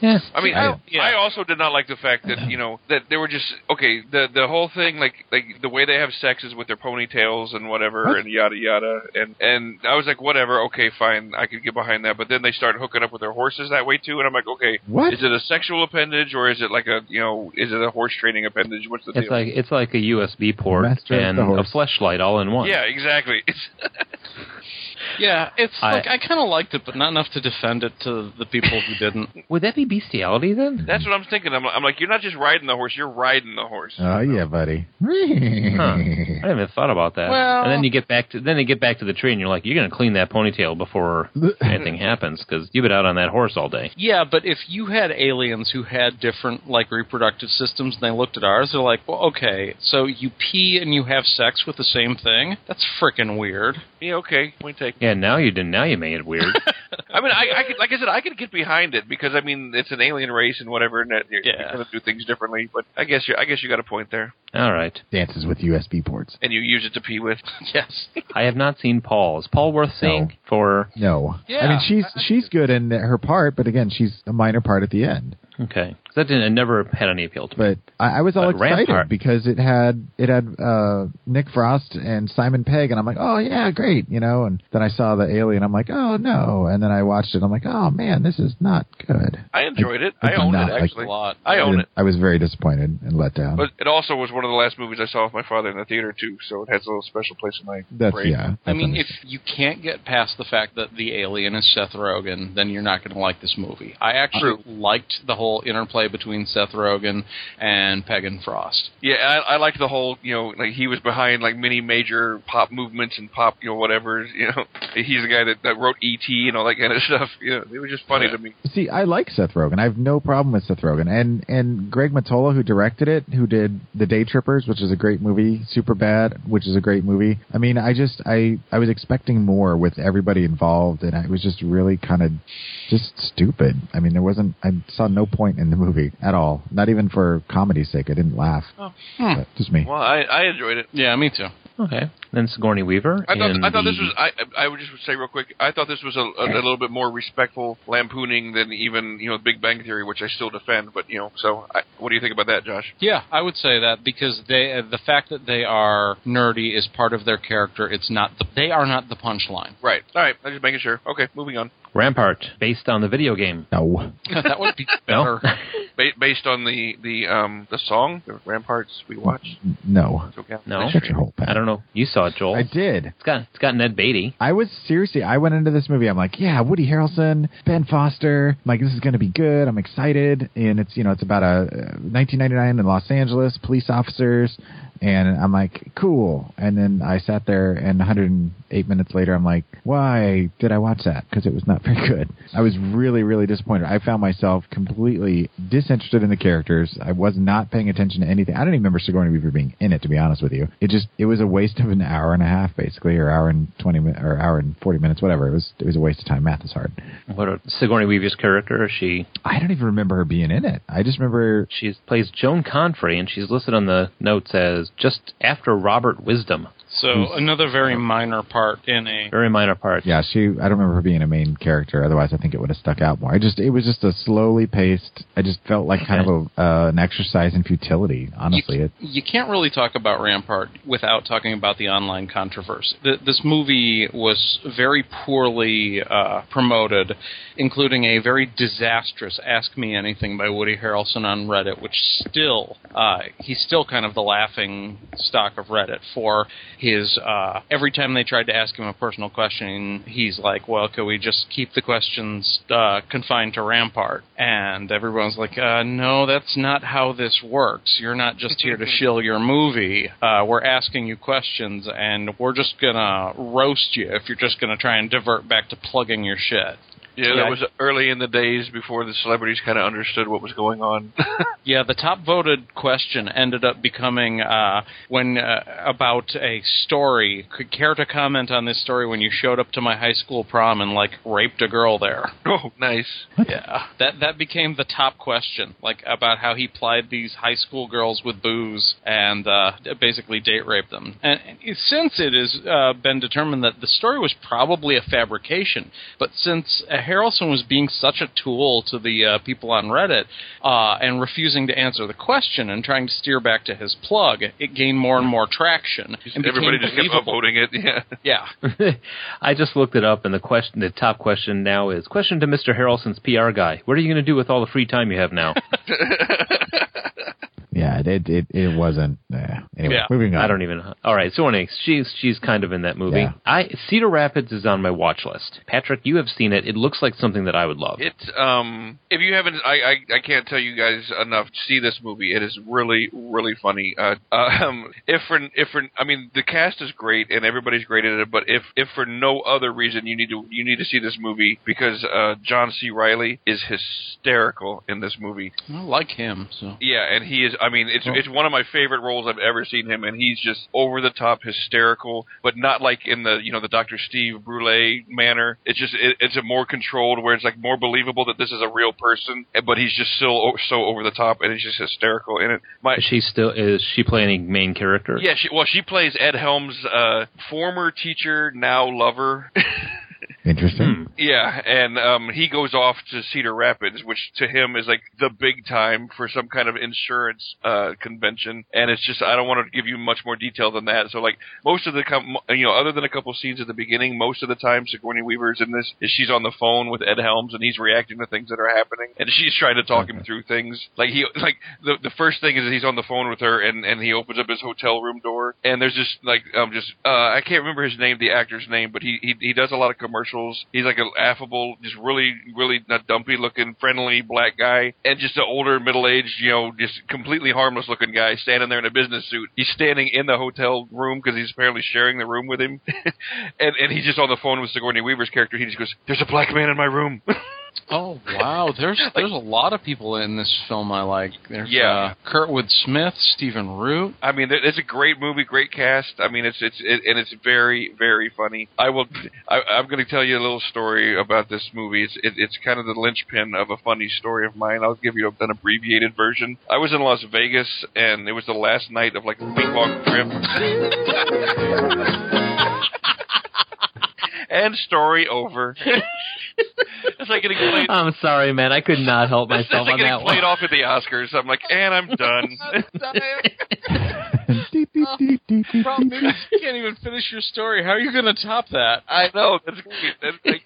Speaker 1: Yeah.
Speaker 2: I mean,
Speaker 3: I
Speaker 2: I,
Speaker 3: didn't.
Speaker 4: Yeah.
Speaker 2: I also did not like the fact that you know that they were just okay. The the whole thing, like like the way they have sex is with their ponytails and whatever
Speaker 3: What?
Speaker 2: and yada yada. And and I was like, whatever, okay, fine, I could get behind that. But then they start hooking up with their horses that way too, and I'm like, okay,
Speaker 3: What?
Speaker 2: is it a sexual appendage or is it like a you know is it a horse training appendage? What's the
Speaker 1: It's
Speaker 2: deal?
Speaker 1: like it's like a USB port
Speaker 3: Master of
Speaker 1: and
Speaker 3: the
Speaker 1: a
Speaker 3: horse.
Speaker 1: flashlight all in one.
Speaker 2: yeah, exactly. It's,
Speaker 4: Yeah, it's
Speaker 1: I-
Speaker 4: like I kind of liked it, but not enough to defend it to the people who didn't.
Speaker 1: Would that be bestiality then?
Speaker 2: that's what I'm thinking. I'm, I'm like, you're not just riding the horse; you're riding the horse.
Speaker 3: Oh yeah, buddy.
Speaker 1: Huh. I haven't even thought about that.
Speaker 4: Well-
Speaker 1: and then you get back to then you get back to the tree, and you're like, you're going to clean that ponytail before anything happens because you've been out on that horse all day.
Speaker 4: Yeah, but if you had aliens who had different like reproductive systems and they looked at ours, they're like, well, okay, so you pee and you have sex with the same thing? That's frickin' weird.
Speaker 2: Yeah, okay, point taken.
Speaker 1: Yeah, now you did. Now you made it weird.
Speaker 2: I mean, I, I could, like I said, I could get behind it because I mean, it's an alien race and whatever, and that you're,
Speaker 4: Yeah.
Speaker 2: you're going to do things differently. But I guess you, I guess you got a point there,
Speaker 1: all right.
Speaker 3: Dances with USB ports.
Speaker 2: and you use it to pee with.
Speaker 4: yes.
Speaker 1: I have not seen Paul. Is Paul worth seeing
Speaker 3: No.
Speaker 1: for?
Speaker 3: No.
Speaker 4: Yeah,
Speaker 3: I mean, she's she's good in her part, but again, she's a minor part at the end.
Speaker 1: Okay, 'Cause that didn't. It never had any appeal to me.
Speaker 3: But I, I was all
Speaker 1: But
Speaker 3: excited
Speaker 1: Rampart-
Speaker 3: because it had it had uh, Nick Frost and Simon Pegg, and I'm like, oh yeah, great, you know. And then I saw the alien, I'm like, oh no. And then I watched it, I'm like, oh man, this is not good.
Speaker 2: I enjoyed it.
Speaker 3: I
Speaker 2: I
Speaker 3: did
Speaker 2: own
Speaker 3: not
Speaker 2: it
Speaker 3: like
Speaker 2: actually.
Speaker 4: a lot.
Speaker 2: I own it.
Speaker 3: I was very disappointed and let down.
Speaker 2: But it also was one of the last movies I saw with my father in the theater too, so it has a little special place in my
Speaker 3: that's
Speaker 2: brain.
Speaker 3: yeah.
Speaker 4: I
Speaker 3: that's
Speaker 4: mean, if
Speaker 3: understandable.
Speaker 4: you can't get past the fact that the alien is Seth Rogen, then you're not going to like this movie. I actually liked the whole interplay between Seth Rogen and Peg and Frost.
Speaker 2: Yeah, I, I liked the whole, you know, like he was behind like many major pop movements and pop, you know, whatever. You know, he's the guy that, that wrote E.T. and all that kind of stuff. You know, it was just funny
Speaker 4: Yeah.
Speaker 2: to me.
Speaker 3: See, I like Seth Rogen. I have no problem with Seth Rogen. And and Greg Matola, who directed it, who did The Day Trippers, which is a great movie, Super Bad, which is a great movie. I mean, I just I I was expecting more with everybody involved, and I was just really kind of just stupid. I mean, there wasn't. I saw no point in the movie at all. Not even for comedy's sake. I didn't laugh. But just me.
Speaker 2: Well, I, I enjoyed it.
Speaker 4: Yeah, me too.
Speaker 1: Okay. Then Sigourney Weaver.
Speaker 2: I thought
Speaker 1: in
Speaker 2: I thought this
Speaker 1: the-
Speaker 2: was I I would just say real quick I thought this was a, a, a little bit more respectful lampooning than even you know Big Bang Theory which I still defend but you know so I, what do you think about that Josh?
Speaker 4: Yeah, I would say that because they uh, the fact that they are nerdy is part of their character. It's not the they are not the punchline.
Speaker 2: Right. All right. I'm just making sure. Okay. Moving on.
Speaker 1: Rampart, based on the video game.
Speaker 3: No.
Speaker 4: that would be
Speaker 1: No?
Speaker 4: better.
Speaker 2: Ba- based on the the um the song the Ramparts we watched.
Speaker 3: No.
Speaker 2: It's okay.
Speaker 1: No.
Speaker 3: Shut your hole, Pat.
Speaker 1: I don't know. You saw it, Joel.
Speaker 3: I did.
Speaker 1: It's got it's got Ned Beatty.
Speaker 3: I was seriously. I went into this movie. I'm like, yeah, Woody Harrelson, Ben Foster. I'm like, this is going to be good. I'm excited. And it's you know, it's about a uh, 1999 in Los Angeles, police officers, and I'm like, cool. And then I sat there, and 108 minutes later, I'm like, why did I watch that? Because it was not very good. I was really, really disappointed. I found myself completely disinterested in the characters. I was not paying attention to anything. I don't even remember Sigourney Weaver being in it, to be honest with you. It just it was a waste of an hour and a half, basically, or hour and 20 min- or hour and 40 minutes, whatever. It was it was a waste of time. Math is hard.
Speaker 1: What a, Sigourney Weaver's character? She
Speaker 3: I don't even remember her being in it. I just remember
Speaker 1: she plays Joan Confrey, and she's listed on the notes as just after Robert Wisdom.
Speaker 4: So another very minor part in a
Speaker 1: Very minor part.
Speaker 3: Yeah, she. I don't remember her being a main character. Otherwise, I think it would have stuck out more. I just. It was just a slowly paced. I just felt like kind of a, uh, an exercise in futility. Honestly,
Speaker 4: you,
Speaker 3: it.
Speaker 4: you can't really talk about Rampart without talking about the online controversy. Th this movie was very poorly uh, promoted, including a very disastrous "Ask Me Anything" by Woody Harrelson on Reddit, which still uh, he's still kind of the laughing stock of Reddit for his. Uh, every time they tried to ask him a personal question, he's like, "Well, could we just keep the questions uh, confined to Rampart?" And everyone's like, uh, "No, that's not how this works. You're not just here to shill your movie. Uh, we're asking you questions, and we're just gonna roast you if you're just gonna try and divert back to plugging your shit."
Speaker 2: Yeah,
Speaker 1: Yeah, I-
Speaker 2: that was early in the days before the celebrities kind of understood what was going on.
Speaker 4: Yeah, the top voted question ended up becoming uh, when uh, about a story. Could care to comment on this story when you showed up to my high school prom and like raped a girl there?
Speaker 2: oh, nice.
Speaker 4: Yeah, that that became the top question, like about how he plied these high school girls with booze and uh, basically date raped them. And, and it- since it has uh, been determined that the story was probably a fabrication, but since uh, Harrelson was being such a tool to the uh, people on Reddit uh, and refusing to answer the question and trying to steer back to his plug, it gained more and more traction. And
Speaker 2: Everybody
Speaker 4: became
Speaker 2: just kept
Speaker 4: believable.
Speaker 2: upvoting it. Yeah.
Speaker 4: Yeah.
Speaker 1: I just looked it up, and the question, the top question now is: question to Mr. Harrelson's PR guy. What are you going to do with all the free time you have now?
Speaker 3: Yeah, it it it, it wasn't. Yeah. Anyway,
Speaker 4: Yeah.
Speaker 3: moving on.
Speaker 1: I don't even. All right, so anyway, she's she's kind of in that movie.
Speaker 3: Yeah.
Speaker 1: I Cedar Rapids is on my watch list. Patrick, you have seen it. It looks like something that I would love.
Speaker 2: It um if you haven't I, I I can't tell you guys enough to see this movie. It is really really funny. Uh um if for if for I mean the cast is great and everybody's great in it, but if if for no other reason you need to you need to see this movie because uh John C. Riley is hysterical in this movie.
Speaker 4: I like him. So
Speaker 2: Yeah, and he is I mean it's it's one of my favorite roles I've ever seen him and he's just over the top hysterical, but not like in the you know the Dr. Steve Brule manner. It's just it, it's a more controlled where it's like more believable that this is a real person, but he's just still o- so over the top and it's just hysterical in it. My
Speaker 1: Is she still is she playing a main character?
Speaker 2: yeah, she, well, she plays Ed Helms' uh, former teacher, now lover.
Speaker 3: Interesting.
Speaker 2: Yeah, and um, he goes off to Cedar Rapids, which to him is like the big time for some kind of insurance uh, convention. And it's just I don't want to give you much more detail than that. So like most of the com- you know other than a couple scenes at the beginning, most of the time Sigourney Weaver's in this is she's on the phone with Ed Helms and he's reacting to things that are happening, and she's trying to talk him through things. Like he like the the first thing is he's on the phone with her and and he opens up his hotel room door and there's just like um just uh I can't remember his name the actor's name but he he, he does a lot of commercials he's like an affable just really really not dumpy looking friendly black guy and just an older middle aged you know just completely harmless looking guy standing there in a business suit he's standing in the hotel room because he's apparently sharing the room with him and and he's just on the phone with Sigourney Weaver's character he just goes there's a black man in my room
Speaker 4: Oh wow, there's there's a lot of people in this film I like. There's
Speaker 2: Yeah.
Speaker 4: uh, Kurtwood Smith, Stephen Root.
Speaker 2: I mean, it- it's a great movie, great cast. I mean, it's it's it, and it's very very funny. I will. I, I'm going to tell you a little story about this movie. It's it, it's kind of the linchpin of a funny story of mine. I'll give you an abbreviated version. I was in Las Vegas, and it was the last night of like a week long trip. and story over. it's like getting played.
Speaker 1: I'm sorry, man. I could not help
Speaker 2: It's
Speaker 1: myself
Speaker 2: like
Speaker 1: on
Speaker 2: getting
Speaker 1: that one.
Speaker 2: played off at the Oscars. I'm like, and I'm done.
Speaker 1: Hmm.
Speaker 3: Dee, dee, dee, dee, dee,
Speaker 4: Problem
Speaker 3: dee.
Speaker 4: is, you can't even finish your story. How are you going to top that?
Speaker 2: I know. That's great. That's like,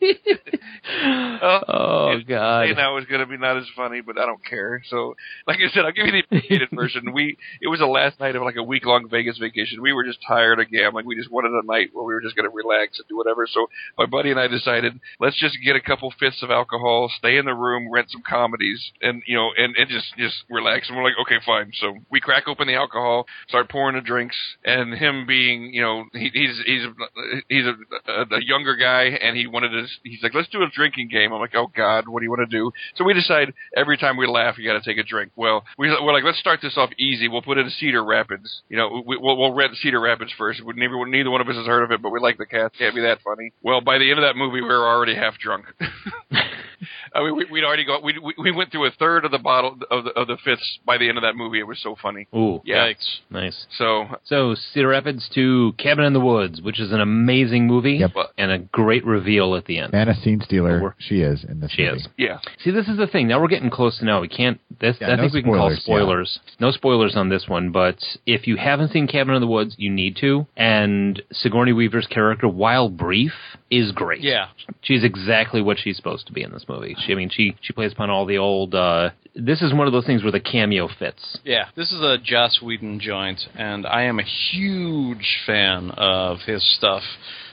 Speaker 2: Oh,
Speaker 1: oh
Speaker 2: it's-
Speaker 1: god.
Speaker 2: and I was going to be not as funny, but I don't care. So, like I said, I'll give you the abbreviated version. We it was the last night of like a week long Vegas vacation. We were just tired of gambling. We just wanted a night where we were just going to relax and do whatever. So my buddy and I decided let's just get a couple fifths of alcohol, stay in the room, rent some comedies, and you know, and and just just relax. And we're like, okay, fine. So we crack open the alcohol, start pouring the drinks, and him being you know he, he's he's a- he's a, a, a younger guy, and he wanted to. He's like, let's do a drinking game. I'm like, oh god, what do you want to do? So we decide every time we laugh, you got to take a drink. Well, we, we're like, let's start this off easy. We'll put it in Cedar Rapids. You know, we, we'll, we'll rent Cedar Rapids first. We, neither, neither one of us has heard of it, but we like the cat. Can't be that funny. Well, by the end of that movie, we were already half drunk. I mean, we, we'd already got. We, we we went through a third of the bottle of the of the fifths by the end of that movie. It was so funny.
Speaker 1: Ooh,
Speaker 2: Yeah.
Speaker 4: Yikes.
Speaker 1: nice.
Speaker 2: So
Speaker 1: So Cedar Rapids to Cabin in the Woods, which is an amazing movie
Speaker 3: Yep.
Speaker 1: and a great reveal at the end.
Speaker 3: And a scene stealer.
Speaker 1: Over.
Speaker 3: She is in this
Speaker 1: She
Speaker 3: movie.
Speaker 1: is.
Speaker 2: yeah,
Speaker 1: See, this is the thing. Now we're getting close to now. We can't. This,
Speaker 3: Yeah,
Speaker 1: I
Speaker 3: no
Speaker 1: think we can call
Speaker 3: spoilers,
Speaker 1: spoilers. No spoilers on this one, but if you haven't seen Cabin in the Woods, you need to. And Sigourney Weaver's character, while brief, is great.
Speaker 4: Yeah.
Speaker 1: she's exactly what she's supposed to be in this movie. She, I mean, she she plays upon all the old. Uh, this is one of those things where the cameo fits.
Speaker 4: Yeah, this is a Joss Whedon joint, and I am a huge fan of his stuff.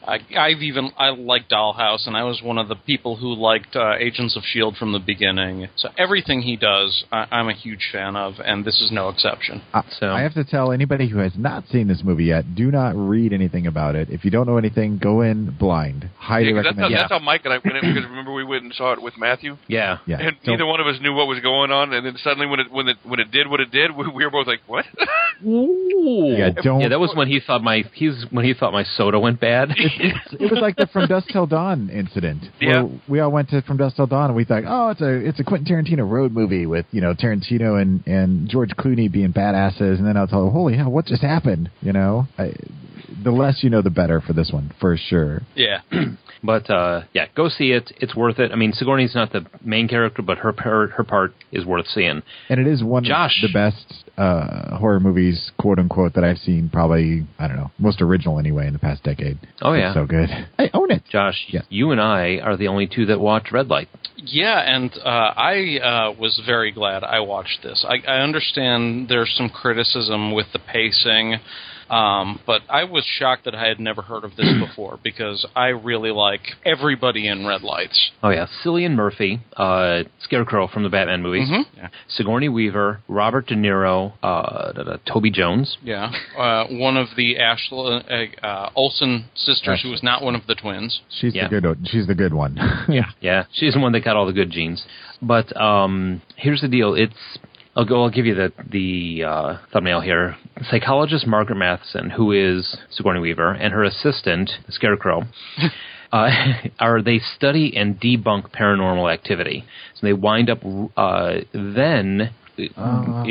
Speaker 4: I, I've even I like Dollhouse, and I was one of the people who liked uh, Agents of Shield from the beginning. So everything he does, I, I'm a huge fan of, and this is no exception.
Speaker 3: I,
Speaker 1: So-
Speaker 3: Uh, I have to tell anybody who has not seen this movie yet, do not read anything about it. If you don't know anything, go in blind. Highly
Speaker 2: Yeah, 'cause that's, how,
Speaker 3: recommend.
Speaker 2: that's how Mike and I went in because remember we went and saw it with Matthew.
Speaker 1: Yeah,
Speaker 3: yeah.
Speaker 2: And
Speaker 3: Don't-
Speaker 2: neither one of us knew what was going on, and then suddenly when it when it when it did what it did, we, we were both like, "What?"
Speaker 1: Ooh.
Speaker 3: Yeah, don't-
Speaker 1: that was when he thought my he's when he thought my soda went bad.
Speaker 3: it was like the From Dusk Till Dawn incident.
Speaker 2: Yeah.
Speaker 3: Where we all went to From Dusk Till Dawn and we thought, oh, it's a it's a Quentin Tarantino road movie with you know Tarantino and and George Clooney being badasses, and then I was like, holy hell, what just happened? You know, I, the less you know, the better for this one, for sure.
Speaker 4: Yeah.
Speaker 1: But uh, yeah, go see it. It's worth it. I mean, Sigourney's not the main character, but her her, her part is worth seeing.
Speaker 3: And it is one
Speaker 1: Josh.
Speaker 3: of the best uh, horror movies, quote unquote, that I've seen. Probably I don't know, most original anyway in the past decade.
Speaker 1: Oh,
Speaker 3: It's
Speaker 1: yeah.
Speaker 3: so good. I own it.
Speaker 1: Josh,
Speaker 3: Yeah.
Speaker 1: you and I are the only two that watch Red Light.
Speaker 4: Yeah, and uh, I uh, was very glad I watched this. I, I understand there's some criticism with the pacing, um, but I was shocked that I had never heard of this before because I really like everybody in Red Lights.
Speaker 1: Oh yeah, Cillian Murphy, uh, Scarecrow from the Batman movies,
Speaker 4: Yeah.
Speaker 1: Sigourney Weaver, Robert De Niro, uh, da- da- Toby Jones.
Speaker 4: Yeah, uh, one of the Ashla uh, uh, Olsen sisters, who was not one of the twins.
Speaker 3: She's
Speaker 1: Yeah.
Speaker 3: the good. one. She's the good one. yeah.
Speaker 1: Yeah, she's the one that got all the good genes. But um, here's the deal: it's I'll go. I'll give you the the uh, thumbnail here. Psychologist Margaret Matheson, who is Sigourney Weaver, and her assistant Scarecrow. Uh, are they study and debunk paranormal activity? So they wind up uh, then uh,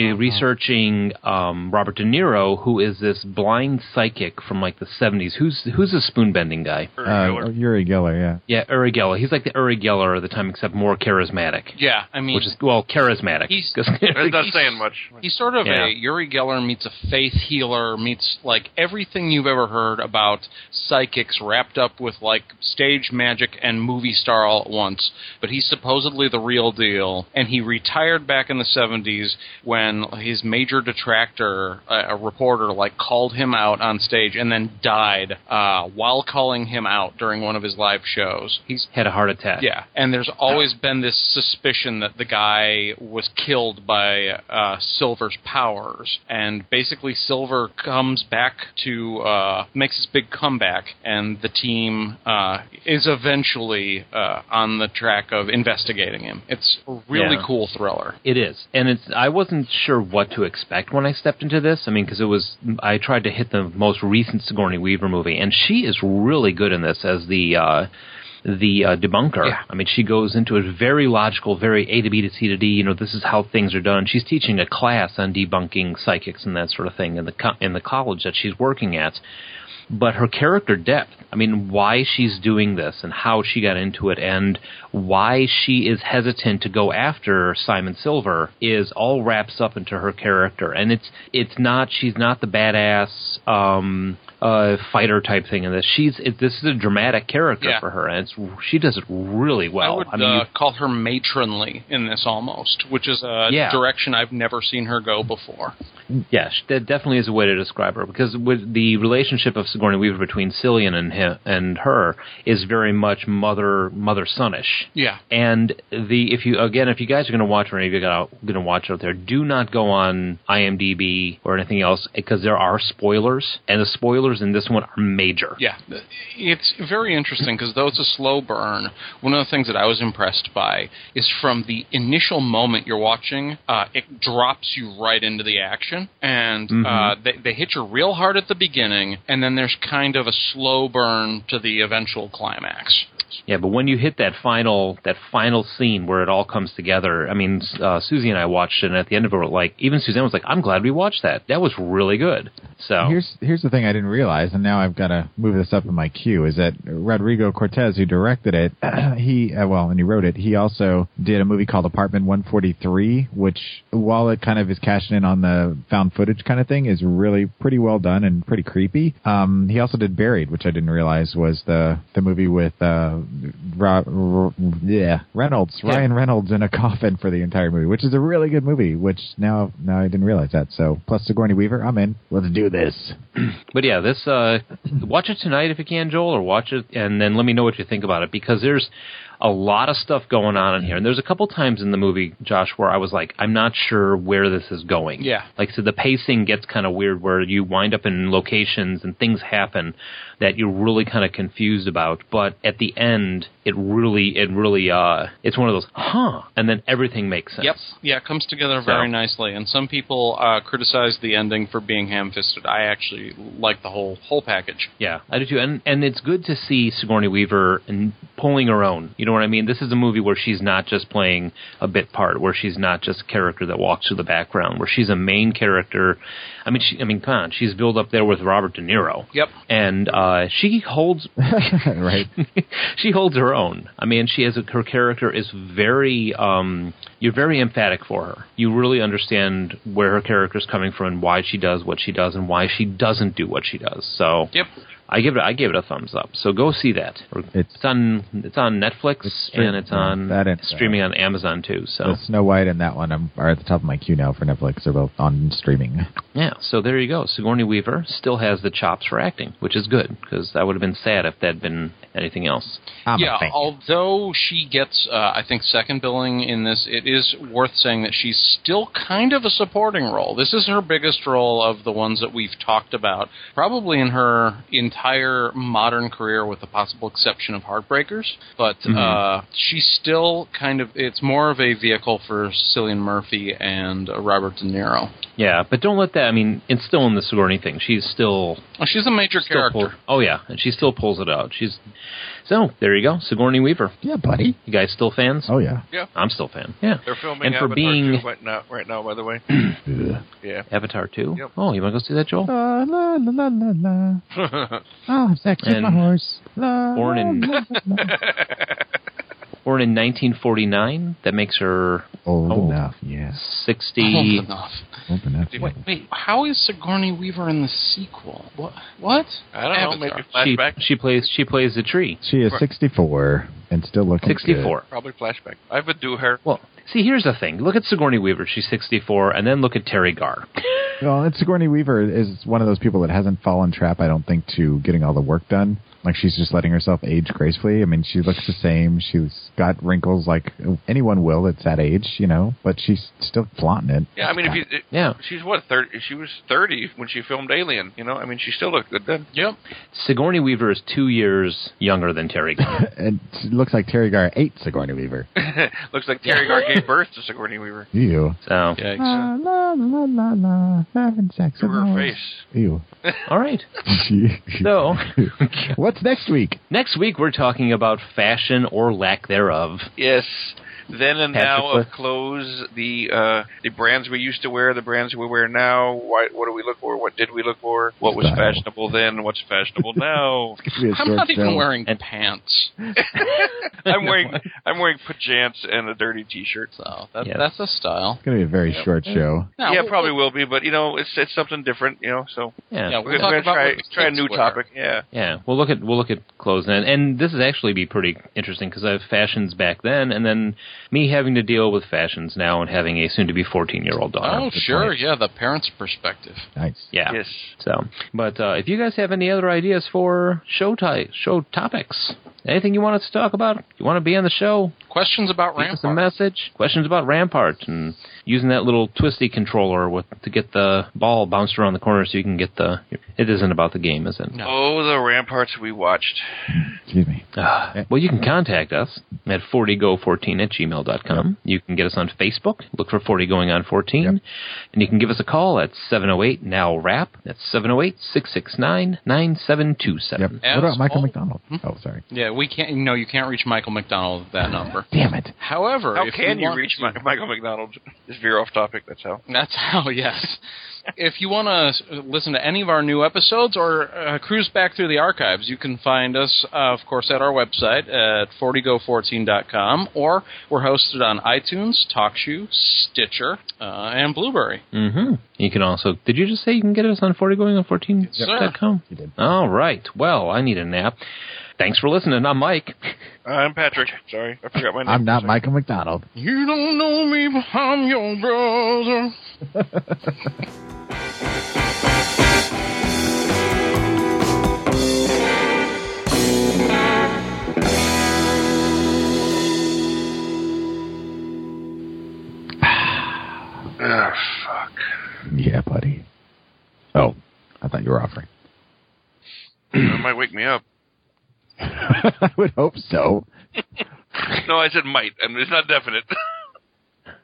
Speaker 1: researching um, Robert De Niro, who is this blind psychic from like the '70s. Who's who's a spoon bending guy?
Speaker 2: Or-
Speaker 3: Uh,
Speaker 2: or-
Speaker 3: Yuri Geller. Yeah.
Speaker 1: Yeah, Uri Geller. He's like the Uri Geller of the time, except more charismatic.
Speaker 4: Yeah, I mean,
Speaker 1: Which is well, charismatic.
Speaker 4: He's- uh,
Speaker 1: 'Cause-
Speaker 2: that's not saying much.
Speaker 4: He's sort of
Speaker 1: Yeah.
Speaker 4: a Uri Geller meets a faith healer meets like everything you've ever heard about psychics wrapped up with like stage magic and movie star all at once. But he's supposedly the real deal, and he retired back in the '70s when his major detractor, a, a reporter, like called him out on stage and then died uh, while calling him out during one of his live shows. He's
Speaker 1: had a heart attack.
Speaker 4: yeah, and there's always been this suspicion that the guy was killed by uh, Silver's powers, and basically Silver comes back to uh, makes his big comeback, and the team uh, is eventually uh, on the track of investigating him. It's a really
Speaker 1: Yeah.
Speaker 4: cool thriller.
Speaker 1: It is, and it's. I wasn't sure what to expect when I stepped into this. I mean, because it was. I tried to hit the most recent Sigourney Weaver movie, and she is really good in this as the. Uh, the uh, debunker.
Speaker 4: Yeah.
Speaker 1: I mean, she goes into it very logical, very A to B to C to D. You know, this is how things are done. She's teaching a class on debunking psychics and that sort of thing in the co- in the college that she's working at. but her character depth. I mean, why she's doing this and how she got into it and why she is hesitant to go after Simon Silver is all wraps up into her character. And it's it's not she's not the badass um uh fighter type thing in this. She's it, this is a dramatic character
Speaker 4: Yeah.
Speaker 1: for her and it's she does it really well.
Speaker 4: I would
Speaker 1: mean,
Speaker 4: uh, call her matronly in this almost, which is a
Speaker 1: Yeah.
Speaker 4: direction I've never seen her go before.
Speaker 1: Yeah, sh- that definitely is a way to describe her because with the relationship of Sigourney Weaver between Cillian and him, and her is very much mother mother sonish.
Speaker 4: Yeah.
Speaker 1: And the if you again if you guys are going to watch or any of you are going to watch out there, do not go on IMDb or anything else because there are spoilers and the spoilers in this one are major.
Speaker 4: Yeah, it's very interesting because though it's a slow burn, one of the things that I was impressed by is from the initial moment you're watching, uh, it drops you right into the action, and uh, they, they hit you real hard at the beginning, and then there's kind of a slow burn to the eventual climax.
Speaker 1: Yeah, but when you hit that final that final scene where it all comes together, I mean, uh, Susie and I watched it, and at the end of it, like even Suzanne was like, "I'm glad we watched that. That was really good." So
Speaker 3: Here's here's the thing I didn't realize, and now I've got to move this up in my queue. Is that Rodrigo Cortez, who directed it, he uh, well, and he wrote it. He also did a movie called Apartment 143, which, while it kind of is cashing in on the found footage kind of thing, is really pretty well done and pretty creepy. Um, he also did Buried, which I didn't realize was the the movie with uh, Ro- Ro- yeah Reynolds, Ryan Reynolds in a coffin for the entire movie, which is a really good movie. Which now now I didn't realize that. So plus Sigourney Weaver, I'm in. Let's do this.
Speaker 1: But yeah, this uh watch it tonight if you can, Joel, or watch it and then let me know what you think about it because there's a lot of stuff going on in here. And there's a couple times in the movie, Josh, where I was like, I'm not sure where this is going.
Speaker 4: Yeah.
Speaker 1: Like so the pacing gets kind of weird where you wind up in locations and things happen that you're really kind of confused about, but at the end it really it really uh it's one of those huh and then everything makes sense.
Speaker 4: Yep, yeah, it comes together very nicely, and some people uh, criticize the ending for being ham-fisted. I actually like the whole whole package.
Speaker 1: Yeah, I do too. And and it's good to see Sigourney Weaver and pulling her own. You know what I mean? This is a movie where she's not just playing a bit part, where she's not just a character that walks through the background, where she's a main character. I mean, she, I mean, come on, she's built up there with Robert De Niro.
Speaker 4: Yep.
Speaker 1: And uh, she holds
Speaker 3: right?
Speaker 1: she holds her own. I mean, she has a, her character is very um, you're very emphatic for her. You really understand where her character's coming from and why she does what she does and why she doesn't do what she does. So
Speaker 4: Yep.
Speaker 1: I give it I gave it a thumbs up. So go see that. Or
Speaker 3: It's-
Speaker 1: It's, on it's on Netflix
Speaker 3: stream-
Speaker 1: and it's on
Speaker 3: that and- uh,
Speaker 1: streaming on Amazon too. So
Speaker 3: The Snow White and that one I'm, are at the top of my queue now for Netflix. They're both on streaming.
Speaker 1: Yeah, so there you go. Sigourney Weaver still has the chops for acting, which is good because that would have been sad if that had been anything else.
Speaker 3: I'm
Speaker 4: yeah,
Speaker 3: a fan.
Speaker 4: although she gets, uh, I think, second billing in this, it is worth saying that she's still kind of a supporting role. This is her biggest role of the ones that we've talked about, probably in her entire modern career, with the possible exception of Heartbreakers. But
Speaker 3: Mm-hmm.
Speaker 4: uh, she's still kind of, it's more of a vehicle for Cillian Murphy and uh, Robert De Niro.
Speaker 1: Yeah, but don't let that. I mean, it's still in the Sigourney thing. She's still
Speaker 4: Oh, she's a major
Speaker 1: still
Speaker 4: character.
Speaker 1: pull, Oh yeah, and she still pulls it out. She's so there you go. Sigourney Weaver.
Speaker 3: yeah, buddy.
Speaker 1: You guys still fans?
Speaker 3: Oh yeah.
Speaker 1: I'm still fan. Yeah.
Speaker 2: They're filming
Speaker 1: And for
Speaker 2: Avatar
Speaker 1: being-
Speaker 2: 2 right now, right now, by the way.
Speaker 3: Ugh.
Speaker 2: Yeah.
Speaker 1: Avatar two.
Speaker 2: Yep.
Speaker 1: Oh, you want to go see that, Joel?
Speaker 3: La, la, la, la, la, la. Oh, Zach, kiss
Speaker 1: And
Speaker 3: my horse. La,
Speaker 1: born
Speaker 3: la,
Speaker 1: in-
Speaker 3: la, la, la.
Speaker 1: Born in 1949, that makes her
Speaker 3: Old
Speaker 1: Oh.
Speaker 3: enough, yes.
Speaker 1: 60.
Speaker 4: Old enough.
Speaker 3: Old enough.
Speaker 4: Wait, wait, how is Sigourney Weaver in the sequel? What? What?
Speaker 2: I don't know.
Speaker 4: Avatar.
Speaker 2: Maybe
Speaker 1: She,
Speaker 2: flashback.
Speaker 1: she plays she plays the tree.
Speaker 3: She is
Speaker 2: Right.
Speaker 3: 64 and still looking good.
Speaker 1: 64.
Speaker 2: Probably flashback. I would do her.
Speaker 1: Well, see, here's the thing. Look at Sigourney Weaver. She's 64, and then look at Terry Garr.
Speaker 3: Well, and Sigourney Weaver is one of those people that hasn't fallen trap, I don't think, to getting all the work done. Like she's just letting herself age gracefully. I mean, she looks the same. She's got wrinkles like anyone will at that age, you know. But she's still flaunting it.
Speaker 2: Yeah, I mean, if you, it,
Speaker 1: Yeah.
Speaker 2: she's what thirty? She was thirty when she filmed Alien. You know, I mean, she still looked good then.
Speaker 4: Yep.
Speaker 1: Sigourney Weaver is two years younger than Terry Garr.
Speaker 3: And she looks like Terry Gar ate Sigourney Weaver.
Speaker 2: Looks like Terry Gar gave birth to Sigourney Weaver.
Speaker 3: Ew.
Speaker 1: So,
Speaker 3: La Uh, la la la la, having sex
Speaker 2: To
Speaker 3: with
Speaker 2: her
Speaker 3: my-
Speaker 2: face.
Speaker 3: Ew.
Speaker 1: all right. So,
Speaker 3: What's next week?
Speaker 1: next week we're talking about fashion or lack thereof.
Speaker 2: Yes. Then and
Speaker 1: Patrick
Speaker 2: now of
Speaker 1: Cliff.
Speaker 2: clothes, the uh, the brands we used to wear, the brands we wear now. Why, what do we look for? What did we look for? What was
Speaker 3: Style.
Speaker 2: fashionable then? What's fashionable now?
Speaker 3: It's gonna be a
Speaker 4: I'm
Speaker 3: short
Speaker 4: not even
Speaker 3: show.
Speaker 4: wearing pants,
Speaker 2: I'm wearing I'm wearing pajants and a dirty T-shirt.
Speaker 4: so that,
Speaker 1: Yeah.
Speaker 4: that's a style.
Speaker 3: It's gonna be a very short show.
Speaker 4: No,
Speaker 2: yeah,
Speaker 4: we'll-
Speaker 2: probably will be, but you know, it's it's something different. You know, so
Speaker 1: Yeah.
Speaker 4: Yeah,
Speaker 1: yeah.
Speaker 4: we'll
Speaker 2: we're,
Speaker 4: talk
Speaker 2: gonna
Speaker 4: about
Speaker 2: try
Speaker 4: what the
Speaker 2: try a
Speaker 4: kids
Speaker 2: new
Speaker 4: wear.
Speaker 2: topic. Yeah.
Speaker 1: we'll look at we'll look at clothes then, and this is actually be pretty interesting because I have fashions back then, and then me having to deal with fashions now, and having a soon-to-be fourteen-year-old daughter.
Speaker 4: Oh, sure. Yeah, the parents' perspective.
Speaker 3: Nice.
Speaker 1: Yeah.
Speaker 2: Yes.
Speaker 1: So, but uh, if you guys have any other ideas for show ty- show topics, anything you want us to talk about, you want to be on the show,
Speaker 4: Questions about
Speaker 1: leave us a
Speaker 4: Rampart.
Speaker 1: message. Questions about Rampart and using that little twisty controller with to get the ball bounced around the corner so you can get the. It isn't about the game, is it?
Speaker 4: No.
Speaker 2: Oh, the ramparts we watched.
Speaker 3: Excuse me.
Speaker 1: Ah, well, you can contact us at 40go14 at gmail dot com. You can get us on Facebook. Look for 40 going on 14. And you can give us a call at 708 now rap. oh That's 708 669
Speaker 3: Yep.
Speaker 1: 9727.
Speaker 4: As
Speaker 3: What about Michael
Speaker 4: all-
Speaker 3: McDonald?
Speaker 2: Hmm?
Speaker 3: Oh, sorry.
Speaker 4: Yeah, we can't. No, you can't reach Michael McDonald at that number.
Speaker 3: Damn it.
Speaker 4: However,
Speaker 2: How
Speaker 4: if
Speaker 2: can you
Speaker 4: want
Speaker 2: reach
Speaker 4: to-
Speaker 2: Mi- Michael McDonald? Just veer off topic. That's how.
Speaker 4: That's how, yes. if you want to listen to any of our new episodes or uh, cruise back through the archives, you can find us, uh, of course, at our website at 40go14.com, or we're hosted on iTunes, TalkShoe, Stitcher, uh, and Blueberry.
Speaker 1: Mm-hmm. You can also. Did you just say you can get us on 40 going on 14 dot com?
Speaker 3: You did.
Speaker 1: All right. Well, I need a nap. Thanks for listening. I'm Mike.
Speaker 2: I'm Patrick. Sorry, I forgot my name.
Speaker 3: I'm not
Speaker 2: Sorry.
Speaker 3: Michael McDonald.
Speaker 4: You don't know me, but I'm your brother.
Speaker 2: Ugh, fuck.
Speaker 3: Yeah, buddy. Oh, I thought you were offering.
Speaker 2: That might wake me up.
Speaker 3: I would hope so.
Speaker 2: No, I said might. I mean, it's not definite.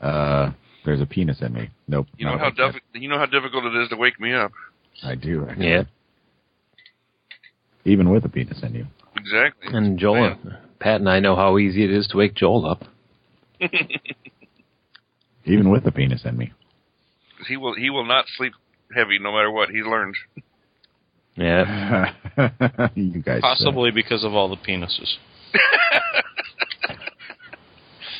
Speaker 3: Uh, there's a penis in me. Nope.
Speaker 2: You
Speaker 1: Oh,
Speaker 2: know
Speaker 3: not
Speaker 2: how
Speaker 3: like that.
Speaker 2: diff- you know how difficult it is to wake me up.
Speaker 3: I do. actually.
Speaker 1: Yeah.
Speaker 3: Even with a penis in you.
Speaker 2: Exactly.
Speaker 1: And Joel, Pat and I know how easy it is to wake Joel up.
Speaker 3: Even with the penis in me.
Speaker 2: He will he will not sleep heavy no matter what. He learns.
Speaker 1: Yeah.
Speaker 3: you guys. uh,
Speaker 4: Possibly because of all the penises.